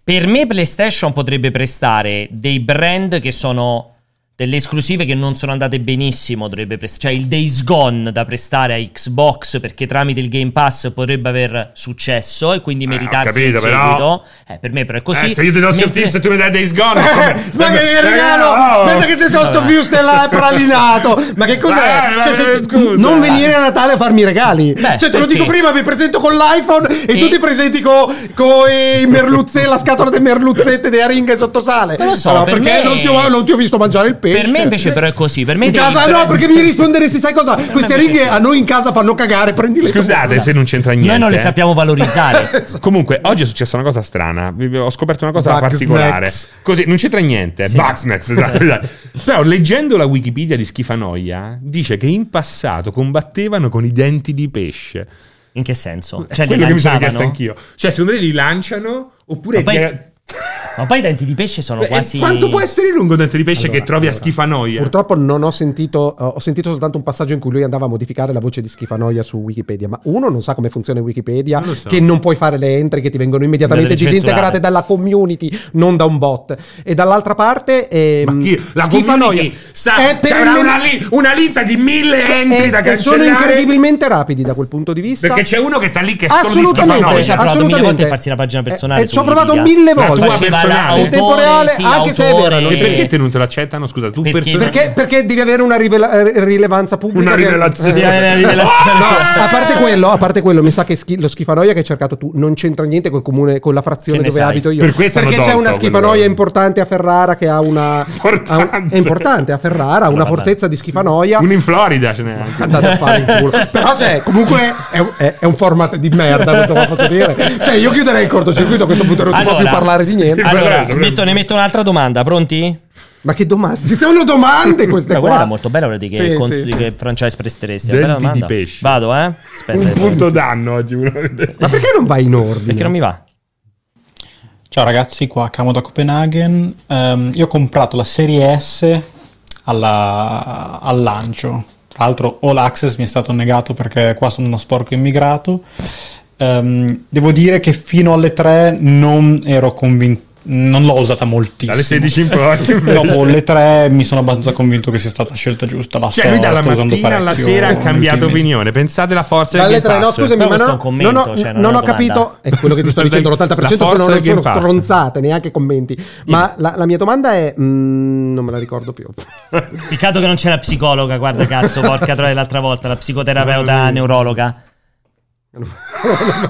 Speaker 1: per me PlayStation potrebbe prestare dei brand che sono delle esclusive che non sono andate benissimo, dovrebbe prest- cioè il Days Gone da prestare a Xbox perché tramite il Game Pass potrebbe aver successo e quindi
Speaker 2: Eh, ho
Speaker 1: meritarsi
Speaker 2: capito,
Speaker 1: un
Speaker 2: però-
Speaker 1: seguito. Eh, per me però è così.
Speaker 2: Eh, se io ti do Sea of
Speaker 1: Mentre-
Speaker 2: Tips e tu mi dai Days Gone,
Speaker 3: Eh,
Speaker 2: come-
Speaker 3: ma che
Speaker 2: Eh,
Speaker 3: regalo!
Speaker 2: oh!
Speaker 3: Aspetta che ti do sto
Speaker 1: Eh.
Speaker 3: view stella pralinato! Ma che cos'è?
Speaker 2: Dai,
Speaker 3: Cioè,
Speaker 2: ma-
Speaker 3: se-
Speaker 2: scusa.
Speaker 3: non venire a Natale a farmi regali!
Speaker 1: Beh,
Speaker 3: cioè, te lo
Speaker 1: perché?
Speaker 3: dico prima, mi presento con l'iPhone e,
Speaker 1: E-
Speaker 3: tu ti presenti con i merluzze, la scatola delle merluzzette dei aringhe sottosale.
Speaker 1: Non lo so,
Speaker 3: Allora,
Speaker 1: per
Speaker 3: perché
Speaker 1: me-
Speaker 3: non, ti ho, non ti ho visto mangiare il
Speaker 4: pesce.
Speaker 1: Per me invece però è così. Per me
Speaker 3: In
Speaker 1: devi
Speaker 3: casa no,
Speaker 1: prendere-
Speaker 3: perché mi risponderesti, sai cosa? Queste
Speaker 1: invece
Speaker 3: righe
Speaker 1: sì.
Speaker 3: a noi in casa fanno cagare, prendile.
Speaker 2: Scusate se non c'entra niente.
Speaker 1: Noi non le
Speaker 2: eh.
Speaker 1: sappiamo valorizzare.
Speaker 2: Comunque, oggi è successa una cosa strana. Vi- Ho scoperto una cosa
Speaker 3: Bugsnax.
Speaker 2: particolare. Così, non c'entra niente.
Speaker 1: Sì.
Speaker 2: Bugsnax, esatto, esatto. Però, leggendo la Wikipedia di Schifanoia, dice che in passato combattevano con i denti di pesce.
Speaker 1: In che senso? Cioè,
Speaker 2: Quello
Speaker 1: le
Speaker 2: che mi sono chiesto
Speaker 1: lanciavano?
Speaker 2: anch'io. Cioè, secondo te li lanciano oppure...
Speaker 1: Ma poi-
Speaker 2: Beh,
Speaker 1: Ma poi i denti di pesce sono
Speaker 2: e
Speaker 1: quasi.
Speaker 2: Eh, Quanto può essere lungo un dente di pesce
Speaker 3: Allora,
Speaker 2: che trovi
Speaker 3: allora.
Speaker 2: a Schifanoia?
Speaker 3: Purtroppo non ho sentito, eh, ho sentito soltanto un passaggio in cui lui andava a modificare la voce di Schifanoia su Wikipedia, ma uno non sa come funziona Wikipedia,
Speaker 2: Non lo so.
Speaker 3: che non puoi fare le entry che ti vengono immediatamente
Speaker 1: Deve
Speaker 3: disintegrate
Speaker 1: censurare.
Speaker 3: dalla community, non da un bot. E dall'altra parte ehm,
Speaker 2: Ma chi? La community sa,
Speaker 3: è per
Speaker 2: c'avrà
Speaker 3: il-
Speaker 2: una, li- una lista di mille
Speaker 1: Cioè,
Speaker 2: entry
Speaker 3: e-
Speaker 2: da
Speaker 3: e sono
Speaker 2: cancellare.
Speaker 3: incredibilmente rapidi da quel punto di vista.
Speaker 2: Perché c'è uno che sta lì che è solo di cioè,
Speaker 3: assolutamente,
Speaker 1: Schifanoia.
Speaker 2: Schifanoia.
Speaker 1: Ci ha provato mille
Speaker 3: assolutamente.
Speaker 1: volte a farsi la pagina personale
Speaker 3: E- e
Speaker 1: su
Speaker 3: ci ho provato
Speaker 1: Wikipedia.
Speaker 3: mille
Speaker 2: La
Speaker 3: volte.
Speaker 2: tua
Speaker 1: Faceva
Speaker 2: personale.
Speaker 3: In tempo
Speaker 1: l'autore,
Speaker 3: reale,
Speaker 1: sì,
Speaker 3: anche se è
Speaker 1: autore.
Speaker 3: vero, non
Speaker 2: E
Speaker 3: c'è-
Speaker 2: perché te non te l'accettano? Scusa, tu
Speaker 1: Perché-
Speaker 2: personalmente-
Speaker 3: Perché, perché devi avere una rivela- eh, rilevanza pubblica.
Speaker 2: Una
Speaker 3: che- Eh.
Speaker 2: rivelazione.
Speaker 1: Devi avere una rivelazione.
Speaker 3: No, a parte quello, a parte quello, mi sa che schi- lo schifanoia che hai cercato tu non c'entra niente col comune, con la frazione
Speaker 1: Che ne
Speaker 3: dove
Speaker 1: sai?
Speaker 3: abito io.
Speaker 2: Per questo
Speaker 3: perché
Speaker 2: hanno
Speaker 3: c'è
Speaker 2: tolto
Speaker 3: una schifanoia
Speaker 2: quello.
Speaker 3: importante a Ferrara che ha una.
Speaker 2: Importante.
Speaker 3: ha un- è importante a Ferrara, ha una
Speaker 1: vabbè.
Speaker 3: fortezza di schifanoia.
Speaker 2: Uno in Florida ce n'è anche.
Speaker 3: Andate a fare in culo. Però, cioè, comunque è, un- è- è un format di merda, questo qua posso dire. Cioè, io chiuderei il cortocircuito a questo punto non si può più
Speaker 1: Allora-
Speaker 3: parlare di niente.
Speaker 1: Allora,
Speaker 2: Bello, bello.
Speaker 1: metto- ne metto un'altra domanda, pronti?
Speaker 3: Ma che domande? Ci sono domande queste
Speaker 1: Ma
Speaker 3: qua.
Speaker 1: quella era molto bella quella di che,
Speaker 3: Sì,
Speaker 1: cons-
Speaker 3: sì,
Speaker 1: di
Speaker 3: sì.
Speaker 1: che franchise presteresti.
Speaker 2: Denti
Speaker 1: Bella
Speaker 2: di
Speaker 1: domanda.
Speaker 2: pesce.
Speaker 1: Vado, eh? Aspetta.
Speaker 2: Un punto danno oggi. volevo vedere.
Speaker 3: Ma perché non vai in ordine?
Speaker 1: Eh. Perché non mi va?
Speaker 7: Ciao ragazzi, qua Camo da Copenaghen. Ehm, io ho comprato la serie S alla- al lancio. Tra l'altro All Access mi è stato negato perché qua sono uno sporco immigrato. Ehm, devo dire che fino alle 3 non ero convinto, non l'ho usata moltissimo.
Speaker 2: Dalle 16 in poi.
Speaker 7: Dopo le 3 mi sono abbastanza convinto che sia stata la scelta giusta. La
Speaker 2: Cioè,
Speaker 7: sto-
Speaker 2: lui dalla
Speaker 7: sto usando
Speaker 2: mattina alla
Speaker 7: parecchio
Speaker 2: sera ha
Speaker 7: negli
Speaker 2: cambiato
Speaker 7: ultimi mesi.
Speaker 2: opinione. Pensate alla forza
Speaker 3: Dalle
Speaker 2: del
Speaker 3: tre,
Speaker 2: Game
Speaker 3: no,
Speaker 2: Pass.
Speaker 3: scusami,
Speaker 1: Però
Speaker 3: ma
Speaker 1: questo
Speaker 3: no,
Speaker 1: è un commento,
Speaker 3: non ho,
Speaker 1: cioè, non
Speaker 3: non
Speaker 1: è
Speaker 3: ho
Speaker 1: una
Speaker 3: capito.
Speaker 1: domanda.
Speaker 3: È quello che ti sto dicendo:
Speaker 2: La
Speaker 3: l'80%
Speaker 2: forza
Speaker 3: sono,
Speaker 2: del
Speaker 3: sono
Speaker 2: Game Pass.
Speaker 3: stronzate, neanche commenti. Ma la, la mia domanda è: mm, non me la ricordo più.
Speaker 1: Peccato che non c'è la psicologa, guarda cazzo, porca troia l'altra volta, la psicoterapeuta neurologa.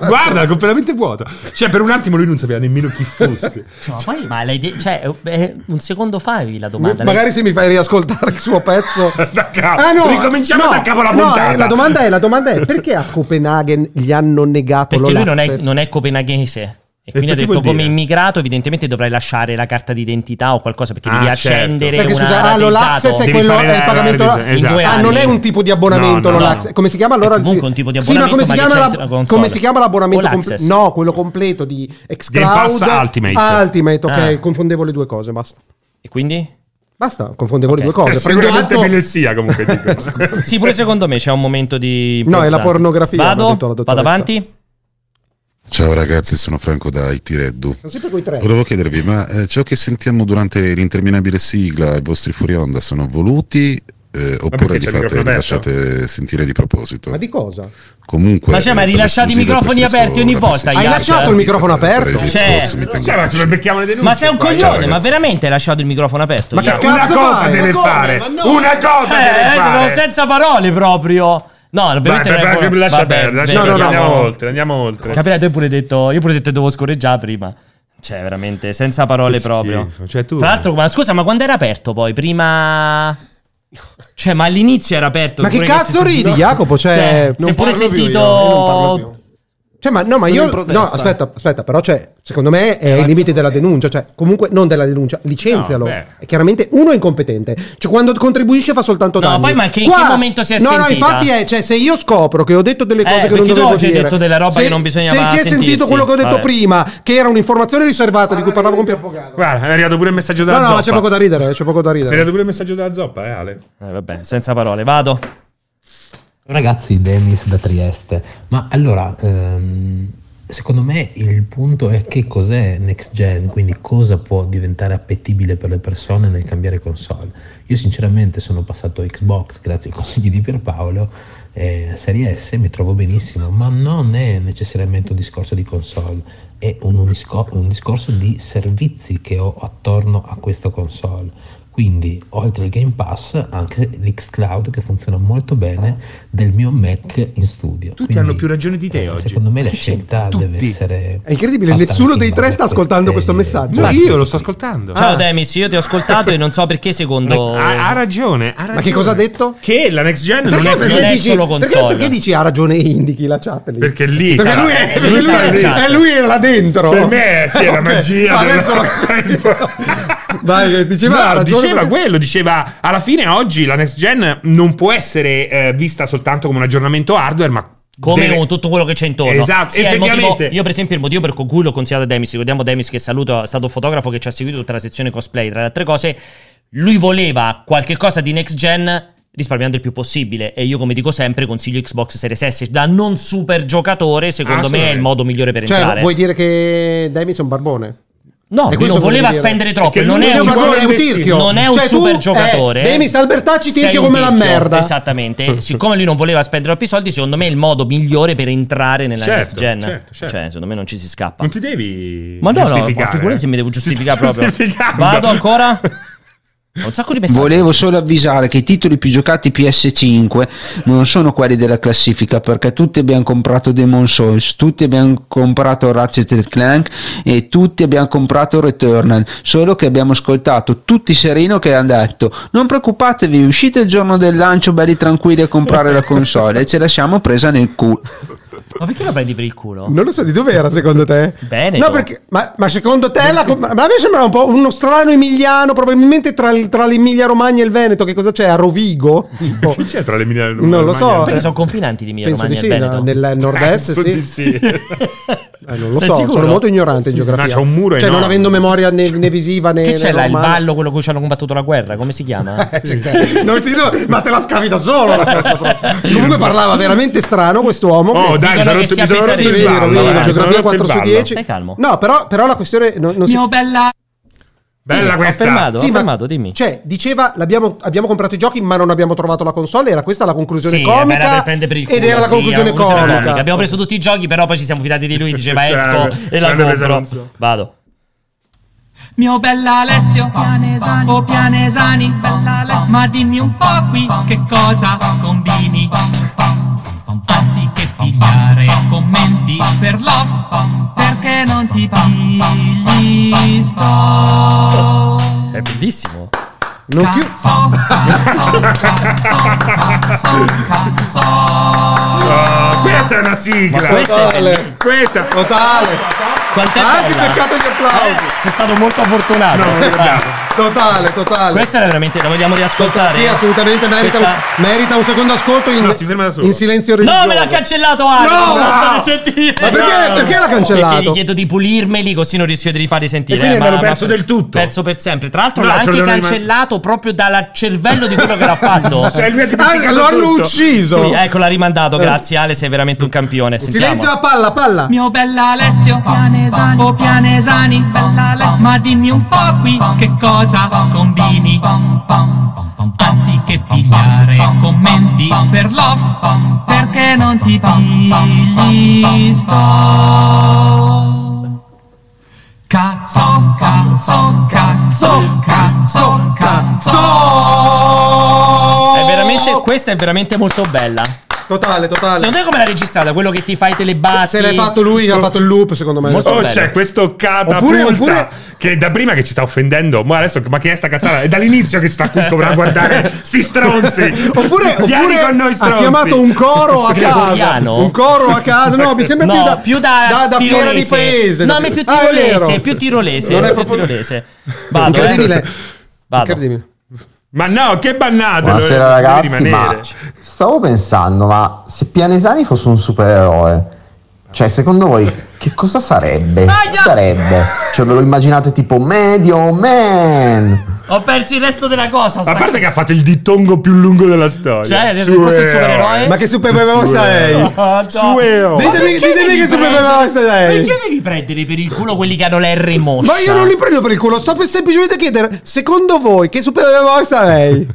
Speaker 2: Guarda, è completamente vuoto. Cioè, per un attimo lui non sapeva nemmeno chi fosse.
Speaker 1: Ma poi, ma l'hai de- cioè, è un secondo fa avevi la domanda.
Speaker 3: Magari se mi fai riascoltare il suo pezzo. Ah,
Speaker 2: Da capo. Ricominciamo da capo la
Speaker 3: no,
Speaker 2: puntata.
Speaker 3: eh, la domanda è: la domanda è perché a Copenaghen gli hanno negato
Speaker 1: Perché lui non è,
Speaker 3: l'all-access?
Speaker 1: non è copenaghenese. E quindi ha
Speaker 2: perché
Speaker 1: detto
Speaker 2: vuol
Speaker 1: come
Speaker 2: dire?
Speaker 1: immigrato evidentemente dovrai lasciare la carta d'identità o qualcosa perché
Speaker 2: Ah,
Speaker 1: devi
Speaker 2: certo.
Speaker 1: accendere
Speaker 3: Perché
Speaker 1: una
Speaker 3: scusa, ah,
Speaker 1: rateizzato.
Speaker 3: l'Olaxes è
Speaker 2: Devi
Speaker 3: quello,
Speaker 2: fare
Speaker 3: è il
Speaker 2: la-
Speaker 3: pagamento.
Speaker 2: la- la- esatto.
Speaker 1: In due
Speaker 3: Ah,
Speaker 1: anni.
Speaker 3: non è un tipo di abbonamento
Speaker 2: No, no,
Speaker 3: l'Olaxes.
Speaker 2: no.
Speaker 3: Come si chiama allora?
Speaker 1: È comunque un tipo di
Speaker 3: Sì, ma come si
Speaker 1: abbonamento,
Speaker 3: chiama,
Speaker 1: ma
Speaker 3: la-
Speaker 1: che c'entra con
Speaker 3: come
Speaker 1: console?
Speaker 3: si chiama l'abbonamento completo?
Speaker 1: All-access.
Speaker 3: No, quello completo di
Speaker 2: Game Pass
Speaker 3: Xcloud
Speaker 2: Ultimate.
Speaker 3: Ah, Ultimate, ok,
Speaker 1: Ah.
Speaker 3: confondevo le due cose, basta.
Speaker 1: E quindi?
Speaker 3: Basta, confondevo le
Speaker 1: Ok.
Speaker 3: due
Speaker 2: È
Speaker 3: cose. Prendo
Speaker 2: Eh, sicuramente
Speaker 3: atto.
Speaker 2: epilessia comunque. dico.
Speaker 1: Sì, pure secondo me c'è un momento di...
Speaker 3: No, è la
Speaker 1: importante.
Speaker 3: pornografia, l'ha detto la
Speaker 1: Vado, vado
Speaker 3: dottoressa.
Speaker 1: avanti.
Speaker 9: Ciao ragazzi, sono Franco da Itireddu.
Speaker 3: Sono sempre quei tre.
Speaker 9: Volevo chiedervi, ma eh, ciò che sentiamo durante l'interminabile sigla, i vostri fuori onda sono voluti eh, oppure
Speaker 2: perché
Speaker 9: li, fate,
Speaker 2: c'è il microfono
Speaker 9: li
Speaker 2: aperto?
Speaker 9: lasciate sentire di proposito?
Speaker 3: Ma di cosa?
Speaker 9: Comunque...
Speaker 1: Ma cioè, ma
Speaker 9: eh,
Speaker 1: hai
Speaker 9: per
Speaker 1: rilasciato i
Speaker 9: esclusiva
Speaker 1: microfoni
Speaker 9: preferisco
Speaker 1: aperti ogni
Speaker 9: la
Speaker 1: volta,
Speaker 9: PlayStation.
Speaker 1: Hai lasciato
Speaker 3: il microfono
Speaker 9: Per fare
Speaker 3: aperto?
Speaker 9: il
Speaker 1: Cioè-
Speaker 9: discorso, mi tengo
Speaker 2: Cioè, ma ce lo
Speaker 9: vicino.
Speaker 2: becchiamo le denunce.
Speaker 1: Ma sei un
Speaker 2: qua.
Speaker 1: coglione, ma
Speaker 9: ragazzi.
Speaker 1: veramente hai lasciato il microfono aperto?
Speaker 3: Ma
Speaker 1: Cioè,
Speaker 3: che
Speaker 2: Una
Speaker 3: cazzo
Speaker 2: cosa
Speaker 3: fai?
Speaker 2: deve
Speaker 5: Ma come?
Speaker 2: fare.
Speaker 5: Ma no.
Speaker 2: Una cosa
Speaker 1: Eh,
Speaker 2: deve
Speaker 1: eh, sono
Speaker 2: fare.
Speaker 1: senza parole proprio. No,
Speaker 2: Vai,
Speaker 1: ovviamente
Speaker 2: vai,
Speaker 1: non è
Speaker 2: vai,
Speaker 1: buono.
Speaker 2: lascia
Speaker 1: Vabbè,
Speaker 2: perdere, lascia
Speaker 1: no, no,
Speaker 2: perdere,
Speaker 1: no,
Speaker 2: andiamo
Speaker 1: no.
Speaker 2: oltre, andiamo oltre.
Speaker 1: Capire, tu hai pure detto, io pure ho detto devo scorreggiare prima. Cioè, veramente, senza parole
Speaker 2: Che
Speaker 1: proprio.
Speaker 2: schifo, cioè, tu-
Speaker 1: Tra l'altro, ma scusa, ma quando era aperto poi? Prima... Cioè, ma all'inizio era aperto.
Speaker 3: Ma che
Speaker 1: pure
Speaker 3: cazzo
Speaker 1: si-
Speaker 3: ridi, Jacopo? Cioè,
Speaker 1: Cioè,
Speaker 3: non
Speaker 1: se pure
Speaker 5: parlo più io,
Speaker 1: sentito...
Speaker 5: io non parlo più.
Speaker 3: Cioè, ma no, ma
Speaker 5: Sono
Speaker 3: io.
Speaker 5: in protesta.
Speaker 3: No, aspetta, aspetta, però, cioè, secondo me
Speaker 1: Eh,
Speaker 3: è ai limiti della denuncia. Cioè, comunque, non della denuncia, licenzialo.
Speaker 2: No, beh.
Speaker 3: E chiaramente uno è incompetente. Cioè, quando contribuisce fa soltanto
Speaker 1: No,
Speaker 3: danni.
Speaker 1: poi, ma che- in che momento si è
Speaker 3: No, no,
Speaker 1: sentita? Eh,
Speaker 3: infatti, è, cioè, se io scopro che ho detto delle cose che
Speaker 1: perché
Speaker 3: non
Speaker 1: tu
Speaker 3: dovevo
Speaker 1: oggi hai
Speaker 3: dire.
Speaker 1: detto della roba
Speaker 3: se,
Speaker 1: che non bisognava
Speaker 3: Se si è sentito
Speaker 1: sentirsi.
Speaker 3: quello che ho detto
Speaker 1: Vabbè.
Speaker 3: prima, che era un'informazione riservata di cui parlavo con Pier. No,
Speaker 2: Guarda, è arrivato pure il messaggio della
Speaker 3: no,
Speaker 2: zoppa.
Speaker 3: ma c'è poco da ridere, c'è poco da
Speaker 2: È
Speaker 3: ridere.
Speaker 2: arrivato pure il messaggio della zoppa, eh, Ale.
Speaker 1: Eh, vabbè, senza parole, vado.
Speaker 10: Ragazzi, Denis da Trieste, ma allora, ehm, secondo me il punto è che cos'è next gen, quindi cosa può diventare appetibile per le persone nel cambiare console. Io sinceramente sono passato a Xbox grazie ai consigli di Pierpaolo, eh, Serie S mi trovo benissimo, ma non è necessariamente un discorso di console, è un, unisco- un discorso di servizi che ho attorno a questa console. Quindi, oltre al Game Pass, anche l'X Cloud che funziona molto bene del mio Mac in studio.
Speaker 2: Tutti
Speaker 10: Quindi,
Speaker 2: hanno più ragione di te
Speaker 10: eh,
Speaker 2: oggi.
Speaker 10: Secondo me la
Speaker 2: Tutti,
Speaker 10: scelta deve
Speaker 2: tutti.
Speaker 10: essere.
Speaker 3: È incredibile,
Speaker 10: fatta
Speaker 3: nessuno
Speaker 10: anche in
Speaker 3: dei tre
Speaker 10: base
Speaker 3: sta
Speaker 10: a
Speaker 3: ascoltando
Speaker 10: queste-
Speaker 3: questo messaggio.
Speaker 2: No,
Speaker 3: Infatti-
Speaker 2: io lo sto ascoltando.
Speaker 1: Ciao
Speaker 3: Ah.
Speaker 1: Demis, io ti ho ascoltato e non so perché secondo...
Speaker 2: Cioè, Ha, ha ragione, ha ragione.
Speaker 3: che cosa ha detto?
Speaker 2: Che la next gen non è
Speaker 1: Perché-
Speaker 2: più.
Speaker 1: Eh, non è solo
Speaker 3: perché,
Speaker 1: console.
Speaker 3: perché dici ha ragione e indichi la chat lì?
Speaker 2: Perché lì
Speaker 3: Perché
Speaker 2: sarà-
Speaker 3: lui è, perché
Speaker 1: lui
Speaker 3: lui
Speaker 1: sta
Speaker 3: è-
Speaker 1: in chat.
Speaker 3: è lui là dentro.
Speaker 2: Per me sì, è la
Speaker 3: Ok,
Speaker 2: magia.
Speaker 3: ma
Speaker 2: della-
Speaker 3: adesso Vai, che diceva, ha
Speaker 2: No,
Speaker 3: ragione
Speaker 2: diceva
Speaker 3: perché-
Speaker 2: quello, diceva alla fine oggi la next gen non può essere eh, vista soltanto come un aggiornamento hardware, ma
Speaker 1: Come
Speaker 2: deve-
Speaker 1: un- tutto quello che c'è intorno.
Speaker 2: Esatto,
Speaker 1: Sì, è il
Speaker 2: effettivamente.
Speaker 1: motivo- io, per esempio, il motivo per cui l'ho consigliato a Demis, ricordiamo Demis che saluto, è stato un fotografo che ci ha seguito tutta la sezione cosplay, tra le altre cose, lui voleva qualche cosa di next gen risparmiando il più possibile e io come dico sempre consiglio Xbox Series S da non super giocatore secondo me è il
Speaker 2: Assolutamente.
Speaker 1: modo migliore per
Speaker 3: Cioè,
Speaker 1: entrare
Speaker 3: vuoi dire che Demis è un barbone?
Speaker 1: no
Speaker 3: E
Speaker 1: lui
Speaker 3: questo
Speaker 1: non voleva
Speaker 3: vuol dire-
Speaker 1: spendere troppo
Speaker 2: Perché
Speaker 1: non
Speaker 2: lui
Speaker 1: è
Speaker 2: non
Speaker 1: un
Speaker 2: vuole-
Speaker 3: barbone, è un
Speaker 2: investire.
Speaker 3: tirchio.
Speaker 1: non è un
Speaker 3: Cioè, tu,
Speaker 1: super
Speaker 3: eh,
Speaker 1: giocatore.
Speaker 3: Demis Albertacci
Speaker 1: Sei
Speaker 3: tirchio
Speaker 1: un
Speaker 3: come la
Speaker 1: tirchio,
Speaker 3: merda.
Speaker 1: Esattamente. Siccome lui non voleva spendere troppi soldi, secondo me è il modo migliore per entrare nella
Speaker 2: Certo,
Speaker 1: next gen.
Speaker 2: certo, certo.
Speaker 1: Cioè, secondo me non ci si scappa.
Speaker 2: non ti devi
Speaker 1: Ma no, no,
Speaker 2: giustificare.
Speaker 1: ma figurati se mi devo giustificare
Speaker 2: Sto
Speaker 1: proprio.
Speaker 2: giustificando.
Speaker 1: Vado ancora. Ho Un sacco di messaggi.
Speaker 11: Volevo solo avvisare che i titoli più giocati PS5 non sono quelli della classifica perché tutti abbiamo comprato Demon Souls, tutti abbiamo comprato Ratchet and Clank e tutti abbiamo comprato Returnal, solo che abbiamo ascoltato tutti sereno che hanno detto non preoccupatevi, uscite il giorno del lancio belli tranquilli a comprare la console e ce la siamo presa nel culo.
Speaker 1: Ma perché la prendi per il culo?
Speaker 3: Non lo so di dove era secondo te?
Speaker 1: Bene.
Speaker 3: No, perché, ma, ma secondo te, la, ma a me sembrava un po' uno strano emiliano, probabilmente tra, il- tra l'Emilia Romagna e il Veneto, che cosa c'è? A Rovigo? Tipo.
Speaker 2: Chi c'è tra le mille
Speaker 3: Non lo so.
Speaker 1: Perché sono confinanti di
Speaker 3: eh,
Speaker 1: Emilia
Speaker 3: Penso di
Speaker 1: Romagna
Speaker 3: sì,
Speaker 1: e Veneto.
Speaker 3: no, nel nord-est
Speaker 2: Penso di
Speaker 3: sì.
Speaker 2: sì.
Speaker 3: Eh, non lo
Speaker 1: Sei
Speaker 3: so,
Speaker 1: sicuro?
Speaker 3: sono molto ignorante in
Speaker 2: Sì, sì.
Speaker 3: geografia.
Speaker 2: No, c'è un muro
Speaker 3: Cioè,
Speaker 2: enorme.
Speaker 3: non avendo memoria né, né visiva né
Speaker 1: Che c'è
Speaker 3: né
Speaker 1: là? Il
Speaker 3: romana.
Speaker 1: ballo, quello con cui ci hanno combattuto la guerra? Come si chiama?
Speaker 3: Eh, c'è- c'è. Non ti dico- ma te la scavi da solo la cosa, però. Comunque parlava veramente strano quest'uomo. che-
Speaker 2: Oh, dai, mi
Speaker 1: Dicono che sia
Speaker 2: sono rotto mi sono rotto
Speaker 1: pesante.
Speaker 2: il
Speaker 1: Vero,
Speaker 2: ballo,
Speaker 1: vero,
Speaker 2: dai, mi sono
Speaker 3: geografia
Speaker 2: rotto il
Speaker 3: 4 su
Speaker 2: ballo.
Speaker 3: 10.
Speaker 1: Stai calmo.
Speaker 3: No, però, però la questione non, non si
Speaker 2: Bella
Speaker 1: Ho
Speaker 2: questa.
Speaker 1: fermato,
Speaker 3: Sì,
Speaker 1: ho
Speaker 3: ma-
Speaker 1: fermato, dimmi.
Speaker 3: Cioè, diceva l'abbiamo- abbiamo comprato i giochi, ma non abbiamo trovato la console. Era questa la conclusione
Speaker 1: Sì, eh,
Speaker 3: comica.
Speaker 1: era per prendere per il culo,
Speaker 3: ed era la
Speaker 1: sì,
Speaker 3: conclusione
Speaker 1: era una conclusione
Speaker 3: comica.
Speaker 1: comica. Abbiamo preso tutti i giochi, però poi ci siamo fidati di lui. Diceva
Speaker 2: Cioè,
Speaker 1: esco e la
Speaker 2: grande presa
Speaker 1: compro.
Speaker 2: non so.
Speaker 1: Vado.
Speaker 12: Mio bella Alessio, Pianesani, oh Pianesani, bella Alessio, ma dimmi un po' qui che cosa combini. Anziché pigliare commenti per l'off, perché non ti pigli sto?
Speaker 1: È bellissimo. Ah,
Speaker 3: Non più.
Speaker 12: Cazzo, cazzo, cazzo, cazzo, cazzo.
Speaker 2: Oh, questa è una sigla.
Speaker 1: Questa è
Speaker 3: Totale.
Speaker 2: Questa.
Speaker 3: Totale.
Speaker 1: Quant'è
Speaker 3: Anche
Speaker 1: bella?
Speaker 3: Ah, peccato gli applausi.
Speaker 1: Eh, Sei stato molto fortunato.
Speaker 2: No, non lo guardavo.
Speaker 3: Totale, totale.
Speaker 1: Eh. Questa era veramente. La vogliamo riascoltare?
Speaker 3: sì, assolutamente merita,
Speaker 1: Questa-
Speaker 3: merita un secondo ascolto in,
Speaker 2: No, si ferma da solo.
Speaker 3: in silenzio
Speaker 1: No,
Speaker 3: religioso.
Speaker 1: me l'ha cancellato Ale.
Speaker 3: No!
Speaker 1: non posso risentire.
Speaker 3: Ma perché- perché l'ha cancellato?
Speaker 1: Perché gli chiedo di pulirmeli così non rischio di rifarli sentire.
Speaker 2: E
Speaker 1: eh,
Speaker 2: quindi abbiamo perso del tutto.
Speaker 1: Perso per sempre. Tra l'altro
Speaker 2: No,
Speaker 1: l'ha
Speaker 2: ce
Speaker 1: anche
Speaker 2: l'abbiamo riman-
Speaker 1: cancellato proprio dal cervello di quello che l'ha fatto.
Speaker 2: Cioè, lui ha
Speaker 3: Ah,
Speaker 2: dimenticato
Speaker 3: lo hanno
Speaker 2: tutto.
Speaker 3: ucciso.
Speaker 1: Sì, ecco, l'ha rimandato. Grazie, Ale. Sei veramente un campione. Sentiamo.
Speaker 3: Eh. Silenzio a palla, palla.
Speaker 12: Mio bella Alessio, Pianesani, oh Pianesani, bella Alessio, ma dimmi un po' qui che cosa combini. Anziché pigliare commenti per l'off, perché non ti pigli sto? Cazzo, cazzo, cazzo, cazzo,
Speaker 1: È veramente, questa è veramente molto bella.
Speaker 3: Totale, totale.
Speaker 1: Secondo te come l'ha registrata? Quello che ti fai te le basi?
Speaker 3: Se l'hai fatto lui, ha fatto il loop, secondo me.
Speaker 1: Molto
Speaker 2: Oh,
Speaker 1: bello.
Speaker 2: c'è questo catapulta
Speaker 3: Oppure- oppure-
Speaker 2: che da prima che ci sta offendendo, ma adesso ma che è sta cazzata? È dall'inizio che ci sta comunque a guardare sti stronzi.
Speaker 3: Oppure,
Speaker 2: Vieni
Speaker 3: oppure
Speaker 2: con noi
Speaker 3: ha
Speaker 2: stronzi.
Speaker 3: chiamato un coro a casa.
Speaker 1: Gregoriano?
Speaker 3: Un coro a casa. No, mi sembra
Speaker 1: no,
Speaker 3: più da, fiera di
Speaker 1: tirolese.
Speaker 3: paese.
Speaker 1: No,
Speaker 3: da-
Speaker 1: ma è più
Speaker 3: Ah, è
Speaker 1: tirolese,
Speaker 3: vero.
Speaker 1: più tirolese,
Speaker 3: Non è
Speaker 1: più
Speaker 3: proprio-
Speaker 1: tirolese. Vado,
Speaker 3: Incredibile.
Speaker 1: eh. Vado.
Speaker 3: Incredibile.
Speaker 2: Ma no, che bannate!
Speaker 11: Buonasera
Speaker 2: dove- dove
Speaker 11: ragazzi, ma
Speaker 2: rimanere.
Speaker 11: stavo pensando, ma se Pianesani fosse un supereroe, cioè secondo voi che cosa sarebbe? Chi sarebbe? Cioè ve lo immaginate tipo Medio Man?
Speaker 1: Ho perso il resto della cosa. sta-
Speaker 2: A parte che ha fatto il dittongo più lungo della
Speaker 1: Cioè,
Speaker 2: storia.
Speaker 1: se fosse il
Speaker 2: Supereroe.
Speaker 1: supereroe-
Speaker 3: Ma che supereroe sei?
Speaker 1: Oh, no.
Speaker 2: Sueo.
Speaker 1: Ma
Speaker 3: Ditemi-
Speaker 1: perché
Speaker 3: ditemi
Speaker 1: devi
Speaker 3: che super
Speaker 1: prendere-
Speaker 3: veloce sei.
Speaker 1: Perché devi prendere per il culo quelli che hanno l'R in moscia?
Speaker 3: Ma io non li prendo per il culo, sto per semplicemente chiedere, secondo voi che supereroe sarei?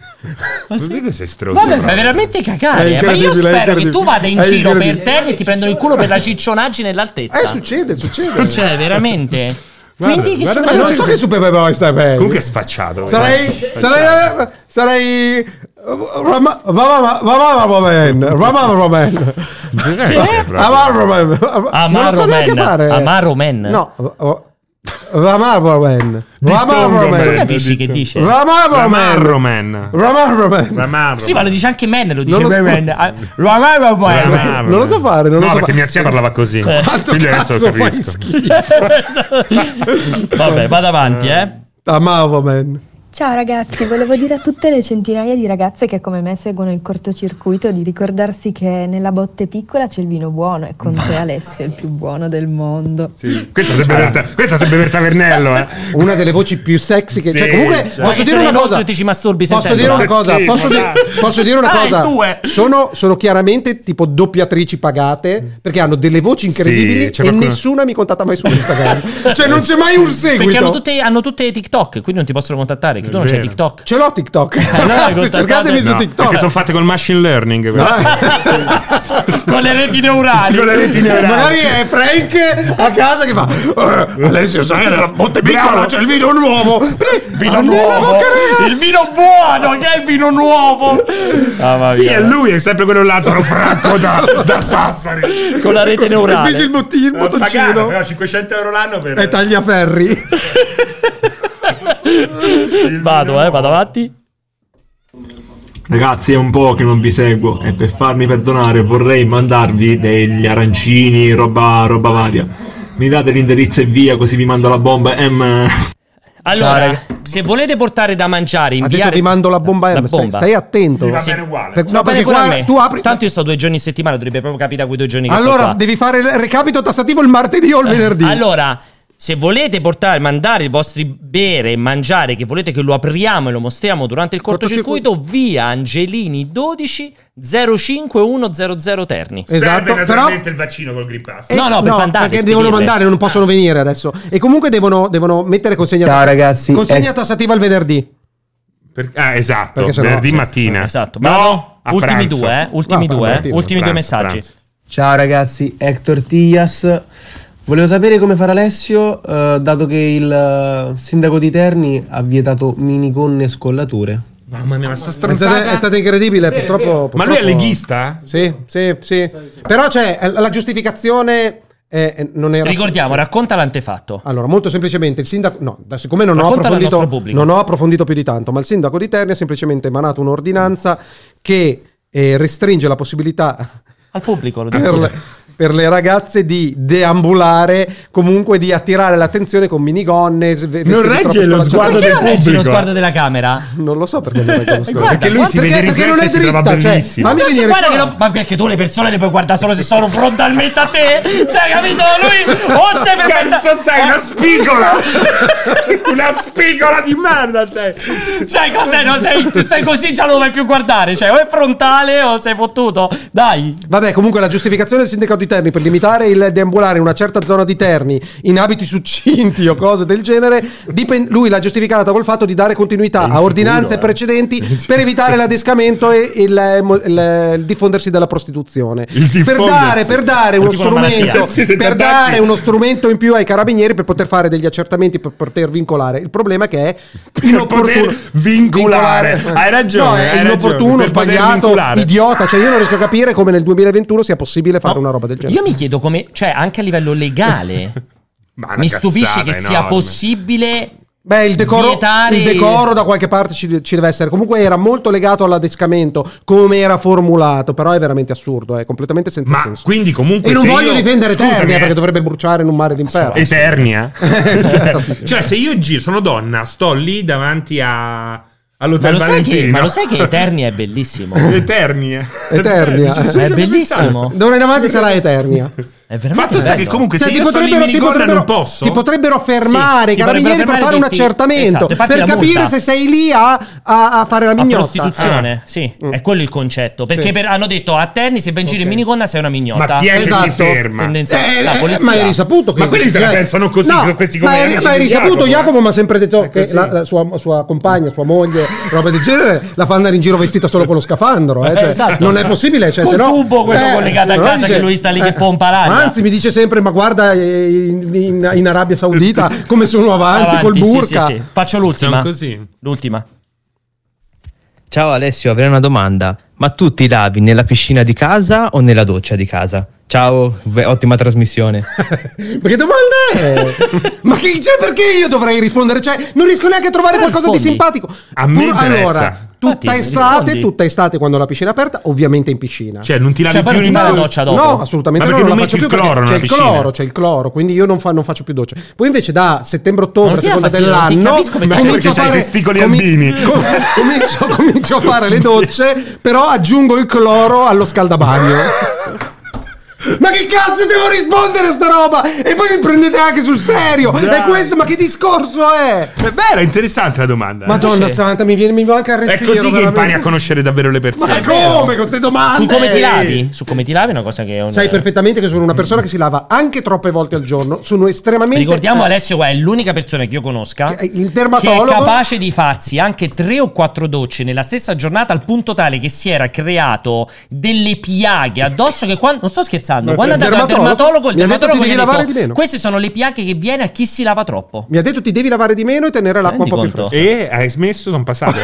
Speaker 2: Ma sai che sei stronzo?
Speaker 1: Vabbè, ma
Speaker 2: proprio?
Speaker 1: veramente
Speaker 3: È
Speaker 1: cagare. eh. Ma io
Speaker 3: incredibile, è
Speaker 1: spero che tu
Speaker 3: incredibile.
Speaker 1: vada in
Speaker 3: È
Speaker 1: giro per
Speaker 3: incredibile.
Speaker 1: terra e ti prendono il culo per la ciccionaggine e
Speaker 3: Eh,
Speaker 1: l'altezza.
Speaker 3: succede, succede.
Speaker 1: Cioè, veramente. Quindi che
Speaker 2: guarda,
Speaker 1: Super
Speaker 2: ma
Speaker 1: Mario
Speaker 2: non so
Speaker 1: Bros.
Speaker 2: che
Speaker 3: Superboy sta bene.
Speaker 2: Comunque è sfacciato.
Speaker 3: Sarei.
Speaker 2: veramente.
Speaker 3: Sarei. Sarei. Rama- Ramama Ramama Roman. Ramama Roman.
Speaker 2: Eh?
Speaker 3: Amaro Roman. Non lo
Speaker 1: Amaro
Speaker 3: so neanche
Speaker 1: Man.
Speaker 3: fare.
Speaker 1: Amaro Man.
Speaker 3: No. oh, Ramama Roman. Ramama
Speaker 1: Tu
Speaker 3: Roman.
Speaker 1: capisci che dice?
Speaker 3: Ramama
Speaker 2: Ramarro
Speaker 3: Roman.
Speaker 2: Man.
Speaker 3: Ramama Roman.
Speaker 2: Ramarro.
Speaker 1: Sì, ma lo dice anche Man, lo dice
Speaker 3: Non lo so.
Speaker 1: Man. Ah, Ramaro Man.
Speaker 2: Ramarro.
Speaker 3: Non lo so fare. Non
Speaker 2: eh, No,
Speaker 3: lo so
Speaker 2: perché
Speaker 3: fare.
Speaker 2: mia zia parlava così.
Speaker 3: Quanto
Speaker 2: Quindi adesso
Speaker 3: cazzo fai
Speaker 2: capisco.
Speaker 3: schifo.
Speaker 1: Esatto. Vabbè, vado avanti, eh.
Speaker 3: Amaro Roman.
Speaker 13: Ciao ragazzi, volevo dire a tutte le centinaia di ragazze che come me seguono il cortocircuito di ricordarsi che nella botte piccola c'è il vino buono e con te Alessio è il più buono del mondo.
Speaker 2: Questa sembra, Berta- questa sembra per Tavernello, eh.
Speaker 3: Una delle voci più sexy che
Speaker 2: Sì,
Speaker 3: c'è. Comunque,
Speaker 2: cioè.
Speaker 3: posso
Speaker 1: Che
Speaker 3: dire
Speaker 1: tu
Speaker 3: una
Speaker 1: di notte
Speaker 3: cosa.
Speaker 1: ti ci masturbi
Speaker 3: Posso dire
Speaker 1: sentendola.
Speaker 3: una cosa?
Speaker 2: Schifo,
Speaker 3: Posso, dire-
Speaker 2: dai.
Speaker 3: posso dire una
Speaker 1: Ah,
Speaker 3: cosa?
Speaker 1: il tuo è.
Speaker 3: Sono, sono chiaramente tipo doppiatrici pagate perché hanno delle voci incredibili
Speaker 2: Sì, c'è
Speaker 3: e
Speaker 2: qualcuno-
Speaker 3: nessuna mi contatta mai su Instagram. cioè, non c'è mai un
Speaker 1: Perché hanno
Speaker 3: seguito.
Speaker 1: tutte, hanno tutte TikTok, quindi non ti possono contattare. Che tu non c'hai
Speaker 2: vero.
Speaker 1: TikTok.
Speaker 3: Ce l'ho TikTok.
Speaker 1: Eh, allora
Speaker 3: Se
Speaker 1: contattate-
Speaker 3: cercatemi su
Speaker 2: No,
Speaker 3: TikTok. Eh,
Speaker 2: Perché sono fatte col machine learning. quelle.
Speaker 1: Con le reti neurali.
Speaker 2: Con le reti neurali.
Speaker 3: Magari è Frank a casa che fa "Eh, Alessio sai nella botte piccola
Speaker 2: Bravo. cioè,
Speaker 3: c'è il video nuovo
Speaker 1: Vino
Speaker 3: Ah, nella
Speaker 1: nuovo.
Speaker 3: bocca-
Speaker 1: Il vino buono, che è il vino nuovo. Ah, mamma
Speaker 2: Sì,
Speaker 1: mia.
Speaker 2: è lui, è sempre quello Lazzaro Franco da, da Sassari.
Speaker 1: Con la
Speaker 3: e
Speaker 1: rete
Speaker 3: spingi
Speaker 1: neurale. Eh,
Speaker 3: il, bottino, il
Speaker 2: Pagano,
Speaker 3: bottoncino
Speaker 2: però 500 euro l'anno per...
Speaker 3: e tagliaferri
Speaker 1: Vado, eh, vado avanti.
Speaker 14: Ragazzi, è un po' che non vi seguo e per farmi perdonare vorrei mandarvi degli arancini, roba, roba varia. Mi date l'indirizzo e via, così vi mando la bomba. Em.
Speaker 1: Allora, se volete portare da mangiare,
Speaker 3: ha detto
Speaker 1: inviare.
Speaker 3: ti mando la bomba,
Speaker 1: La
Speaker 3: M, stai,
Speaker 1: bomba.
Speaker 3: stai attento
Speaker 2: Gli va
Speaker 3: Sì.
Speaker 2: bene uguale.
Speaker 3: Per-
Speaker 1: Va
Speaker 3: no
Speaker 1: bene
Speaker 3: perché
Speaker 1: pure a
Speaker 3: qua
Speaker 1: me.
Speaker 3: tu apri
Speaker 1: Tanto io sto due giorni in settimana, dovrebbe proprio capitare quei due giorni che sto
Speaker 3: allora
Speaker 1: qua. Eh,
Speaker 3: devi fare il recapito tassativo il martedì o il venerdì
Speaker 1: Allora, se volete portare, mandare i vostri bere e mangiare, che volete che lo apriamo e lo mostriamo durante il cortocircuito, via Angelini 12 05100 Terni.
Speaker 3: esatto
Speaker 2: Serve
Speaker 3: però
Speaker 2: naturalmente il vaccino col Green Pass.
Speaker 3: Eh,
Speaker 1: No, no, per mandare,
Speaker 3: perché devono
Speaker 1: spedirle.
Speaker 3: mandare, non possono venire adesso. E comunque devono, devono mettere consegna.
Speaker 6: Ciao, ragazzi.
Speaker 3: Consegna
Speaker 6: Eh.
Speaker 3: tassativa il venerdì.
Speaker 2: Per- ah, esatto,
Speaker 3: Perché sennò-
Speaker 2: venerdì
Speaker 3: sì.
Speaker 2: mattina.
Speaker 1: Esatto.
Speaker 2: No,
Speaker 1: Vado?
Speaker 2: a
Speaker 1: ultimi
Speaker 2: pranzo.
Speaker 1: due, eh. Ultimi
Speaker 3: No,
Speaker 1: due, eh.
Speaker 3: pranzo,
Speaker 1: ultimi due
Speaker 2: pranzo,
Speaker 1: messaggi.
Speaker 2: pranzo.
Speaker 6: Ciao ragazzi, Hector Tias. Volevo sapere come fare Alessio, eh, dato che il eh, sindaco di Terni ha vietato minigonne e scollature.
Speaker 2: Mamma mia, ma sta
Speaker 3: È stata,
Speaker 2: stronzata.
Speaker 3: è stata incredibile, purtroppo,
Speaker 2: Ma lui è
Speaker 3: purtroppo-
Speaker 2: leghista?
Speaker 3: Sì, sì, sì. Però c'è eh, la giustificazione eh, eh, non era
Speaker 1: Ricordiamo, racconta l'antefatto.
Speaker 3: Allora, molto semplicemente il sindaco, no, da- siccome non ho,
Speaker 1: Raccontalo al
Speaker 3: approfondito,
Speaker 1: nostro pubblico.
Speaker 3: non ho approfondito più di tanto, ma il sindaco di Terni ha semplicemente emanato un'ordinanza che eh, restringe la possibilità
Speaker 1: Al pubblico lo
Speaker 3: per
Speaker 1: dico.
Speaker 3: le, per le ragazze di deambulare, comunque di attirare l'attenzione con minigonne. sve- vestiti
Speaker 2: Non
Speaker 3: troppo
Speaker 2: regge lo
Speaker 3: scolacciati.
Speaker 2: sguardo
Speaker 1: Perché
Speaker 2: del
Speaker 1: non reggi lo
Speaker 2: pubblico.
Speaker 1: sguardo della camera?
Speaker 3: Non lo so perché non regge lo sguardo.
Speaker 2: perché lui si vede
Speaker 3: perché non è
Speaker 2: riflesso e si trova
Speaker 3: dritta, cioè,
Speaker 2: bellissimo.
Speaker 3: fammi
Speaker 1: Cioè,
Speaker 3: venire
Speaker 1: guarda
Speaker 3: qua.
Speaker 1: che non- ma perché tu le persone le puoi guardare solo se sono frontalmente a te? Cioè, capito? Lui o sei perfetta-
Speaker 2: Cazzo sei una spigola! una spigola di merda sei!
Speaker 1: Cioè, cos'è? Non sei, tu stai così, già non lo vai più guardare. Cioè, o è frontale o sei fottuto. Dai.
Speaker 3: Vabbè, comunque la giustificazione del sindacato di Terni per limitare il deambulare in una certa zona di Terni in abiti succinti o cose del genere, dipen- lui l'ha giustificata col fatto di dare continuità a
Speaker 2: eh.
Speaker 3: ordinanze precedenti per evitare l'adescamento e il, eh, mo- il, il diffondersi della prostituzione.
Speaker 2: Il
Speaker 3: Per
Speaker 2: diffondersi.
Speaker 3: dare, per dare
Speaker 1: È
Speaker 3: uno
Speaker 1: tipo una
Speaker 3: strumento,
Speaker 1: malattia.
Speaker 2: Sì, sì,
Speaker 3: per
Speaker 2: da
Speaker 3: dare
Speaker 2: darci.
Speaker 3: uno strumento in più ai carabinieri per poter fare degli accertamenti, per poter vincolare. Il problema è che è inopportuno.
Speaker 2: poter vincolare. Hai ragione,
Speaker 3: No, è
Speaker 2: hai
Speaker 3: inopportuno,
Speaker 2: ragione. Per poter
Speaker 3: sbagliato,
Speaker 2: vincolare.
Speaker 3: idiota. Cioè, io non riesco a capire come nel 2021 sia possibile fare una roba del genere.
Speaker 1: Io mi chiedo come, cioè, anche a livello legale,
Speaker 2: Ma una
Speaker 1: mi stupisce
Speaker 2: cazzata
Speaker 1: che sia
Speaker 2: enorme.
Speaker 1: possibile.
Speaker 3: Beh, il decoro,
Speaker 1: vietare-
Speaker 3: il decoro da qualche parte ci, ci deve essere. Comunque era molto legato all'adescamento, come era formulato. Però è veramente assurdo, è completamente senza
Speaker 2: Ma
Speaker 3: senso.
Speaker 2: quindi comunque
Speaker 3: E non
Speaker 2: se
Speaker 3: voglio
Speaker 2: io-
Speaker 3: difendere
Speaker 2: Scusami,
Speaker 3: Ternia
Speaker 2: eh.
Speaker 3: perché dovrebbe bruciare in un mare d'inferno.
Speaker 2: Eternia. cioè, se io giro, sono donna, sto lì davanti a...
Speaker 1: Ma
Speaker 2: all'hotel
Speaker 1: lo, sai
Speaker 2: Valentino.
Speaker 1: che, ma lo sai che Eternia è bellissimo?
Speaker 2: Eternia.
Speaker 3: Eternia.
Speaker 2: Cioè,
Speaker 1: È
Speaker 2: solo
Speaker 1: bellissimo.
Speaker 3: D'ora in avanti sarà Eternia.
Speaker 1: È veramente
Speaker 2: Fatto sta
Speaker 1: bello.
Speaker 2: che comunque
Speaker 3: Cioè,
Speaker 2: se
Speaker 3: ti,
Speaker 2: io sono in
Speaker 3: potrebbero, ti
Speaker 2: minigonna
Speaker 3: potrebbero-
Speaker 2: non posso.
Speaker 3: ti potrebbero fermare
Speaker 1: Sì,
Speaker 3: i
Speaker 1: ti
Speaker 3: carabinieri
Speaker 1: potrebbero
Speaker 3: per
Speaker 1: fermare
Speaker 3: fare un
Speaker 1: tutti-
Speaker 3: accertamento
Speaker 1: esatto, fatti
Speaker 3: per
Speaker 1: la
Speaker 3: capire
Speaker 1: multa.
Speaker 3: se sei lì a, a- a fare la
Speaker 1: La
Speaker 3: mignotta
Speaker 1: prostituzione, sì,
Speaker 3: Mm.
Speaker 1: è quello il concetto. Perché
Speaker 3: Sì.
Speaker 1: per- hanno detto a Terni se vai in giro in minigonna sei una mignota.
Speaker 2: ma chi è
Speaker 3: Esatto.
Speaker 2: che ti ferma?
Speaker 1: Tendenzialmente
Speaker 3: Eh,
Speaker 1: la
Speaker 3: eh,
Speaker 1: polizia.
Speaker 3: ma hai risaputo che
Speaker 2: Ma quelli se la
Speaker 3: eh,
Speaker 2: pensano così, sono questi come
Speaker 3: ma hai,
Speaker 2: amici
Speaker 3: ma hai
Speaker 2: di
Speaker 3: risaputo
Speaker 2: Jacopo,
Speaker 3: Jacopo
Speaker 2: eh.
Speaker 3: mi ha sempre detto
Speaker 2: È
Speaker 3: che
Speaker 2: così.
Speaker 3: la, la sua, sua compagna sua moglie roba del genere la fa andare in giro vestita solo con lo scafandro eh, cioè,
Speaker 1: Eh, esatto.
Speaker 3: non è possibile cioè,
Speaker 1: Col
Speaker 3: se no-
Speaker 1: tubo quello
Speaker 3: eh,
Speaker 1: collegato a
Speaker 3: se no
Speaker 1: casa
Speaker 3: dice-
Speaker 1: che lui sta lì
Speaker 3: eh,
Speaker 1: che pompa l'aria.
Speaker 3: Anzi, mi dice sempre: Ma guarda, eh, in, in- in Arabia Saudita come sono avanti, col
Speaker 1: sì, sì,
Speaker 3: burka.
Speaker 1: sì. Faccio l'ultima.
Speaker 2: Siamo così.
Speaker 1: L'ultima.
Speaker 15: Ciao Alessio, avrei una domanda. Ma tu ti lavi nella piscina di casa o nella doccia di casa? Ciao, beh, ottima trasmissione.
Speaker 3: Ma che domanda è? Ma che, cioè, perché io dovrei rispondere? Cioè, non riesco neanche a trovare
Speaker 2: Ma
Speaker 3: qualcosa di
Speaker 2: rispondi.
Speaker 3: simpatico.
Speaker 2: A me interessa.
Speaker 3: allora, tutta
Speaker 2: Infatti,
Speaker 3: estate,
Speaker 2: rispondi.
Speaker 3: tutta estate quando la piscina è aperta, ovviamente in piscina.
Speaker 2: Cioè, non ti lavi
Speaker 1: Cioè, poi
Speaker 2: più
Speaker 1: non ti fai la
Speaker 2: nemmeno-
Speaker 1: doccia dopo?
Speaker 3: No, assolutamente
Speaker 2: Ma
Speaker 3: no, non
Speaker 2: perché non
Speaker 3: la
Speaker 2: metti
Speaker 3: faccio
Speaker 2: il
Speaker 3: più perché
Speaker 2: cloro
Speaker 3: c'è
Speaker 2: nella
Speaker 3: il
Speaker 2: piscina?
Speaker 3: cloro, c'è il cloro, quindi io non, fa- non faccio più docce. Poi invece da
Speaker 1: Non
Speaker 3: settembre-ottobre,
Speaker 1: ti dà
Speaker 3: seconda
Speaker 1: fastidio, non ti
Speaker 3: dell'anno,
Speaker 1: capisco perché c'hai-
Speaker 3: comincio a
Speaker 1: perché c'hai
Speaker 3: fare
Speaker 1: i testicoli
Speaker 2: albini.
Speaker 3: com- comincio, comincio a fare le docce, però aggiungo il cloro allo scaldabagno. Ma che cazzo devo rispondere a sta roba? E poi mi prendete anche sul serio.
Speaker 2: Dai.
Speaker 3: E questo, ma che discorso è?
Speaker 2: È vero, è interessante la domanda. eh.
Speaker 3: Madonna santa, mi viene mi manca il
Speaker 2: È
Speaker 3: respiro.
Speaker 2: così che
Speaker 3: veramente.
Speaker 2: impari a conoscere davvero le persone.
Speaker 3: Ma come con queste domande?
Speaker 1: Su come ti lavi? Su come ti lavi è una cosa che... è un-
Speaker 3: Sai perfettamente che sono una persona che si lava anche troppe volte al giorno. Sono estremamente.
Speaker 1: Ricordiamo Alessio qua è l'unica persona che io conosca
Speaker 3: Eh, Il
Speaker 1: che è
Speaker 3: dermatologo.
Speaker 1: capace di farsi anche tre o quattro docce nella stessa giornata al punto tale che si era creato delle piaghe addosso che quando non sto scherzando,
Speaker 3: Ma
Speaker 1: quando è
Speaker 3: il
Speaker 1: andato dal
Speaker 3: dermatologo
Speaker 1: dermatologo il
Speaker 3: mi ha detto
Speaker 1: dermatologo
Speaker 3: ti
Speaker 1: gli
Speaker 3: devi
Speaker 1: ha
Speaker 3: lavare
Speaker 1: detto,
Speaker 3: di meno.
Speaker 1: queste sono le piaghe che viene a chi si lava troppo.
Speaker 3: Eh, Mi ha detto ti devi lavare di meno e tenere l'acqua un po' più
Speaker 1: Rendi conto?
Speaker 3: fresca.
Speaker 2: E hai smesso, sono passate.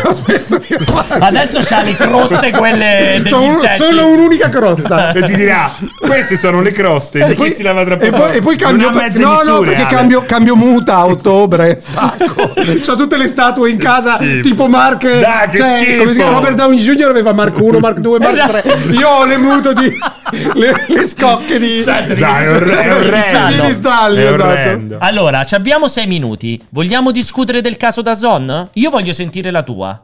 Speaker 1: Adesso c'ha le croste quelle degli
Speaker 3: C'ho un-
Speaker 1: insetti.
Speaker 3: solo un'unica crosta.
Speaker 2: e ti dirà, queste sono le croste. Di chi si lava tra
Speaker 3: e
Speaker 2: poco?
Speaker 3: poi- e poi cambio.
Speaker 2: Non ha mezze
Speaker 3: no, no,
Speaker 2: misure,
Speaker 3: perché
Speaker 2: Ale.
Speaker 3: cambio, cambio muta a ottobre. Stacco. C'ho tutte le statue in casa,
Speaker 2: schifo.
Speaker 3: tipo Mark.
Speaker 2: Dai, che
Speaker 3: cioè,
Speaker 2: schifo.
Speaker 3: come si chiama Robert Downey Jr. aveva Mark 1, Mark 2,
Speaker 1: Esatto.
Speaker 3: Mark 3. Io ho le muto di. le, le scocche di.
Speaker 2: Cioè, Dai, è orre- è orrendo.
Speaker 3: Di piedistalli,
Speaker 2: È
Speaker 3: esatto.
Speaker 2: orrendo.
Speaker 1: Allora, ci abbiamo sei minuti. Vogliamo discutere del caso da Zon? Io voglio sentire la tua.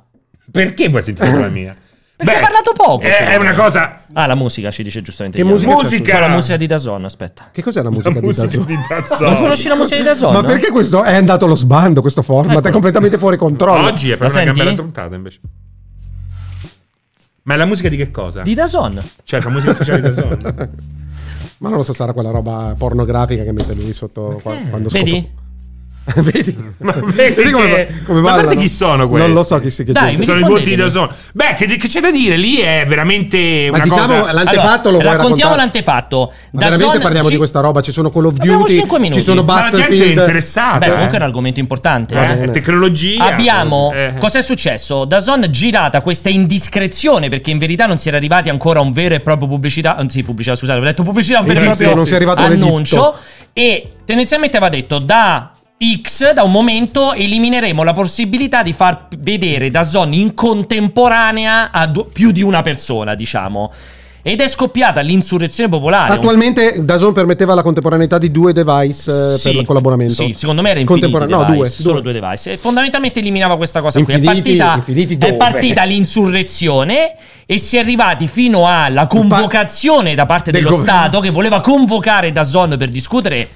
Speaker 2: Perché vuoi sentire la mia?
Speaker 1: Perché
Speaker 2: Beh,
Speaker 1: hai parlato poco.
Speaker 2: è-
Speaker 1: secondo
Speaker 2: è una
Speaker 1: me.
Speaker 2: cosa-
Speaker 1: Ah, la musica ci dice giustamente.
Speaker 3: Che
Speaker 1: Ian.
Speaker 3: musica c'è?
Speaker 1: C'è la musica certo. di Dazon, aspetta.
Speaker 3: Che cos'è la musica,
Speaker 2: La musica
Speaker 3: di Dazon?
Speaker 2: di Dazon.
Speaker 1: Non conosci la musica di Dazon?
Speaker 3: Ma perché questo è andato allo sbando questo format? È
Speaker 1: Eccolo.
Speaker 3: completamente fuori controllo.
Speaker 2: Oggi è
Speaker 1: La
Speaker 2: per una
Speaker 1: senti?
Speaker 2: bella trontata invece. Ma è la musica di che cosa?
Speaker 1: Di Dazon.
Speaker 2: Cioè, la musica ufficiale di Dazon.
Speaker 3: Ma non lo so, sarà quella roba pornografica che mette lui sotto qua- quando scopa-
Speaker 1: Vedi?
Speaker 3: Vedi?
Speaker 2: Ma vedi,
Speaker 3: Vedi come,
Speaker 2: che...
Speaker 3: come
Speaker 2: Ma a parte
Speaker 3: ballano?
Speaker 2: chi sono questi?
Speaker 3: Non lo so chi si che gente.
Speaker 1: Dai, Eh, mi
Speaker 2: sono i voti di
Speaker 1: rispondetemi.
Speaker 2: Dazon. Beh, che, che c'è da dire? Lì è veramente
Speaker 3: Ma
Speaker 2: una
Speaker 3: diciamo
Speaker 2: cosa...
Speaker 3: l'antefatto lo
Speaker 1: Allora,
Speaker 3: vuoi raccontare?
Speaker 1: raccontiamo l'antefatto.
Speaker 3: Ma veramente
Speaker 1: Dazon
Speaker 3: parliamo
Speaker 1: ci-
Speaker 3: di questa roba, ci sono Call of
Speaker 1: Abbiamo
Speaker 3: Duty,
Speaker 1: cinque minuti.
Speaker 3: ci sono
Speaker 2: Ma la gente è
Speaker 3: Battlefield.
Speaker 2: interessata.
Speaker 3: cioè,
Speaker 1: Beh, comunque
Speaker 2: eh.
Speaker 1: è un argomento importante.
Speaker 2: Eh,
Speaker 1: eh.
Speaker 3: bene.
Speaker 2: tecnologia.
Speaker 1: Abbiamo.
Speaker 2: Eh.
Speaker 1: Cos'è successo? Dazon girata questa indiscrezione perché in verità non si era arrivati ancora a un vero e proprio pubblicità. Anzi, pubblicità, scusate, ho detto pubblicità, un vero e
Speaker 3: Editto,
Speaker 1: proprio
Speaker 3: Eh, non si è arrivato
Speaker 1: annuncio. E tendenzialmente aveva detto da. X da un momento elimineremo la possibilità di far vedere Dazon in contemporanea a du- più di una persona, diciamo. Ed è scoppiata l'insurrezione popolare. un
Speaker 3: Attualmente Dazon permetteva la contemporaneità di due device eh,
Speaker 1: sì,
Speaker 3: per collaboramento.
Speaker 1: Sì, secondo me era infinito.
Speaker 3: Contempora-
Speaker 1: device,
Speaker 3: No, due.
Speaker 1: solo due device. E fondamentalmente eliminava questa cosa qui. È
Speaker 3: Infiniti-
Speaker 1: partita,
Speaker 3: infiniti
Speaker 1: è
Speaker 3: dove?
Speaker 1: partita l'insurrezione e si è arrivati fino alla convocazione da parte
Speaker 3: Del
Speaker 1: dello
Speaker 3: governo.
Speaker 1: Stato che voleva convocare Dazon per discutere.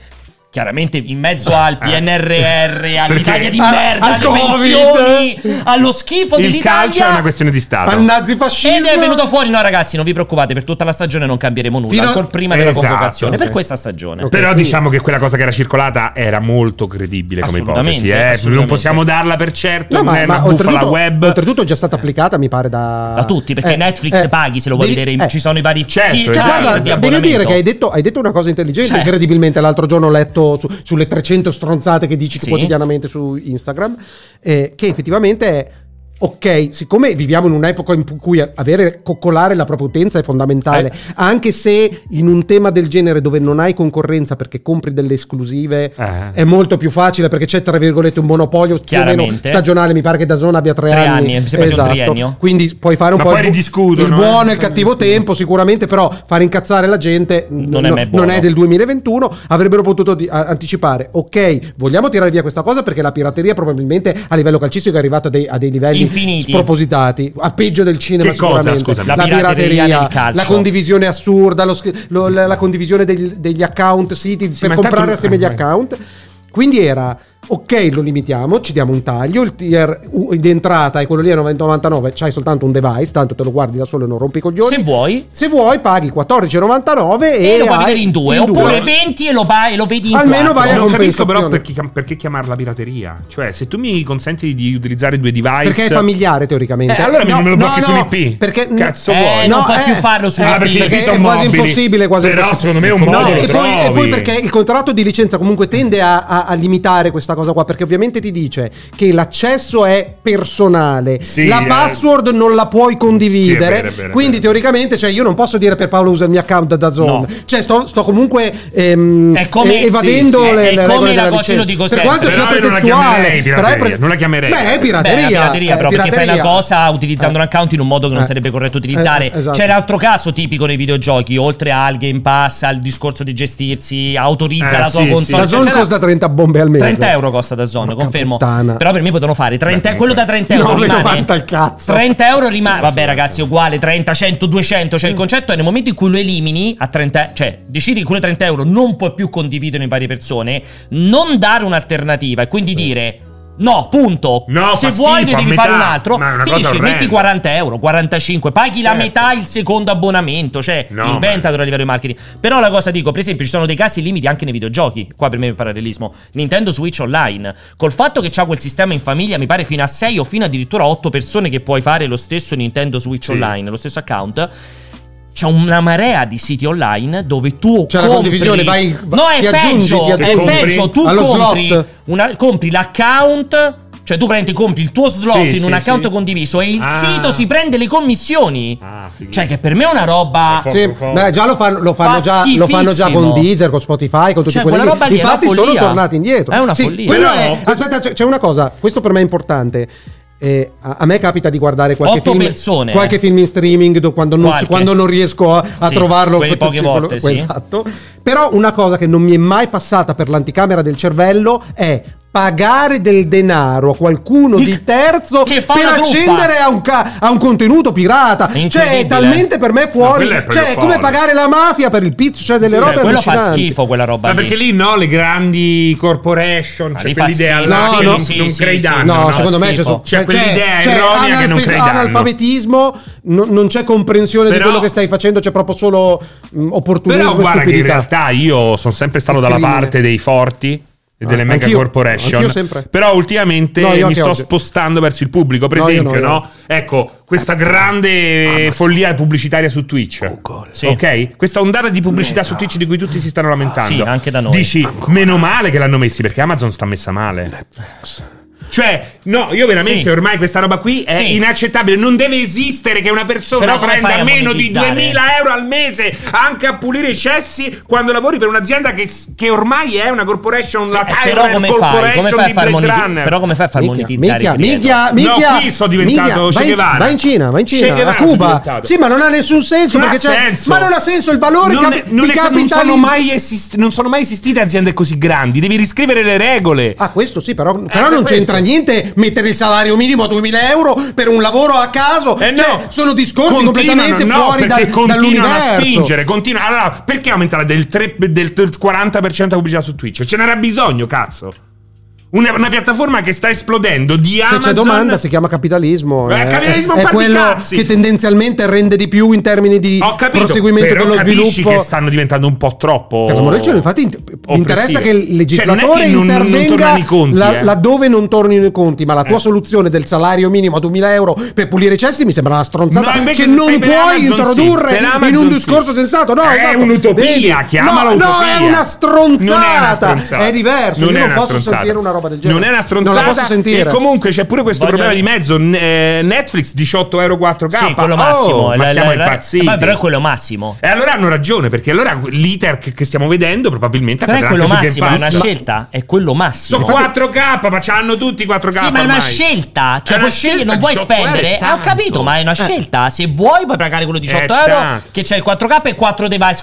Speaker 1: Chiaramente in mezzo al PNRR, all'Italia di
Speaker 3: Ah, Al-
Speaker 1: merda,
Speaker 3: al
Speaker 1: alle
Speaker 3: Covid.
Speaker 1: pensioni, allo schifo
Speaker 2: Il
Speaker 1: dell'Italia.
Speaker 2: calcio è una questione di Stato.
Speaker 3: Al nazifascismo.
Speaker 1: Ed è venuto fuori, no ragazzi, non vi preoccupate, per tutta la stagione non cambieremo nulla,
Speaker 3: Fino a-
Speaker 1: ancora prima della
Speaker 2: Esatto,
Speaker 1: convocazione, per
Speaker 2: ok.
Speaker 1: questa stagione.
Speaker 3: Ok.
Speaker 2: Però diciamo che quella cosa che era circolata era molto credibile come
Speaker 1: Assolutamente,
Speaker 2: ipotesi. eh. Non
Speaker 1: assolutamente.
Speaker 2: possiamo darla per certo,
Speaker 3: No,
Speaker 2: non
Speaker 3: ma,
Speaker 2: è
Speaker 3: ma
Speaker 2: una bufala
Speaker 3: oltretutto,
Speaker 2: web.
Speaker 3: oltretutto è già stata applicata, mi pare, da,
Speaker 1: da tutti perché
Speaker 3: Eh,
Speaker 1: Netflix
Speaker 3: eh,
Speaker 1: paghi se lo vuoi
Speaker 3: devi-
Speaker 1: vedere
Speaker 3: eh,
Speaker 1: ci sono i vari
Speaker 2: Certo,
Speaker 1: tier
Speaker 2: esatto.
Speaker 1: di
Speaker 3: Guarda, devo
Speaker 1: abbonamento.
Speaker 3: dire che hai detto, hai detto una cosa intelligente,
Speaker 1: Cioè.
Speaker 3: incredibilmente. L'altro giorno ho letto su- sulle 300 stronzate che dici tu
Speaker 1: Sì.
Speaker 3: quotidianamente su Instagram, eh, che effettivamente è. Ok, siccome viviamo in un'epoca in cui avere coccolare la propria utenza è fondamentale,
Speaker 1: Eh.
Speaker 3: anche se in un tema del genere dove non hai concorrenza perché compri delle esclusive,
Speaker 2: Eh.
Speaker 3: è molto più facile perché c'è tra virgolette un monopolio più o meno
Speaker 1: Chiaramente.
Speaker 3: stagionale. Mi pare che da zona abbia tre, Esatto.
Speaker 1: Tre anni, mi sembra sia un triennio.
Speaker 3: Quindi puoi fare un
Speaker 2: Ma
Speaker 3: po'
Speaker 2: poi
Speaker 3: il bu-
Speaker 2: ridiscutono,
Speaker 3: il
Speaker 2: eh.
Speaker 3: buono e il cattivo
Speaker 2: Poi ridiscutono.
Speaker 3: tempo tempo, sicuramente, però fare incazzare la gente
Speaker 1: Non
Speaker 3: n-
Speaker 1: è
Speaker 3: no-
Speaker 1: mai buono.
Speaker 3: non è del 2021. Avrebbero potuto di- a- anticipare, ok, vogliamo tirare via questa cosa perché la pirateria probabilmente a livello calcistico è arrivata a dei, a dei livelli
Speaker 1: Infiniti.
Speaker 3: spropositati, a peggio del cinema
Speaker 2: Che cosa,
Speaker 3: sicuramente.
Speaker 2: scusami?
Speaker 3: La,
Speaker 1: La pirateria
Speaker 3: pirateria,
Speaker 1: nel calcio.
Speaker 3: la condivisione assurda, lo sch- lo- la, la condivisione degli, degli account siti
Speaker 2: ma
Speaker 3: per
Speaker 2: intanto-
Speaker 3: comprare assieme gli
Speaker 2: eh, vai.
Speaker 3: account. Quindi era Ok, lo limitiamo, ci diamo un taglio, il tier u- di entrata è quello lì a 9,99, c'hai soltanto un device, tanto te lo guardi da solo e non rompi i coglioni.
Speaker 1: Se vuoi.
Speaker 3: Se vuoi paghi 14,99 e,
Speaker 1: E, lo puoi
Speaker 3: eh, hai-
Speaker 1: vedere in due, oppure 20 e lo, vai- lo vedi in
Speaker 3: Almeno
Speaker 1: quattro.
Speaker 3: vai a
Speaker 2: non capisco
Speaker 3: compensazione.
Speaker 2: però perché, perché chiamarla pirateria. Cioè, se tu mi consenti di utilizzare due device.
Speaker 3: Perché è familiare teoricamente.
Speaker 2: Eh, allora mi-
Speaker 3: No,
Speaker 2: me lo
Speaker 3: no,
Speaker 2: blocchi
Speaker 3: no,
Speaker 2: sull'IP.
Speaker 3: Perché eh,
Speaker 2: Cazzo vuoi? Non puoi più farlo sull'IP.
Speaker 3: Ah, perché
Speaker 2: Perché
Speaker 3: è
Speaker 2: sono
Speaker 3: quasi
Speaker 2: mobili.
Speaker 3: impossibile. Quasi
Speaker 2: Però
Speaker 3: impossibile.
Speaker 2: secondo me un modo lo
Speaker 3: e, poi, e
Speaker 2: trovi.
Speaker 3: poi perché il contratto di licenza comunque tende a, a- a limitare questa cosa qua. Perché ovviamente ti dice che l'accesso è personale,
Speaker 2: Sì,
Speaker 3: la
Speaker 2: eh.
Speaker 3: password non la puoi condividere.
Speaker 2: Sì, è vero, è vero, è
Speaker 3: quindi teoricamente, cioè, io non posso dire per Paolo usa il mio account da Zone.
Speaker 1: No.
Speaker 3: Cioè, sto, sto comunque ehm,
Speaker 1: È come-
Speaker 3: eh, evadendo
Speaker 1: sì, sì,
Speaker 3: le,
Speaker 1: è
Speaker 3: le
Speaker 1: come
Speaker 3: regole
Speaker 1: la
Speaker 3: della
Speaker 1: cosa,
Speaker 3: licenza.
Speaker 1: io lo dico
Speaker 3: per
Speaker 1: sempre.
Speaker 3: quanto sia
Speaker 2: Però io non la
Speaker 3: pretestuale,
Speaker 2: chiamerei
Speaker 3: però è
Speaker 2: pirateria.
Speaker 3: pre-
Speaker 2: non la chiamerei.
Speaker 3: Beh, è pirateria.
Speaker 1: Beh, la pirateria,
Speaker 3: eh,
Speaker 1: però, perché fai
Speaker 3: pirateria.
Speaker 1: una cosa utilizzando
Speaker 3: Eh.
Speaker 1: un account in un modo che non
Speaker 3: Eh.
Speaker 1: sarebbe corretto utilizzare.
Speaker 3: Eh, esatto.
Speaker 1: C'è l'altro caso tipico nei videogiochi, oltre al Game Pass, al discorso di gestirsi, autorizza
Speaker 3: Eh,
Speaker 1: Cioè, la tua
Speaker 3: sì, sì.
Speaker 1: console.
Speaker 3: La Zone
Speaker 1: eccetera.
Speaker 3: costa 30 bombe al mese.
Speaker 1: 30 euro costa da zone, confermo.
Speaker 3: puttana.
Speaker 1: Però per me potevano fare 30 quello da 30 euro.
Speaker 3: 9,90
Speaker 1: Rimane,
Speaker 3: al cazzo. Mm.
Speaker 1: 30 euro rimane. Vabbè, ragazzi, uguale 30, 100, 200. Cioè, il concetto è nel momento in cui lo elimini a 30, cioè decidi che quelle 30 euro non puoi più condividere in varie persone, non dare un'alternativa e quindi dire. No, punto.
Speaker 2: No,
Speaker 1: Se
Speaker 2: fa
Speaker 1: vuoi
Speaker 2: schifo,
Speaker 1: ne
Speaker 2: a
Speaker 1: devi
Speaker 2: metà.
Speaker 1: fare un altro.
Speaker 2: Ma è una
Speaker 1: Ti
Speaker 2: cosa
Speaker 1: dici,
Speaker 2: orrenda.
Speaker 1: metti 40 euro, 45, paghi la
Speaker 2: Certo.
Speaker 1: metà il secondo abbonamento. Cioè,
Speaker 2: No,
Speaker 1: inventatelo a livello di marketing. Però la cosa dico, per esempio, ci sono dei casi limiti anche nei videogiochi. Qua per me è un parallelismo. Nintendo Switch Online. Col fatto che c'ha quel sistema in famiglia, mi pare fino a 6 o fino addirittura a 8 persone che puoi fare lo stesso Nintendo Switch
Speaker 2: Sì.
Speaker 1: Online, lo stesso account. C'è una marea di siti online dove tu
Speaker 3: C'è la
Speaker 1: compri...
Speaker 3: condivisione, vai-
Speaker 1: No, è
Speaker 3: ti aggiungi,
Speaker 1: peggio,
Speaker 3: ti
Speaker 1: è
Speaker 3: aggiungi
Speaker 1: peggio. Tu
Speaker 3: allo
Speaker 1: compri,
Speaker 3: slot.
Speaker 1: una- compri l'account... Cioè, tu prendi, compri il tuo slot
Speaker 2: Sì,
Speaker 1: in un
Speaker 2: sì,
Speaker 1: account
Speaker 2: sì.
Speaker 1: condiviso e il
Speaker 2: Ah.
Speaker 1: sito si prende le commissioni.
Speaker 2: Ah, fighissimo.
Speaker 1: Cioè, che per me è una roba. Cioè,
Speaker 3: Sì, beh, già lo fanno, lo fanno
Speaker 1: Fa
Speaker 3: già, lo fanno già con
Speaker 1: schifissimo.
Speaker 3: Deezer, con Spotify, con tutti
Speaker 1: Cioè,
Speaker 3: quelli
Speaker 1: quella roba
Speaker 3: lì.
Speaker 1: lì è una
Speaker 3: Infatti sono
Speaker 1: follia.
Speaker 3: tornati indietro.
Speaker 1: È una
Speaker 3: Sì,
Speaker 1: follia.
Speaker 3: quello
Speaker 1: Però-
Speaker 3: è- aspetta, c'è, c'è una cosa, questo per me è importante. Eh, a, a me capita di guardare qualche
Speaker 1: Otto
Speaker 3: film,
Speaker 1: persone.
Speaker 3: qualche film in streaming do- quando non,
Speaker 1: Qualche.
Speaker 3: quando non riesco a, a
Speaker 1: Sì,
Speaker 3: trovarlo.
Speaker 1: quelle poche
Speaker 3: quello-
Speaker 1: volte,
Speaker 3: quello-
Speaker 1: sì.
Speaker 3: Esatto. Però una cosa che non mi è mai passata per l'anticamera del cervello è pagare del denaro a qualcuno di terzo
Speaker 1: che
Speaker 3: per
Speaker 1: fa una truffa.
Speaker 3: accedere a un, ca- a un contenuto pirata.
Speaker 1: È
Speaker 3: Cioè,
Speaker 1: incredibile.
Speaker 3: è talmente per me fuori.
Speaker 2: No, quello è proprio
Speaker 3: cioè, è come
Speaker 2: folle.
Speaker 3: pagare la mafia per il pizzo, cioè delle
Speaker 1: Cioè,
Speaker 3: robe
Speaker 1: quello fa
Speaker 3: allucinanti.
Speaker 1: schifo quella roba
Speaker 2: Ma
Speaker 1: lì.
Speaker 2: perché lì no, le grandi corporation,
Speaker 1: Ma
Speaker 2: c'è
Speaker 1: lì fa
Speaker 2: quell'idea
Speaker 1: schifo.
Speaker 2: là
Speaker 1: No,
Speaker 2: che
Speaker 1: no,
Speaker 2: non,
Speaker 1: sì,
Speaker 2: non
Speaker 1: sì,
Speaker 2: crei
Speaker 1: sì.
Speaker 2: danno.
Speaker 3: No,
Speaker 1: no,
Speaker 3: secondo me c'è,
Speaker 1: schifo.
Speaker 2: C'è quell'idea
Speaker 3: c'è
Speaker 2: erronea che non
Speaker 3: analfe-
Speaker 2: crei danno.
Speaker 3: analfabetismo, non, non c'è comprensione di
Speaker 2: Però-
Speaker 3: quello che stai facendo, c'è proprio solo mh, opportunismo
Speaker 2: Però guarda
Speaker 3: e
Speaker 2: che in
Speaker 3: stupidità.
Speaker 2: realtà io sono sempre stato
Speaker 3: Che
Speaker 2: dalla
Speaker 3: crimine.
Speaker 2: parte dei forti e
Speaker 3: Ah,
Speaker 2: delle mega
Speaker 3: anch'io,
Speaker 2: corporation.
Speaker 3: anch'io sempre.
Speaker 2: Però ultimamente
Speaker 3: No, io
Speaker 2: mi
Speaker 3: anche
Speaker 2: sto
Speaker 3: oggi.
Speaker 2: spostando verso il pubblico. Per
Speaker 3: No, io
Speaker 2: esempio,
Speaker 3: no, io
Speaker 2: no?
Speaker 3: no. Eh,
Speaker 2: Ecco, questa grande follia pubblicitaria su Twitch.
Speaker 1: Sì.
Speaker 2: Ok? Questa ondata di pubblicità su Twitch di cui tutti si stanno lamentando.
Speaker 1: Ah, Sì, anche da noi.
Speaker 2: Dici, meno male che l'hanno messi perché Amazon sta messa male. Cioè, no, io veramente
Speaker 1: Sì.
Speaker 2: ormai questa roba qui è
Speaker 1: Sì.
Speaker 2: inaccettabile. Non deve esistere che una persona
Speaker 1: Però come fai
Speaker 2: prenda
Speaker 1: a
Speaker 2: meno di
Speaker 1: monetizzare?
Speaker 2: 2000 euro al mese anche a pulire i cessi quando lavori per un'azienda che, che ormai è una corporation,
Speaker 1: Eh,
Speaker 2: la Tyrell
Speaker 1: però come fai?
Speaker 2: Corporation
Speaker 1: Come fai a
Speaker 2: di
Speaker 1: far
Speaker 2: Blade
Speaker 1: moneti-
Speaker 2: Runner.
Speaker 1: però come fai a far
Speaker 3: Minchia,
Speaker 1: monetizzare?
Speaker 3: minchia,
Speaker 1: i creator?
Speaker 3: minchia, minchia,
Speaker 2: No, qui sono diventato
Speaker 3: minchia,
Speaker 2: Che
Speaker 3: vai, in-
Speaker 2: Guevara.
Speaker 3: vai in Cina, vai in
Speaker 2: Che
Speaker 3: Cina, a
Speaker 2: Guevara sono
Speaker 3: Cuba.
Speaker 2: diventato.
Speaker 3: Sì, ma non ha nessun senso.
Speaker 2: Non ha
Speaker 3: perché c'è-
Speaker 2: senso.
Speaker 3: Ma non ha senso il valore
Speaker 2: non,
Speaker 3: capi-
Speaker 2: non
Speaker 3: di
Speaker 2: è- non sono
Speaker 3: capitalismo.
Speaker 2: mai esist- non sono mai esistite aziende così grandi. Devi riscrivere le regole.
Speaker 3: Ah, questo sì, però, però
Speaker 2: per
Speaker 3: non
Speaker 2: Eh, questo.
Speaker 3: c'entra niente mettere il salario minimo a 2000 euro per un lavoro a caso. Cioè,
Speaker 2: Eh no,
Speaker 3: sono discorsi
Speaker 2: Continuano,
Speaker 3: completamente
Speaker 2: no,
Speaker 3: fuori
Speaker 2: perché
Speaker 3: dal-
Speaker 2: continuano
Speaker 3: dall'universo.
Speaker 2: a spingere, continua. Allora, perché aumentare del, tre- del 40% la pubblicità su Twitch? Ce n'era bisogno, cazzo. Una, una piattaforma che sta esplodendo di
Speaker 3: Se
Speaker 2: Amazon.
Speaker 3: Cioè, c'è domanda si chiama capitalismo.
Speaker 2: Beh,
Speaker 3: eh.
Speaker 2: capitalismo
Speaker 3: è
Speaker 2: parti
Speaker 3: quello
Speaker 2: cazzi.
Speaker 3: che tendenzialmente rende di più in termini di
Speaker 2: Ho capito,
Speaker 3: proseguimento
Speaker 2: però
Speaker 3: dello
Speaker 2: capisci
Speaker 3: sviluppo.
Speaker 2: che stanno diventando un po' troppo
Speaker 3: Per l'amore del cielo, infatti, int- mi interessa
Speaker 2: oppressive.
Speaker 3: che il legislatore
Speaker 2: Cioè, non è che non- non- non
Speaker 3: intervenga
Speaker 2: tornano i conti,
Speaker 3: la-
Speaker 2: eh.
Speaker 3: laddove non tornino i conti, ma la tua
Speaker 2: Eh.
Speaker 3: soluzione del salario minimo a 2000 euro per pulire i cessi mi sembra una stronzata
Speaker 2: No, invece
Speaker 3: che
Speaker 2: se
Speaker 3: non
Speaker 2: sei per
Speaker 3: puoi
Speaker 2: Amazon, sì.
Speaker 3: introdurre
Speaker 2: Per Amazon,
Speaker 3: in un
Speaker 2: sì.
Speaker 3: discorso sensato. No,
Speaker 2: È
Speaker 3: esatto.
Speaker 2: un'utopia,
Speaker 3: Vedi?
Speaker 2: chiamala
Speaker 3: no,
Speaker 2: utopia.
Speaker 3: No, è una stronzata.
Speaker 2: Non è una stronzata.
Speaker 3: È diverso.
Speaker 2: Non
Speaker 3: Io
Speaker 2: è
Speaker 3: non
Speaker 2: una
Speaker 3: posso
Speaker 2: stronzata.
Speaker 3: sentire una roba del genere.
Speaker 2: Non è una stronzata.
Speaker 3: Non la posso sentire.
Speaker 2: E comunque c'è pure questo
Speaker 1: Voglio-
Speaker 2: problema di mezzo. N- eh, Netflix 18 euro 4K.
Speaker 1: Sì, quello massimo.
Speaker 2: Oh,
Speaker 1: È
Speaker 2: ma
Speaker 1: la-
Speaker 2: siamo
Speaker 1: la- la-
Speaker 2: impazziti.
Speaker 1: Ma però è quello massimo.
Speaker 2: E allora hanno ragione, perché allora l'iter che che stiamo vedendo probabilmente
Speaker 1: Però è
Speaker 2: accadrà anche
Speaker 1: quello
Speaker 2: su
Speaker 1: massimo, è
Speaker 2: Game
Speaker 1: una
Speaker 2: Pass.
Speaker 1: scelta. È quello massimo.
Speaker 2: Sono 4K, ma c'hanno tutti 4K.
Speaker 1: Sì, ma è una
Speaker 2: ormai.
Speaker 1: scelta.
Speaker 2: È
Speaker 1: Cioè,
Speaker 2: una
Speaker 1: puoi scegliere, non vuoi
Speaker 2: scelta, 18
Speaker 1: spendere.
Speaker 2: euro è
Speaker 1: Eh, Ho capito,
Speaker 2: tanto.
Speaker 1: ma è una scelta. Se vuoi, puoi pagare quello 18
Speaker 2: Eh,
Speaker 1: euro.
Speaker 2: tanto.
Speaker 1: Che c'è il 4K e 4 device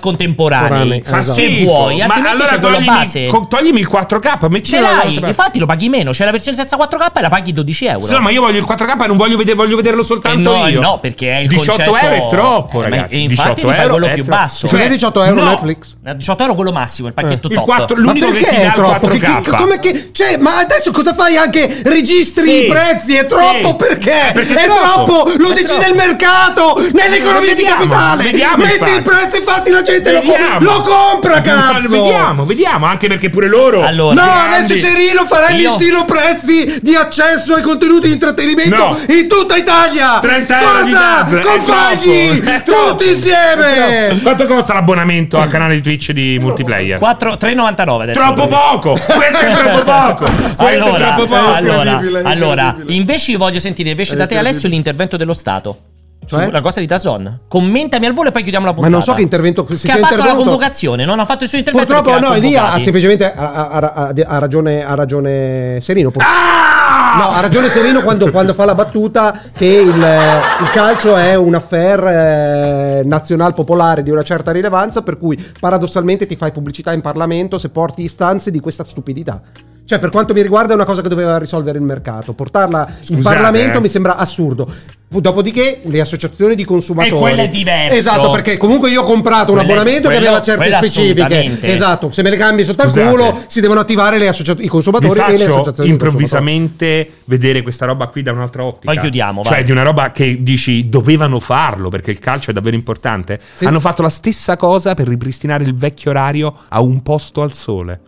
Speaker 3: Contemporanei,
Speaker 1: contemporanei. Se
Speaker 3: esatto.
Speaker 1: vuoi,
Speaker 2: Ma
Speaker 1: altrimenti c'è quello
Speaker 2: toglimi,
Speaker 1: base.
Speaker 2: co- toglimi il 4K, mettilo
Speaker 1: Ce l'hai,
Speaker 2: dall'altra parte.
Speaker 1: e fai infatti lo paghi meno. C'è la versione senza 4K e la paghi 12 euro.
Speaker 2: Sì, ma io voglio il 4K, non voglio, vede- voglio vederlo
Speaker 1: Eh
Speaker 2: soltanto
Speaker 1: no, eh
Speaker 2: io.
Speaker 1: no, perché è il
Speaker 2: 18
Speaker 1: concetto-
Speaker 2: euro è troppo,
Speaker 1: Eh, ma
Speaker 2: ragazzi.
Speaker 1: Infatti
Speaker 2: 18
Speaker 1: ti fai
Speaker 2: euro
Speaker 1: quello
Speaker 2: è
Speaker 1: più
Speaker 2: troppo.
Speaker 1: basso.
Speaker 2: Cioè, Cioè, 18 euro no.
Speaker 3: Netflix?
Speaker 1: 18 Eh, euro quello massimo, il pacchetto
Speaker 2: Eh. il
Speaker 1: top.
Speaker 2: quattro- l'unico che ti
Speaker 3: Perché
Speaker 2: dà
Speaker 3: è
Speaker 2: il
Speaker 3: troppo?
Speaker 2: 4K.
Speaker 3: Che- che- come che- cioè, ma adesso cosa fai anche? Registri
Speaker 2: Sì.
Speaker 3: i prezzi? È troppo
Speaker 2: Sì.
Speaker 3: perché?
Speaker 2: Perché
Speaker 3: è
Speaker 2: è
Speaker 3: troppo!
Speaker 2: troppo.
Speaker 3: Lo
Speaker 2: È
Speaker 3: decide
Speaker 2: troppo.
Speaker 3: il mercato! Nell'economia di
Speaker 2: Vediamo,
Speaker 3: capitale!
Speaker 2: vediamo,
Speaker 3: Metti
Speaker 2: infatti.
Speaker 3: il prezzo, infatti la gente lo,
Speaker 2: Vediamo.
Speaker 3: com- lo compra, cazzo!
Speaker 2: Vediamo, vediamo, anche perché pure loro.
Speaker 3: no, adesso Serino farà gli stilo prezzi di accesso ai contenuti di intrattenimento
Speaker 2: No.
Speaker 3: in tutta Italia!
Speaker 2: 30 euro di
Speaker 3: Forza,
Speaker 2: Dazn, è
Speaker 3: compagni!
Speaker 2: troppo, è troppo.
Speaker 3: Tutti insieme!
Speaker 2: Quanto costa l'abbonamento al canale di Twitch di multiplayer?
Speaker 1: 4, 3,99 adesso.
Speaker 2: Troppo poco! Questo è troppo poco! Questo
Speaker 1: allora,
Speaker 2: è troppo poco!
Speaker 1: Allora,
Speaker 2: Incredibile,
Speaker 1: allora,
Speaker 2: incredibile.
Speaker 1: invece io voglio sentire invece
Speaker 2: È
Speaker 1: da te
Speaker 2: incredibile.
Speaker 1: Alessio l'intervento dello Stato.
Speaker 3: Cioè?
Speaker 1: Sulla cosa di Dazon. Commentami al volo e poi chiudiamo la
Speaker 3: Ma
Speaker 1: puntata.
Speaker 3: non so che intervento si
Speaker 1: Che
Speaker 3: sia
Speaker 1: ha fatto la
Speaker 3: intervenuto.
Speaker 1: convocazione, non ha fatto il suo intervento.
Speaker 3: Purtroppo
Speaker 1: perché
Speaker 3: no,
Speaker 1: era
Speaker 3: lì ha, ha
Speaker 1: convocati.
Speaker 3: semplicemente ha, ha- ha- ha ragione, ha ragione Serino. pur- No, ha ragione Serino quando, quando fa la battuta che il, eh, il calcio è un affair eh, nazional popolare di una certa rilevanza, per cui paradossalmente ti fai pubblicità in Parlamento se porti istanze di questa stupidità. Cioè, per quanto mi riguarda, è una cosa che doveva risolvere il mercato. Portarla in
Speaker 2: Scusate,
Speaker 3: Parlamento
Speaker 2: eh.
Speaker 3: mi sembra assurdo. Dopodiché, le associazioni di consumatori.
Speaker 1: E quello è diverso.
Speaker 3: Esatto, perché comunque io ho comprato un
Speaker 1: Quello-
Speaker 3: abbonamento
Speaker 1: quello-
Speaker 3: che aveva certe
Speaker 1: quello
Speaker 3: specifiche.
Speaker 1: assolutamente.
Speaker 3: Esatto, se me le cambi sotto al
Speaker 2: Scusate.
Speaker 3: culo si devono attivare le associa- i
Speaker 2: Vi
Speaker 3: consumatori e le
Speaker 2: faccio
Speaker 3: associazioni. di consumatori.
Speaker 2: improvvisamente vedere questa roba qui da un'altra ottica.
Speaker 1: Poi chiudiamo, vai.
Speaker 2: Cioè, di una roba che dici dovevano farlo perché il calcio è davvero importante.
Speaker 3: Sì.
Speaker 2: Hanno fatto la stessa cosa per ripristinare il vecchio orario a un posto al sole.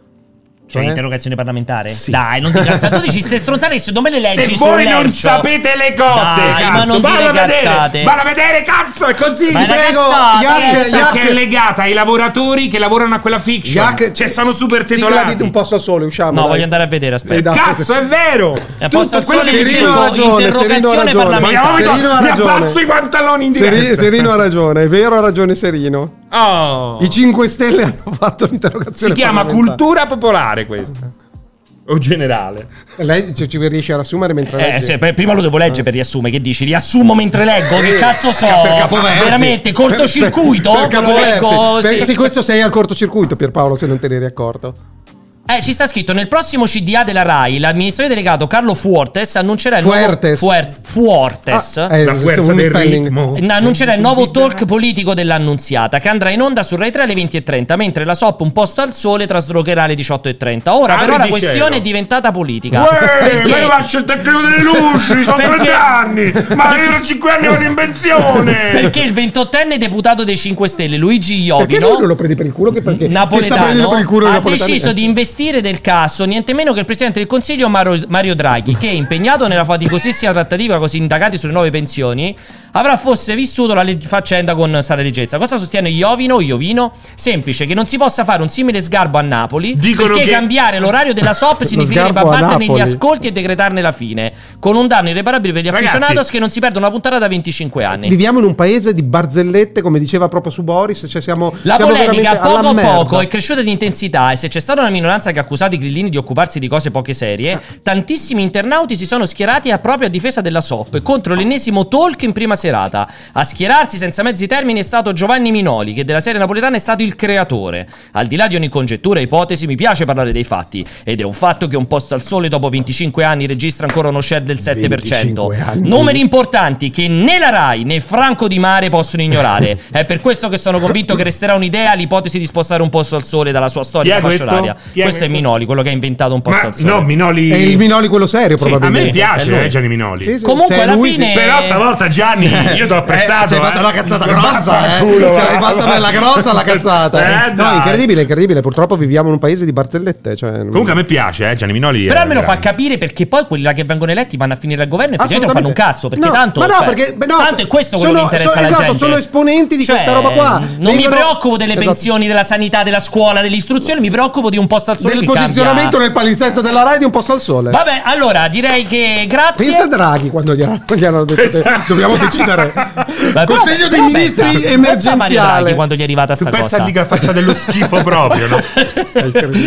Speaker 1: Cioè,
Speaker 3: Eh?
Speaker 2: Cioè?
Speaker 1: interrogazione parlamentare?
Speaker 2: Sì.
Speaker 1: Dai, non ti cazzate. Tu dici ste stronzate che secondo me le leggi
Speaker 2: Se
Speaker 1: sul
Speaker 2: voi non
Speaker 1: lercio.
Speaker 2: sapete le cose,
Speaker 1: Dai,
Speaker 2: cazzo,
Speaker 1: ma non
Speaker 2: vanno
Speaker 1: dire
Speaker 2: a vedere,
Speaker 1: cazzate.
Speaker 2: vanno a vedere, cazzo, è così.
Speaker 1: Ma
Speaker 2: Ti
Speaker 1: è una
Speaker 2: prego,
Speaker 1: cazzata,
Speaker 2: Yak,
Speaker 1: eh.
Speaker 2: Yak- che è legata ai lavoratori che lavorano a quella fiction.
Speaker 3: Yak-
Speaker 2: cioè, sono super
Speaker 3: Sigla
Speaker 2: titolati.
Speaker 3: di un posto al sole, usciamo.
Speaker 1: No,
Speaker 3: dai.
Speaker 1: voglio andare a vedere,
Speaker 3: Eh,
Speaker 1: aspetta.
Speaker 3: dai.
Speaker 2: Cazzo, è vero!
Speaker 1: Eh, posso
Speaker 2: Tutto quello che vi
Speaker 3: Serino
Speaker 2: dico.
Speaker 3: ha ragione, Serino ha
Speaker 1: interrogazione
Speaker 3: ragione.
Speaker 1: parlamentare.
Speaker 2: Ma abbiamo
Speaker 3: Serino ha
Speaker 2: mi
Speaker 3: ragione.
Speaker 2: abbasso i pantaloni in diretta.
Speaker 3: Seri- Serino ha ragione, è vero, ha ragione Serino.
Speaker 2: Oh.
Speaker 3: I 5 Stelle hanno fatto l'interrogazione.
Speaker 2: Si chiama
Speaker 3: parlamentare.
Speaker 2: cultura popolare questa. O generale.
Speaker 3: Lei ci, ci riesce a rassumere mentre
Speaker 1: Eh,
Speaker 3: legge?
Speaker 1: se- per- prima lo devo leggere per riassumere. Che dici? Riassumo mentre leggo. Che
Speaker 3: Eh,
Speaker 1: cazzo so?
Speaker 3: ca- per capoversi.
Speaker 1: Veramente,
Speaker 3: Per- per-
Speaker 1: cortocircuito?
Speaker 3: Per,
Speaker 1: Ve lo leggo,
Speaker 3: capoversi. Per-
Speaker 1: sì.
Speaker 3: sì, questo sei al cortocircuito, Pierpaolo, se non te ne eri accorto.
Speaker 1: Eh, ci sta scritto: nel prossimo CDA della Rai, l'amministratore delegato Carlo Fuertes annuncerà il
Speaker 3: Fuertes.
Speaker 1: nuovo. Fuer- Fuertes.
Speaker 3: Ah, eh,
Speaker 2: La
Speaker 3: se-
Speaker 2: forza
Speaker 3: se-
Speaker 2: del
Speaker 3: spelling.
Speaker 2: ritmo.
Speaker 1: Eh, Annuncerà il nuovo talk politico dell'annunziata che andrà in onda su Rai 3 alle 20.30 mentre la SOP Un posto al sole traslocherà alle 18.30. Ora
Speaker 3: Ah,
Speaker 2: Apri
Speaker 1: però la
Speaker 2: di
Speaker 1: questione
Speaker 2: cielo.
Speaker 1: è diventata politica.
Speaker 2: Uè,
Speaker 1: Perché?
Speaker 2: ma io faccio il tecnico delle luci, sono
Speaker 1: Perché?
Speaker 2: 30 anni, ma io da 5 anni vado in pensione.
Speaker 1: Perché il 28enne deputato dei 5 Stelle Luigi
Speaker 3: Perché lui non
Speaker 1: Iovino
Speaker 3: lo prendi per il culo? Che perché ti sta prendendo
Speaker 1: Napoletano
Speaker 3: per il culo il
Speaker 1: ha
Speaker 3: napoletano?
Speaker 1: deciso di investire del caso niente meno che il presidente del consiglio Mario, Mario Draghi che impegnato nella faticosissima trattativa con i sindacati sulle nuove pensioni avrà forse vissuto la leg- faccenda con sana leggezza cosa sostiene Iovino Iovino semplice che non si possa fare un simile sgarbo a Napoli
Speaker 2: Dicono
Speaker 1: perché
Speaker 2: che-
Speaker 1: cambiare l'orario della SOP significherebbe
Speaker 3: sgarbo a
Speaker 1: abbattere gli
Speaker 3: Napoli.
Speaker 1: ascolti e decretarne la fine con un danno irreparabile per gli
Speaker 2: Ragazzi.
Speaker 1: aficionados che non si perdono una puntata da 25 anni
Speaker 3: Eh, Viviamo in un paese di barzellette, come diceva proprio su Boris. Cioè siamo,
Speaker 1: La
Speaker 3: siamo
Speaker 1: polemica a
Speaker 3: veramente alla
Speaker 1: poco a
Speaker 3: merda.
Speaker 1: poco è cresciuta di intensità e se c'è stata una minoranza che ha accusato i grillini di occuparsi di cose poche serie,
Speaker 3: Eh.
Speaker 1: tantissimi internauti si sono schierati a propria difesa della SOP contro l'ennesimo talk in prima serata. A schierarsi senza mezzi termini è stato Giovanni Minoli, che della serie napoletana è stato il creatore. Al di là di ogni congettura e ipotesi, mi piace parlare dei fatti ed è un fatto che un posto al sole dopo 25 anni registra ancora uno share del
Speaker 3: 25
Speaker 1: 7%.
Speaker 3: anni.
Speaker 1: Numeri importanti che né la RAI né Franco Di Mare possono ignorare. È per questo che sono convinto che resterà un'idea l'ipotesi di spostare un posto al sole dalla sua storia
Speaker 2: Chi è
Speaker 1: fascia
Speaker 2: questo?
Speaker 1: oraria.
Speaker 2: Chi è
Speaker 1: questo è
Speaker 2: questo?
Speaker 1: Minoli, quello che ha inventato un posto
Speaker 2: Ma
Speaker 1: al sole.
Speaker 2: no, Minoli.
Speaker 3: È il Minoli quello serio,
Speaker 2: Sì, a me
Speaker 3: probabilmente.
Speaker 1: È lui. Eh.
Speaker 2: piace eh, Gianni Minoli.
Speaker 3: Sì, sì,
Speaker 1: Comunque,
Speaker 3: se è
Speaker 1: alla
Speaker 3: lui,
Speaker 1: fine-
Speaker 2: Cioè, Però stavolta Gianni, io t'ho apprezzato.
Speaker 3: Eh, ci hai fatto
Speaker 2: eh.
Speaker 3: la cazzata
Speaker 2: Vaffanculo,
Speaker 3: grossa, eh.
Speaker 2: va,
Speaker 3: Ce l'hai fatta
Speaker 2: va.
Speaker 3: bella grossa la cazzata.
Speaker 2: Eh,
Speaker 3: eh. No,
Speaker 2: dai.
Speaker 3: incredibile, incredibile. Purtroppo viviamo in un paese di barzellette. Cioè,
Speaker 2: Comunque a me piace, eh, Gianni Minoli.
Speaker 1: Però
Speaker 2: è
Speaker 1: almeno
Speaker 2: un
Speaker 1: fa
Speaker 2: grande.
Speaker 1: capire perché poi quelli là che vengono eletti vanno a finire al governo e effettivamente non fanno un
Speaker 3: Assolutamente.
Speaker 1: cazzo. Perché
Speaker 3: No,
Speaker 1: tanto,
Speaker 3: ma no,
Speaker 1: cioè,
Speaker 3: perché- beh, no,
Speaker 1: tanto è questo
Speaker 3: sono-
Speaker 1: quello che interessa
Speaker 3: sono-
Speaker 1: alla
Speaker 3: esatto,
Speaker 1: gente.
Speaker 3: sono esponenti di
Speaker 1: Cioè,
Speaker 3: questa roba qua.
Speaker 1: Non mi
Speaker 3: Vengono-
Speaker 1: preoccupo delle
Speaker 3: Esatto.
Speaker 1: pensioni, della sanità, della scuola, dell'istruzione, mi preoccupo di un posto al sole
Speaker 3: Del
Speaker 1: che cambia.
Speaker 3: posizionamento nel palinsesto della Rai di un posto al sole.
Speaker 1: Vabbè, allora direi che grazie.
Speaker 3: Pensa a Draghi quando gli hanno, gli hanno detto: te,
Speaker 2: Esatto.
Speaker 3: Dobbiamo decidere. Consiglio dei ministri
Speaker 1: Draghi
Speaker 3: emergenziale.
Speaker 1: quando gli è arrivata
Speaker 2: Tu
Speaker 1: sta cosa.
Speaker 2: pensa lì che faccia dello schifo proprio, no?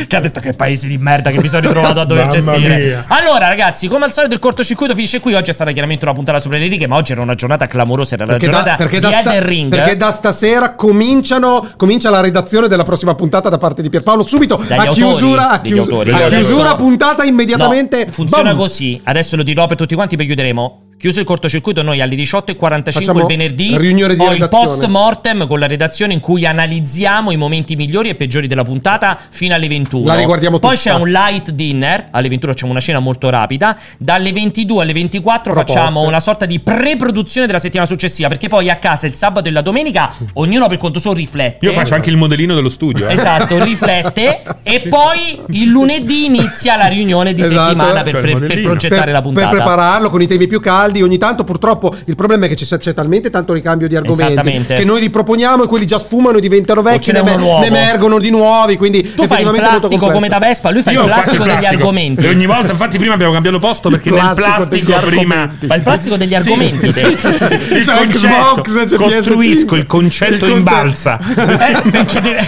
Speaker 1: che ha detto che paese di merda che mi sono ritrovato a dover
Speaker 2: Mamma
Speaker 1: gestire.
Speaker 2: mia.
Speaker 1: Allora, ragazzi, come al solito il cortocircuito finisce qui. Oggi è stata chiaramente una puntata sulle righe, ma oggi era una giornata clamorosa, era la
Speaker 3: Perché
Speaker 1: giornata
Speaker 3: da, perché,
Speaker 1: di
Speaker 3: da sta-
Speaker 1: Elden Ring. eh".
Speaker 3: perché da stasera cominciano, comincia la redazione della prossima puntata da parte di Pierpaolo. Subito
Speaker 1: Dagli
Speaker 3: a
Speaker 1: autori,
Speaker 3: chiusura, a
Speaker 1: degli
Speaker 3: chius-
Speaker 1: autori.
Speaker 3: a
Speaker 1: Adesso-
Speaker 3: chiusura puntata immediatamente.
Speaker 1: No, funziona
Speaker 3: Bam!
Speaker 1: così. Adesso lo dirò per tutti quanti, poi chiuderemo. Chiuso il cortocircuito, noi alle 18.45
Speaker 3: Facciamo
Speaker 1: il venerdì
Speaker 3: riunione di
Speaker 1: ho il
Speaker 3: redazione.
Speaker 1: post mortem con la redazione in cui analizziamo i momenti migliori e peggiori della puntata fino alle 21.
Speaker 3: La riguardiamo
Speaker 1: Poi
Speaker 3: tutta.
Speaker 1: c'è un light dinner, alle 21 facciamo una cena molto rapida, dalle 22 alle 24
Speaker 3: Proposte.
Speaker 1: facciamo una sorta di pre-produzione della settimana successiva, perché poi a casa il sabato e la domenica ognuno per conto suo riflette.
Speaker 2: Io faccio anche il modellino dello studio. eh.
Speaker 1: Esatto, riflette e poi il lunedì inizia la riunione di
Speaker 3: Esatto.
Speaker 1: settimana
Speaker 3: Cioè, il
Speaker 1: per, per- per
Speaker 3: modellino.
Speaker 1: progettare
Speaker 3: Per-
Speaker 1: la puntata.
Speaker 3: Per prepararlo con i temi più caldi. Ogni tanto, purtroppo, il problema è che c'è, c'è talmente tanto ricambio di argomenti
Speaker 1: Esattamente.
Speaker 3: che noi li proponiamo e quelli già sfumano e diventano vecchi,
Speaker 1: ce n'è
Speaker 3: ne,
Speaker 1: uno nuovo.
Speaker 3: ne emergono di nuovi. Quindi
Speaker 1: tu fai il
Speaker 3: effettivamente è molto
Speaker 1: plastico
Speaker 3: complesso.
Speaker 1: come da Vespa, lui fa il
Speaker 2: Io faccio
Speaker 1: plastico, degli argomenti.
Speaker 2: E ogni volta, infatti, prima abbiamo cambiato posto perché nel
Speaker 1: plastico degli
Speaker 2: plastico prima.
Speaker 1: argomenti. Fa il plastico degli argomenti, te.
Speaker 2: Il
Speaker 3: C'è
Speaker 2: concetto.
Speaker 3: Xbox, c'è
Speaker 2: Costruisco
Speaker 3: PS5.
Speaker 2: il concetto
Speaker 3: Il
Speaker 2: in
Speaker 3: concetto.
Speaker 2: balza.
Speaker 1: Eh, perché deve,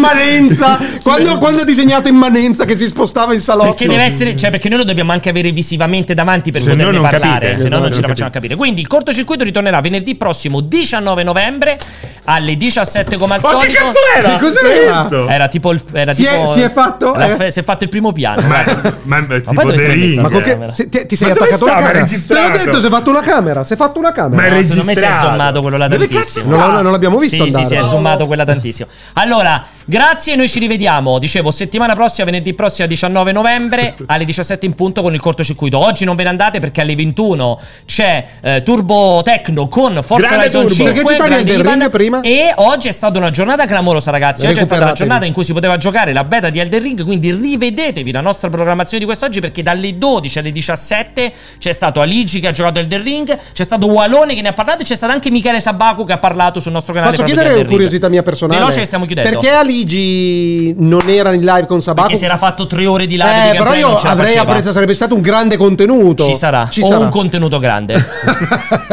Speaker 3: Immanenza quando, quando ha disegnato Immanenza che si spostava in salotto
Speaker 1: perché deve essere, cioè, perché noi lo dobbiamo anche avere visivamente davanti per
Speaker 2: Se no
Speaker 1: poterne
Speaker 2: non
Speaker 1: parlare,
Speaker 2: capite.
Speaker 1: se no non
Speaker 2: Esatto,
Speaker 1: ce la
Speaker 2: non
Speaker 1: facciamo capire. Quindi il cortocircuito ritornerà venerdì prossimo 19 novembre alle 17 come al
Speaker 2: Ma
Speaker 1: solito.
Speaker 2: che cazzo era?
Speaker 3: Che cos'era?
Speaker 2: Questo?
Speaker 1: Era tipo il era
Speaker 3: Si è-
Speaker 1: tipo-
Speaker 3: si è fatto,
Speaker 1: la-
Speaker 3: eh?
Speaker 1: si è fatto il primo piano.
Speaker 2: Ma, ma,
Speaker 1: poi
Speaker 2: tipo
Speaker 1: dove
Speaker 2: The
Speaker 1: sono messa
Speaker 2: Ring.
Speaker 3: ma
Speaker 1: sta
Speaker 3: con che-
Speaker 1: camera?
Speaker 3: se- ti, ti sei
Speaker 2: Ma dove
Speaker 3: attaccato la
Speaker 2: stava
Speaker 3: camera te l'ho
Speaker 2: registrato?
Speaker 3: detto si è fatto una camera si è fatto una camera
Speaker 2: Ma è
Speaker 1: Secondo me si è
Speaker 2: registrato.
Speaker 1: zommato quello là
Speaker 3: Dove
Speaker 1: tantissimo.
Speaker 3: cazzo sta? No, no, non l'abbiamo visto
Speaker 1: Sì, sì,
Speaker 3: andare.
Speaker 1: si è
Speaker 3: No.
Speaker 1: zommato quella tantissimo. Allora, grazie, noi ci rivediamo. Dicevo, settimana prossima, venerdì prossimo, 19 novembre, alle 17 in punto con il cortocircuito. Oggi non ve ne andate perché alle 21 c'è eh, Turbo Tecno con Forza
Speaker 2: Grande
Speaker 1: Horizon
Speaker 2: Turbo.
Speaker 1: 5.
Speaker 3: Perché citavi
Speaker 1: grande
Speaker 3: Elden
Speaker 1: Ivan.
Speaker 3: ring prima?
Speaker 1: E oggi è stata una giornata clamorosa, ragazzi. Oggi è stata la
Speaker 3: Recuperatevi.
Speaker 1: giornata in cui si poteva giocare la beta di Elden Ring. Quindi rivedetevi la nostra programmazione di quest'oggi perché dalle 12 alle 17 c'è stato Aligi che ha giocato Elden Ring, c'è stato Walone che ne ha parlato e c'è stato anche Michele Sabaku che ha parlato sul nostro canale.
Speaker 3: Posso
Speaker 1: proprio
Speaker 3: chiedere
Speaker 1: di
Speaker 3: una
Speaker 1: Elden Ring.
Speaker 3: curiosità mia personale?
Speaker 1: Veloce, stiamo chiudendo.
Speaker 3: Perché Aligi non era in live con Sabaku?
Speaker 1: Perché si era fatto tre ore di live
Speaker 3: Eh,
Speaker 1: di
Speaker 3: però
Speaker 1: gameplay e
Speaker 3: io
Speaker 1: non ce la
Speaker 3: avrei
Speaker 1: faceva.
Speaker 3: apprezzato, sarebbe stato un grande contenuto.
Speaker 1: Ci sarà.
Speaker 3: Ci
Speaker 1: o
Speaker 3: sarà.
Speaker 1: un contenuto grande.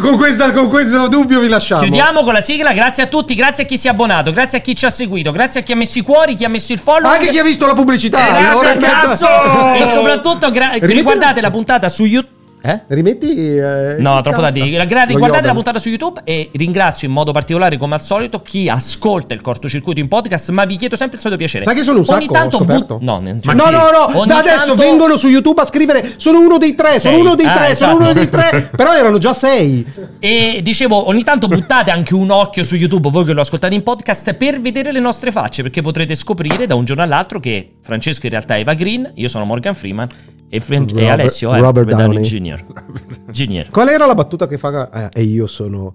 Speaker 3: con, questa- con questo dubbio vi lasciamo.
Speaker 1: Chiudiamo con la sigla. Grazie a tutti, grazie a chi si è abbonato, grazie a chi ci ha seguito, grazie a chi ha messo i cuori, chi ha messo il follow.
Speaker 3: Anche chi ha visto la pubblicità.
Speaker 1: Eh, Grazie,
Speaker 3: Ah, allora,
Speaker 1: cazzo! E soprattutto gra-
Speaker 3: Rimettila-
Speaker 1: riguardate la puntata su YouTube. Eh?
Speaker 3: Rimetti. eh,
Speaker 1: No,
Speaker 3: il
Speaker 1: troppo da dire. Gra-
Speaker 3: Lo
Speaker 1: Guardate la
Speaker 3: Yodel.
Speaker 1: puntata su YouTube e ringrazio in modo particolare, come al solito, chi ascolta il cortocircuito in podcast, ma vi chiedo sempre il solito piacere.
Speaker 3: Sai che sono un
Speaker 1: Ogni
Speaker 3: sacco, ho
Speaker 1: tanto
Speaker 3: scoperto?
Speaker 1: No, non c'è-
Speaker 3: no, no, no,
Speaker 1: Ogni
Speaker 3: da adesso
Speaker 1: tanto-
Speaker 3: vengono su YouTube a scrivere sono uno dei tre, sono
Speaker 1: Sei.
Speaker 3: uno dei
Speaker 1: Ah,
Speaker 3: tre, sono
Speaker 1: esatto.
Speaker 3: uno dei tre, però erano già sei.
Speaker 1: E dicevo, ogni tanto buttate anche un occhio su YouTube, voi che lo ascoltate in podcast, per vedere le nostre facce, perché potrete scoprire da un giorno all'altro che Francesco in realtà è Eva Green, io sono Morgan Freeman e, Fran- e
Speaker 3: Robert-
Speaker 1: Alessio è
Speaker 3: Robert
Speaker 1: Robert Downey
Speaker 3: Downey.
Speaker 1: Jr. Jr.
Speaker 3: Qual era la battuta che fa? eh, e io sono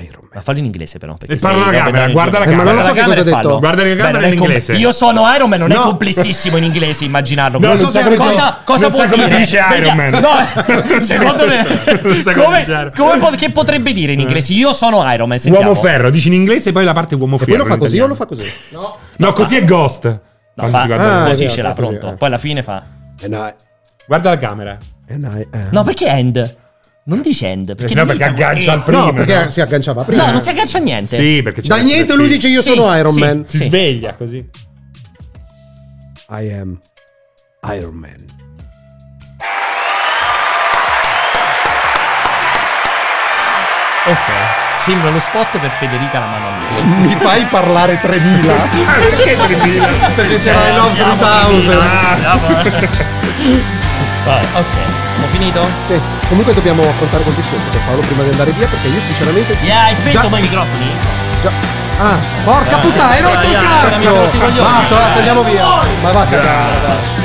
Speaker 3: Iron Man.
Speaker 1: Ma fallo in inglese però. perché
Speaker 2: E
Speaker 1: sei
Speaker 2: parla alla
Speaker 1: Robert Downey
Speaker 2: camera, guarda la
Speaker 1: Jr.
Speaker 3: Eh, ma
Speaker 2: camera.
Speaker 3: non
Speaker 1: Guarda
Speaker 3: lo so
Speaker 1: la
Speaker 3: che
Speaker 1: camera
Speaker 3: cosa
Speaker 1: e
Speaker 3: ha
Speaker 1: fallo.
Speaker 3: detto.
Speaker 2: Guarda la
Speaker 1: Beh,
Speaker 2: camera
Speaker 1: non è
Speaker 2: in
Speaker 1: com-
Speaker 2: inglese.
Speaker 1: Io sono Iron Man, non è
Speaker 3: No.
Speaker 1: complessissimo in inglese immaginarlo.
Speaker 3: No,
Speaker 1: Come-
Speaker 3: non so se-
Speaker 1: cosa, cosa
Speaker 2: non
Speaker 1: può
Speaker 2: so come
Speaker 1: dire?
Speaker 2: si dice
Speaker 1: Perché-
Speaker 2: Iron Man.
Speaker 1: No, secondo me.
Speaker 2: Non so come dice
Speaker 1: come,
Speaker 2: Iron- Eh.
Speaker 1: come pot- che potrebbe dire in inglese? Io sono Iron Man. Sentiamo.
Speaker 2: Uomo ferro, dici in inglese poi la parte uomo
Speaker 3: E
Speaker 2: ferro.
Speaker 3: poi lo fa
Speaker 2: in
Speaker 3: così o
Speaker 2: italiano.
Speaker 3: lo fa così?
Speaker 5: No.
Speaker 2: No, così è Ghost.
Speaker 1: No,
Speaker 2: Quando
Speaker 1: fa,
Speaker 2: si guarda-
Speaker 3: Ah,
Speaker 1: così
Speaker 3: è
Speaker 1: ce
Speaker 3: vero,
Speaker 1: l'ha
Speaker 3: fa così,
Speaker 1: pronto.
Speaker 3: eh.
Speaker 1: Poi alla fine fa.
Speaker 3: And I,
Speaker 2: Guarda la camera.
Speaker 3: and I am-
Speaker 1: No, perché end? Non dice end. Perché
Speaker 2: no,
Speaker 1: non
Speaker 2: perché
Speaker 1: inizia con
Speaker 2: aggancia
Speaker 1: E.
Speaker 2: al primo.
Speaker 3: no, perché
Speaker 2: no?
Speaker 3: si agganciava prima. Cioè,
Speaker 1: No, non si aggancia a niente.
Speaker 2: Sì, perché c'è
Speaker 3: Da
Speaker 2: la
Speaker 3: niente lui
Speaker 2: sfida.
Speaker 3: dice io
Speaker 1: Sì,
Speaker 3: sono Iron
Speaker 1: sì.
Speaker 3: Man.
Speaker 2: Si
Speaker 1: Sì.
Speaker 2: sveglia così.
Speaker 3: I am Iron Man.
Speaker 1: Ok. Sembra lo spot per Federica la mano a me.
Speaker 3: Mi fai parlare 3000?
Speaker 2: Perché 3000?
Speaker 3: Perché c'era I Love
Speaker 1: Andiamo,
Speaker 3: 3000.
Speaker 1: andiamo. Vai, ok. Ho finito?
Speaker 3: Sì, comunque dobbiamo affrontare quel discorso per Paolo prima di andare via perché io sinceramente
Speaker 1: Yeah, hai spento
Speaker 3: Già-
Speaker 1: poi i microfoni?
Speaker 3: Già- Ah, porca puttana, hai rotto il
Speaker 1: dai, dai, mi ha rotto i
Speaker 3: cazzo!
Speaker 1: coglioni.
Speaker 3: Basta, basta,
Speaker 1: Dai.
Speaker 3: andiamo via. Ma va a cagare.
Speaker 1: Dai.